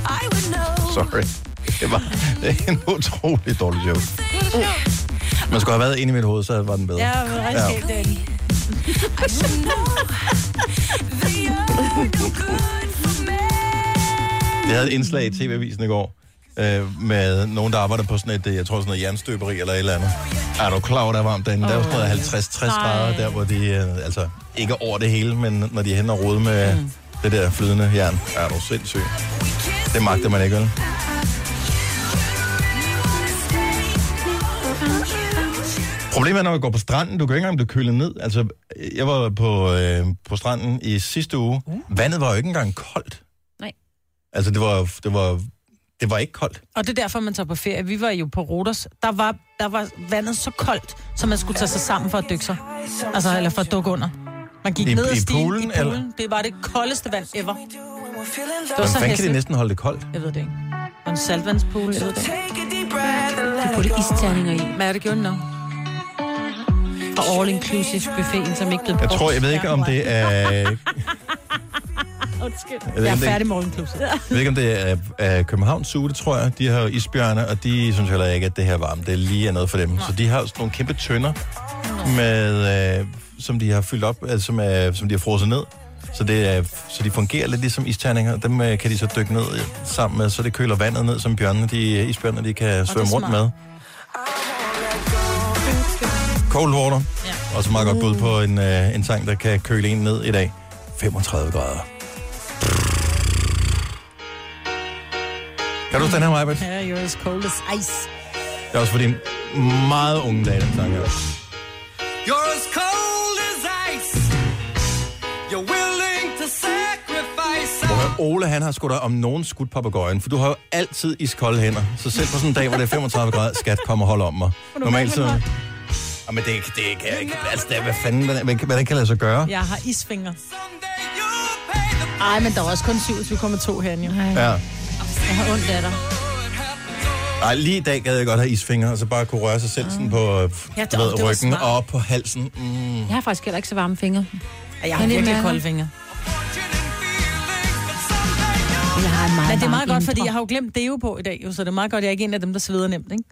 Speaker 8: I would know.
Speaker 1: Sorry. Det var det er en utrolig dårlig joke. Man skulle have været inde i mit hoved, så var den bedre.
Speaker 8: Mm. Ja, det var rigtig skægt, Danny. I should know that you're no good for me.
Speaker 1: Jeg havde et indslag i TV-avisen i går øh, med nogen, der arbejder på sådan et, øh, jeg tror sådan noget jernstøberi eller et eller andet. Er du klar over, der er varmt derinde? Der er jo sådan noget 50-60 grader, der hvor de, øh, altså ikke over det hele, men når de er henne og rode med mm. det der flydende jern. Er du sindssyg? Det magter man ikke, vel? Problemet er, når man går på stranden, du kan jo ikke engang blive kølet ned. Altså, jeg var på, øh, på stranden i sidste uge. Vandet var jo ikke engang koldt.
Speaker 3: Nej.
Speaker 1: Altså, det var, det var, det var ikke koldt.
Speaker 5: Og det er derfor, man tager på ferie. Vi var jo på Rodos. Der var, der var vandet så koldt, så man skulle tage sig sammen for at dykke sig. Altså, eller for at dukke under. Man gik
Speaker 1: I-
Speaker 5: ned
Speaker 1: i
Speaker 5: ad stigen
Speaker 1: poolen,
Speaker 5: i poolen.
Speaker 1: eller?
Speaker 5: Det var det koldeste vand ever. Det var
Speaker 1: Men hvordan
Speaker 5: så
Speaker 1: kan de
Speaker 5: hæsligt.
Speaker 1: næsten holde det koldt?
Speaker 5: Jeg ved det ikke. Og en saltvandspool, jeg ved det ikke.
Speaker 3: Du putte isterninger i. Hvad er det gjort nu? Og all-inclusive buffeten, som ikke blev
Speaker 1: Jeg tror, jeg ved ikke, om det er... Jeg
Speaker 3: Undskyld.
Speaker 1: ved,
Speaker 5: Jeg er
Speaker 1: om det,
Speaker 5: færdig
Speaker 1: jeg
Speaker 5: morgenklubset.
Speaker 1: ved ikke, om det er, er Københavns Zoo, det tror jeg. De har jo isbjørne, og de synes heller ikke, at det her er varmt. Det lige er noget for dem. Så de har jo sådan nogle kæmpe tønder, med, øh, som de har fyldt op, altså, som, er, som de har frosset ned. Så, det er, så de fungerer lidt ligesom isterninger. Dem øh, kan de så dykke ned øh, sammen med, så det køler vandet ned, som bjørnene, de, isbjørnene de kan svømme rundt med. Cold water. Ja. Også meget godt bud på en, øh, en sang, der kan køle en ned i dag. 35 grader. Kan du huske den her, Majbert?
Speaker 5: Ja, you're as cold as ice.
Speaker 1: Det er også for din meget unge dag, den sang her.
Speaker 8: You're as cold as ice. You're willing to sacrifice.
Speaker 1: Prøv at høre, Ole, han har sgu da om nogen skudt papegøjen, for du har jo altid iskolde hænder. Så selv på sådan en dag, hvor det er 35 grader, skat, kom og hold om mig. Normalt så... Jamen, det, det kan jeg ikke. Altså, det, er- hvad fanden, hvad, hvad, hvad der kan lade sig gøre?
Speaker 5: Jeg har isfingre. Ej, men der var også kun 27,2 herinde, jo.
Speaker 1: Ja.
Speaker 5: Jeg har ondt af dig.
Speaker 1: Ej, lige i dag gad jeg godt have isfingre, og så bare kunne røre sig selv sådan på øh,
Speaker 3: Ja, det-
Speaker 1: du ved,
Speaker 3: det var
Speaker 1: ryggen
Speaker 3: smart.
Speaker 1: og op på halsen. Mm.
Speaker 3: Jeg har faktisk heller ikke så varme fingre.
Speaker 5: Jeg har virkelig kolde fingre.
Speaker 3: Jeg har en meget
Speaker 5: Men det er
Speaker 3: varm
Speaker 5: meget godt, fordi
Speaker 3: indre.
Speaker 5: jeg har jo glemt deo på i dag, jo, så det er meget godt, at jeg ikke er en af dem, der sveder nemt, ikke?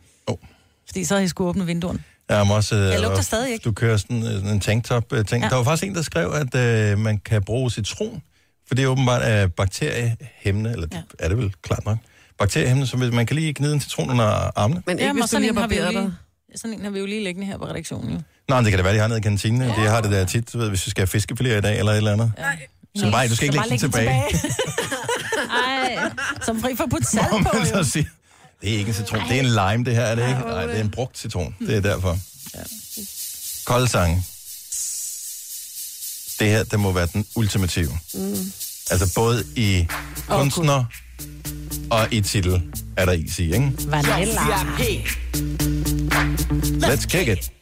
Speaker 5: Fordi så havde jeg skulle åbne vinduerne.
Speaker 1: Jeg, må også, øh,
Speaker 5: Jeg lugter stadig ikke.
Speaker 1: Du kører sådan øh, en tanktop øh, ting.
Speaker 5: Ja.
Speaker 1: Ja. Der var faktisk en, der skrev, at øh, man kan bruge citron, for det er åbenbart er bakteriehæmmende, eller ja. er det vel klart nok. Bakteriehæmmende, så hvis man kan lige gnide en citron under armene.
Speaker 2: Men ikke, hvis du
Speaker 5: sådan
Speaker 2: lige
Speaker 5: en
Speaker 2: har
Speaker 5: vi jo
Speaker 2: barberet
Speaker 5: lige- Sådan en har vi jo lige liggende her på redaktionen. Jo.
Speaker 1: Nå, men det kan da være, de har nede i kantinen. Ja. Det har det der tit, du ved, hvis vi skal have fiskefiléer i dag, eller et eller andet. Ja. Så nej, du skal ikke lægge den tilbage.
Speaker 5: Ej, som fri for at putte salt
Speaker 1: Må
Speaker 5: på,
Speaker 1: man
Speaker 5: jo.
Speaker 1: så sige. Det er ikke en citron, det er en lime, det her, er det ikke? Nej, det er en brugt citron, det er derfor. Kolde sange. Det her, det må være den ultimative.
Speaker 8: Mm.
Speaker 1: Altså både i kunstner og i titel er der is i, ikke?
Speaker 8: Vanilla.
Speaker 1: Let's kick it.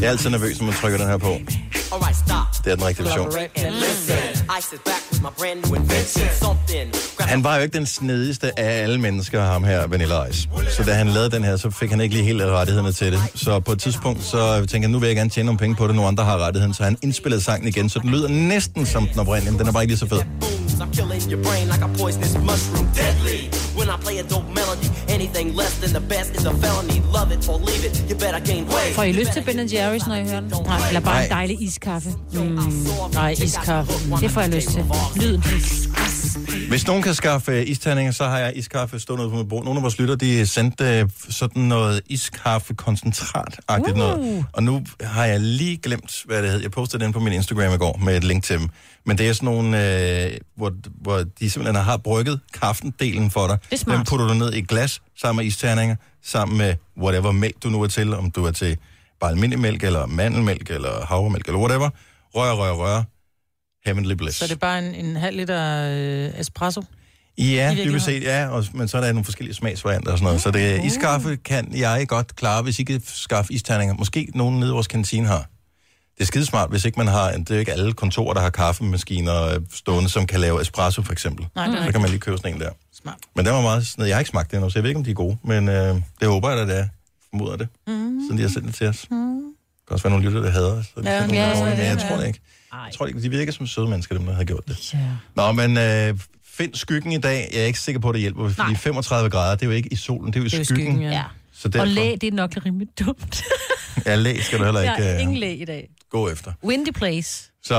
Speaker 1: Jeg er altid nervøs, når man trykker den her på.
Speaker 15: All right, stop.
Speaker 1: Det er den rigtige version.
Speaker 15: Collaborate and listen. I sit back with my brand new invention. Something.
Speaker 1: Han var jo ikke den snedigste af alle mennesker, ham her, Vanilla Ice. Så da han lavede den her, så fik han ikke lige helt alle rettighederne til det. Så på et tidspunkt, så tænkte han, nu vil jeg gerne tjene nogle penge på det, nogle andre har rettigheden. Så han indspillede sangen igen, så den lyder næsten som den oprindelige, men den er bare ikke lige så fed.
Speaker 15: Booms, I'm killing your brain like a poisonous mushroom. Deadly. When I play a dope melody, anything less than the best is a felony. Love it or leave it. You better gain weight.
Speaker 3: Får I lyst til Ben Jerry's, når I hører den? Nej, eller bare en dejlig iskaffe. Mm. Nej, iskaffe.
Speaker 8: Mm.
Speaker 3: Det får jeg lyst til. Lyden.
Speaker 1: Hvis nogen kan skaffe øh, isterninger, så har jeg iskaffe stående ude på mit bord. Nogle af vores lytter, de sendte øh, sådan noget iskaffe-koncentrat-agtigt
Speaker 3: Mm.
Speaker 1: uh. noget. Og nu har jeg lige glemt, hvad det hed. Jeg postede den på min Instagram i går med et link til dem. Men det er sådan nogle, øh, hvor, hvor de simpelthen har brygget kaffen-delen for dig.
Speaker 3: Det er smart.
Speaker 1: Dem putter du ned i et glas sammen med isterninger, sammen med whatever mælk du nu er til. Om du er til bare almindelig mælk, eller mandelmælk, eller havremælk, eller whatever. Rør, rør, rør. Heavenly bliss.
Speaker 5: Så det er bare en, en halv liter øh, espresso.
Speaker 1: Ja,
Speaker 5: virkeligheden.
Speaker 1: dybest set, ja. Og, men så er der nogle forskellige smagsvarianter og sådan noget. Så det, iskaffe kan jeg godt klare, hvis I kan skaffe isterninger. Måske nogen nede i vores kantine har. Det er skidesmart, hvis ikke man har... Det er jo ikke alle kontorer, der har kaffemaskiner øh, stående, som kan lave espresso, for eksempel.
Speaker 5: Nej, det
Speaker 1: så Mm.
Speaker 5: er
Speaker 1: kan
Speaker 5: rigtigt.
Speaker 1: man lige købe sådan en der. Smart. Men den var meget sådan Jeg har ikke smagt den endnu, så jeg ved ikke, om de er gode. Men øh, det håber jeg, at det er. Formoder det. Mm. Sådan de har sendt det til os. Mm.
Speaker 5: Mm-hmm.
Speaker 1: Det kan også være nogle lytter, der hader os. så de
Speaker 5: Ja,
Speaker 1: sender
Speaker 5: ja,
Speaker 1: nogle dårlige,
Speaker 5: ja,
Speaker 1: men jeg
Speaker 5: ja.
Speaker 1: tror det ikke. Jeg tror ikke, de virker som søde mennesker, dem, der har gjort det. Nå, men øh, find skyggen i dag. Jeg er ikke sikker på, at det hjælper, fordi 35 grader, det er jo ikke i solen, det er jo i
Speaker 3: Det er jo i
Speaker 1: skyggen.
Speaker 3: skyggen, ja.
Speaker 1: Så
Speaker 3: Og
Speaker 1: derfor,
Speaker 3: læ, det er nok rimelig dumt.
Speaker 1: ja, læ skal du heller
Speaker 3: Jeg
Speaker 1: ikke
Speaker 3: har ingen
Speaker 1: øh,
Speaker 3: læ i dag.
Speaker 1: gå efter.
Speaker 3: Windy Place.
Speaker 1: Så,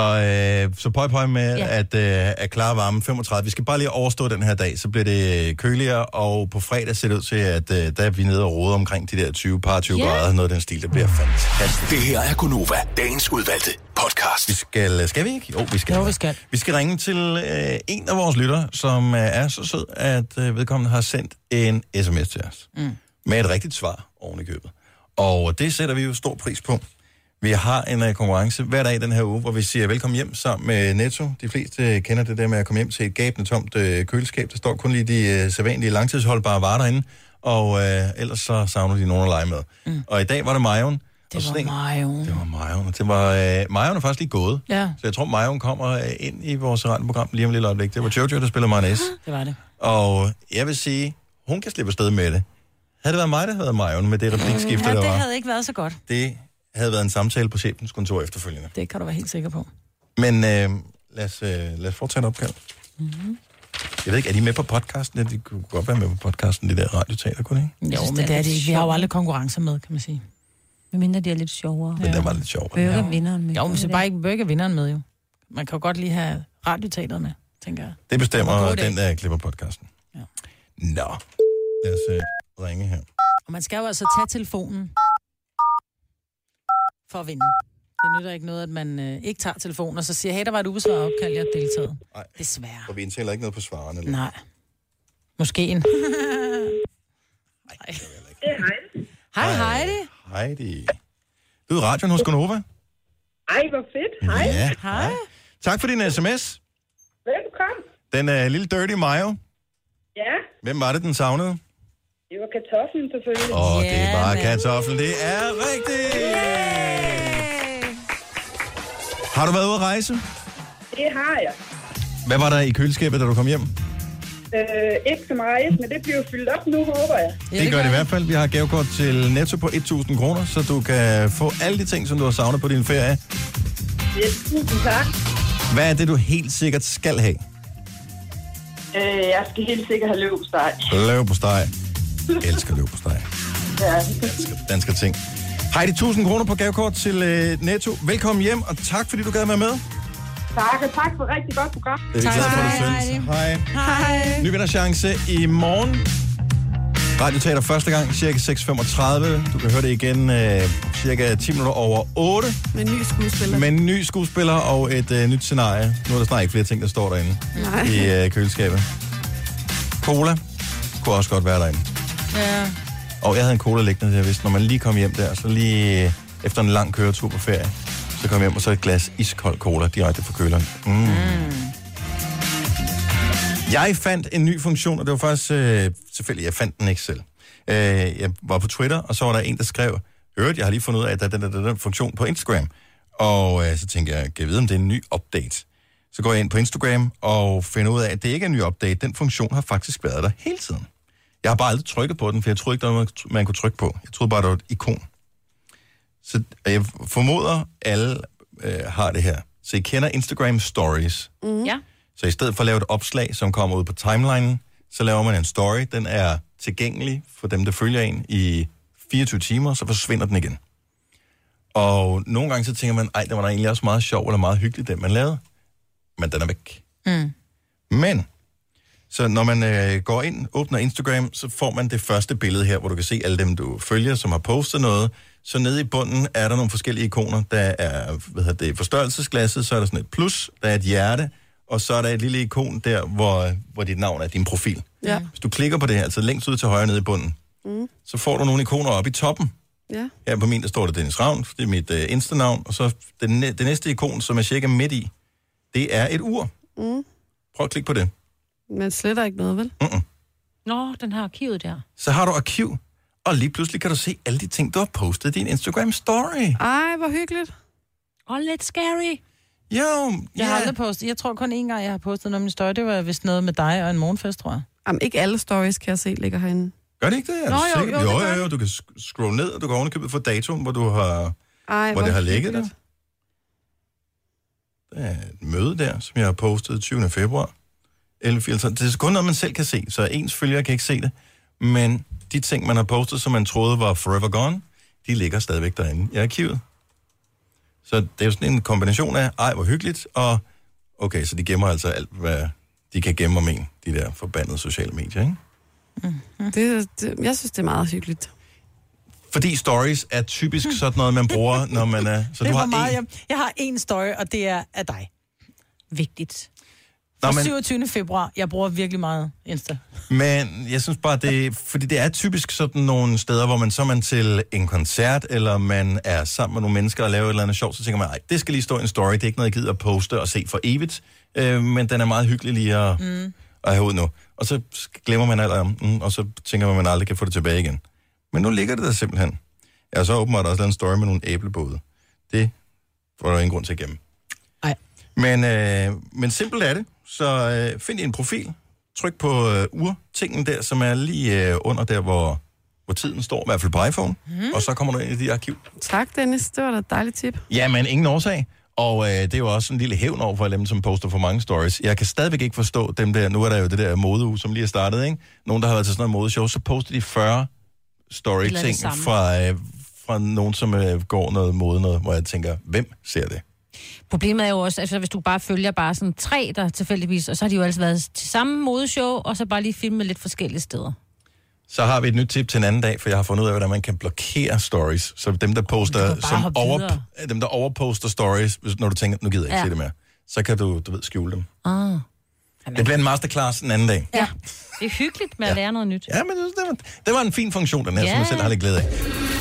Speaker 1: øh, så pøj pøj med
Speaker 3: Ja.
Speaker 1: ja. at, øh, at klare varmen 35. Vi skal bare lige overstå den her dag, så bliver det øh, køligere, og på fredag ser det ud til, at øh, der er vi nede og rode omkring de der 20, par 20
Speaker 7: Ja.
Speaker 1: yeah. grader, noget af den stil, der bliver fantastisk.
Speaker 7: Det her er Gunova, dagens udvalgte podcast.
Speaker 1: Vi skal, øh, skal vi ikke? Jo, vi skal.
Speaker 7: Jo, vi skal.
Speaker 1: Vi skal ringe til øh, en af vores lyttere, som øh, er så sød, at øh, vedkommende har sendt en sms til os.
Speaker 8: Mm.
Speaker 1: Med et rigtigt svar oven i købet. Og det sætter vi jo stor pris på. Vi har en øh, konkurrence hver dag i den her uge, hvor vi siger velkommen hjem sammen med Netto. De fleste øh, kender det der med at komme hjem til et gabende tomt øh, køleskab. Der står kun lige de øh, sædvanlige langtidsholdbare varer derinde. Og øh, ellers så savner de nogen at lege med. Mm. Og i dag var det majoen.
Speaker 5: Det var majoen.
Speaker 1: Det var majoen. og Det var, øh, majoen er faktisk lige gået.
Speaker 5: Ja,
Speaker 1: Så jeg tror, Majon kommer øh, ind i vores radioprogram lige om lidt øjeblik. Det var Jojo, der spiller Mayonnaise.
Speaker 5: det var det.
Speaker 1: Og jeg vil sige, hun kan slippe afsted med det. Havde det været mig, der havde været Majon med det replikskift,
Speaker 5: ja,
Speaker 1: der
Speaker 5: det
Speaker 1: var,
Speaker 5: havde ikke været så godt.
Speaker 1: det havde været en samtale på chefens kontor efterfølgende.
Speaker 5: Det kan du være helt sikker på.
Speaker 1: Men øh, lad, os, øh, lad os fortsætte opkald.
Speaker 5: Mhm.
Speaker 1: Jeg ved ikke, er de med på podcasten? Ja, de kunne godt være med på podcasten, de der radioteater, kunne de ikke?
Speaker 5: Jo, men det er det ikke. Vi har jo aldrig konkurrencer med, kan man sige.
Speaker 3: Men mindre de er lidt sjovere.
Speaker 1: Men den var lidt sjov.
Speaker 3: Burger vinderen med.
Speaker 5: Jo, men så bare ikke Burger vinderen med, jo. Man kan jo godt lige have radioteateret med, tænker jeg.
Speaker 1: Det
Speaker 5: Og
Speaker 1: bestemmer
Speaker 5: god dag.
Speaker 1: den, der klipper podcasten. Ja. Nå, lad os øh, ringe her.
Speaker 5: Og man skal jo altså tage telefonen for at vinde. Det nytter ikke noget, at man øh, ikke tager telefonen, og så siger, hey, der var et ubesvaret opkald, jeg har deltaget.
Speaker 1: Nej.
Speaker 5: Desværre.
Speaker 1: Og vi indtaler ikke noget på svarene. eller?
Speaker 5: Nej. Måske en. Hej, Heidi.
Speaker 1: Heidi. Du er i radioen hos Gonova.
Speaker 16: Ej, hvor fedt. Hej.
Speaker 1: Ja, hej. Tak for din sms.
Speaker 16: Velkommen.
Speaker 1: Den er lille Dirty Mayo.
Speaker 16: Ja,
Speaker 1: Hvem var det, den savnede?
Speaker 16: det var kartoflen selvfølgelig.
Speaker 1: Åh, oh, det var kartoffel. Det er rigtigt. Har du været ude at rejse?
Speaker 16: Det har jeg.
Speaker 1: Hvad var der i køleskabet, da du kom hjem?
Speaker 16: Øh, ikke så meget, men det bliver fyldt op nu, håber jeg.
Speaker 1: det gør det i hvert fald. Vi har et gavekort til Netto på 1.000 kroner, så du kan få alle de ting, som du har savnet på din ferie.
Speaker 16: Ja, tusind tak.
Speaker 1: Hvad er det, du helt sikkert skal have?
Speaker 16: Øh, jeg skal helt sikkert have løbsteg.
Speaker 1: Løv på steg. Elsker løv på steg.
Speaker 16: Ja.
Speaker 1: Dansker ting. Heidi, 1000 kroner på gavekort til øh, Netto. Velkommen hjem, og tak fordi du gad at være med.
Speaker 16: Tak, og tak for et rigtig godt program.
Speaker 1: Det er vi glade for, du synes. Hej.
Speaker 16: Hej.
Speaker 1: Ny vinderchance i morgen. Radioteater første gang, cirka 6.35. Du kan høre det igen øh, cirka 10 minutter over 8.
Speaker 2: Med en ny skuespiller.
Speaker 1: Med en ny skuespiller og et øh, nyt scenarie. Nu er der snart ikke flere ting, der står derinde
Speaker 2: Nej.
Speaker 1: i øh, køleskabet. Cola kunne også godt være derinde.
Speaker 5: Ja.
Speaker 1: Og jeg havde en cola liggende, jeg vidste, når man lige kom hjem der, så lige øh, efter en lang køretur på ferie, så kom jeg hjem og så et glas iskold cola direkte fra køleren. Mm. Mm. Jeg fandt en ny funktion, og det var faktisk øh, selvfølgelig, jeg fandt den ikke selv. Øh, jeg var på Twitter, og så var der en, der skrev, hørt, jeg har lige fundet ud af, at der er den, der, den, den funktion på Instagram. Og øh, så tænkte jeg, kan jeg vide, om det er en ny update? Så går jeg ind på Instagram og finder ud af, at det ikke er en ny update. Den funktion har faktisk været der hele tiden. Jeg har bare aldrig trykket på den, for jeg troede ikke, der var noget, man kunne trykke på. Jeg troede bare, der var et ikon. Så jeg formoder, alle øh, har det her. Så I kender Instagram Stories.
Speaker 3: Mm. Ja.
Speaker 1: Så i stedet for at lave et opslag, som kommer ud på timelinen, så laver man en story. Den er tilgængelig for dem, der følger en i 24 timer, så forsvinder den igen. Og nogle gange så tænker man, ej, den var da egentlig også meget sjov eller meget hyggelig, den man lavede. Men den er væk.
Speaker 5: Mm.
Speaker 1: Men, så når man øh, går ind, åbner Instagram, så får man det første billede her, hvor du kan se alle dem, du følger, som har postet noget. Så nede i bunden er der nogle forskellige ikoner. Der er hvad hedder det, forstørrelsesglasset, så er der sådan et plus, der er et hjerte, og så er der et lille ikon der, hvor, hvor dit navn er din profil.
Speaker 2: Ja.
Speaker 1: Hvis du klikker på det her, altså længst ud til højre nede i bunden,
Speaker 2: Mm.
Speaker 1: så får du nogle ikoner op i toppen.
Speaker 2: Ja.
Speaker 1: Her på min, der står der Dennis Ravn, det er mit øh, insta-navn, og så den, næ- det næste ikon, som er cirka midt i, det er et ur.
Speaker 2: Mm.
Speaker 1: Prøv at klikke på det.
Speaker 2: Man sletter ikke noget, vel?
Speaker 1: Mm-mm.
Speaker 3: Nå, den har arkivet der.
Speaker 1: Så har du arkiv, og lige pludselig kan du se alle de ting, du har postet i din Instagram-story.
Speaker 2: Ej, hvor hyggeligt.
Speaker 3: Og lidt scary.
Speaker 1: Jo,
Speaker 5: Jeg har aldrig postet. Jeg tror kun én gang, jeg har postet noget om min story. Det var vist noget med dig og en morgenfest, tror jeg.
Speaker 2: Jamen, ikke alle stories, kan jeg se, ligger herinde.
Speaker 1: Gør det ikke det? Er
Speaker 2: Nå,
Speaker 1: du
Speaker 2: jo,
Speaker 1: sikker?
Speaker 2: jo, det
Speaker 1: jo,
Speaker 2: gør
Speaker 1: jo, jo, du kan sk- scrolle ned, og du kan ovenikøbet få datoen, hvor du har,
Speaker 2: Ej,
Speaker 1: hvor det har ligget. Der.
Speaker 2: hyggeligt.
Speaker 1: der er et møde der, som jeg har postet 20. februar. 11.34. Det er kun noget, man selv kan se, så ens følgere kan ikke se det. Men de ting, man har postet, som man troede var forever gone, de ligger stadigvæk derinde i arkivet. Så det er jo sådan en kombination af, ej, hvor hyggeligt, og okay, så de gemmer altså alt, hvad de kan gemme om en, de der forbandede sociale medier, ikke?
Speaker 2: Det, det, jeg synes, det er meget hyggeligt.
Speaker 1: Fordi stories er typisk sådan noget, man bruger, når man er... Så
Speaker 5: det
Speaker 1: du
Speaker 5: var
Speaker 1: har
Speaker 5: meget,
Speaker 1: en...
Speaker 5: jeg, jeg har én story, og det er af dig. Vigtigt.
Speaker 1: Nå,
Speaker 5: Nå,
Speaker 1: men-
Speaker 5: 27. februar. Jeg bruger virkelig meget Insta.
Speaker 1: Men jeg synes bare, det, fordi det er typisk sådan nogle steder, hvor man så er man til en koncert, eller man er sammen med nogle mennesker og laver et eller andet sjovt, så tænker man, nej, det skal lige stå i en story, det er ikke noget, jeg gider at poste og se for evigt, øh, men den er meget hyggelig lige at, mm. at have ud nu. Og så glemmer man alt om den, og så tænker man, at man aldrig kan få det tilbage igen. Men nu ligger det der simpelthen. Jeg har så åbenbart også lavet en story med nogle æblebåde. Det var der ingen grund til at gemme.
Speaker 5: Nej.
Speaker 1: Men, øh, men simpelt er det. Så øh, find en profil, tryk på øh, urtingen der, som er lige øh, under der, hvor, hvor tiden står, i hvert fald på iPhone,
Speaker 7: Mhm.
Speaker 1: mm. og så kommer du ind i dit arkiv.
Speaker 2: Tak, Dennis. Det var da et dejligt tip.
Speaker 1: Ja, men ingen årsag. Og øh, det er jo også en lille hævn over for alle dem, som poster for mange stories. Jeg kan stadigvæk ikke forstå dem der. Nu er der jo det der modeuge, som lige er startet, ikke? Nogen, der har været til sådan noget modeshow, så poster de 40
Speaker 7: Eller det
Speaker 1: story-ting
Speaker 7: samme.
Speaker 1: fra, øh, fra nogen, som øh, går noget mode, noget, hvor jeg tænker, hvem ser det?
Speaker 3: Problemet er jo også, altså hvis du bare følger bare sådan tre, der tilfældigvis, og så har de jo altså været til samme modeshow, og så bare lige filmet lidt forskellige steder.
Speaker 1: Så har vi et nyt tip til en anden dag, for jeg har fundet ud af, hvordan man kan blokere stories. Så dem, der poster,
Speaker 3: bare
Speaker 1: som
Speaker 3: hoppe
Speaker 1: over,
Speaker 3: videre.
Speaker 1: dem, der overposter stories, hvis, når du tænker, nu gider jeg ikke
Speaker 3: Ja.
Speaker 1: ja. se det mere, så kan du, du ved, skjule dem.
Speaker 3: Ah.
Speaker 1: Det bliver en masterclass en anden dag.
Speaker 3: Ja. Det er hyggeligt med at lære noget nyt.
Speaker 1: Ja, men det var, det var en fin funktion, den her, yeah. som
Speaker 3: Ja.
Speaker 1: jeg selv har lidt glæde af.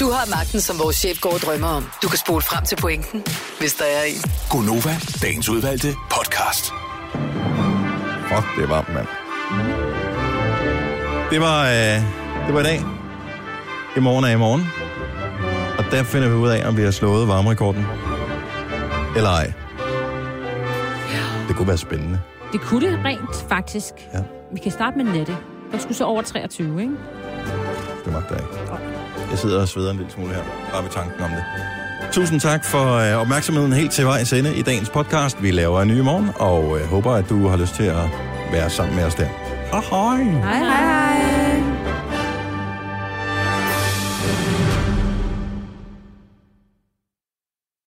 Speaker 6: Du har magten, som vores chef går og drømmer om. Du kan spole frem til pointen, hvis der er en.
Speaker 7: Gonova, dagens udvalgte podcast.
Speaker 1: Fuck, det er varmt, mand. Det var, øh, det var i dag. I morgen er i morgen. Og der finder vi ud af, om vi har slået varmerekorden. Eller ej. Det kunne være spændende.
Speaker 3: Det kunne det rent faktisk. Ja. Vi kan starte med Nette. Der skulle så over 23, ikke?
Speaker 1: Det magter jeg ikke. Jeg sidder og sveder en lille smule her, bare ved tanken om det. Tusind tak for øh, opmærksomheden helt til vejs ende i dagens podcast. Vi laver en ny i morgen, og øh, håber, at du har lyst til at være sammen med os der. Ahoy!
Speaker 3: Hej, hej.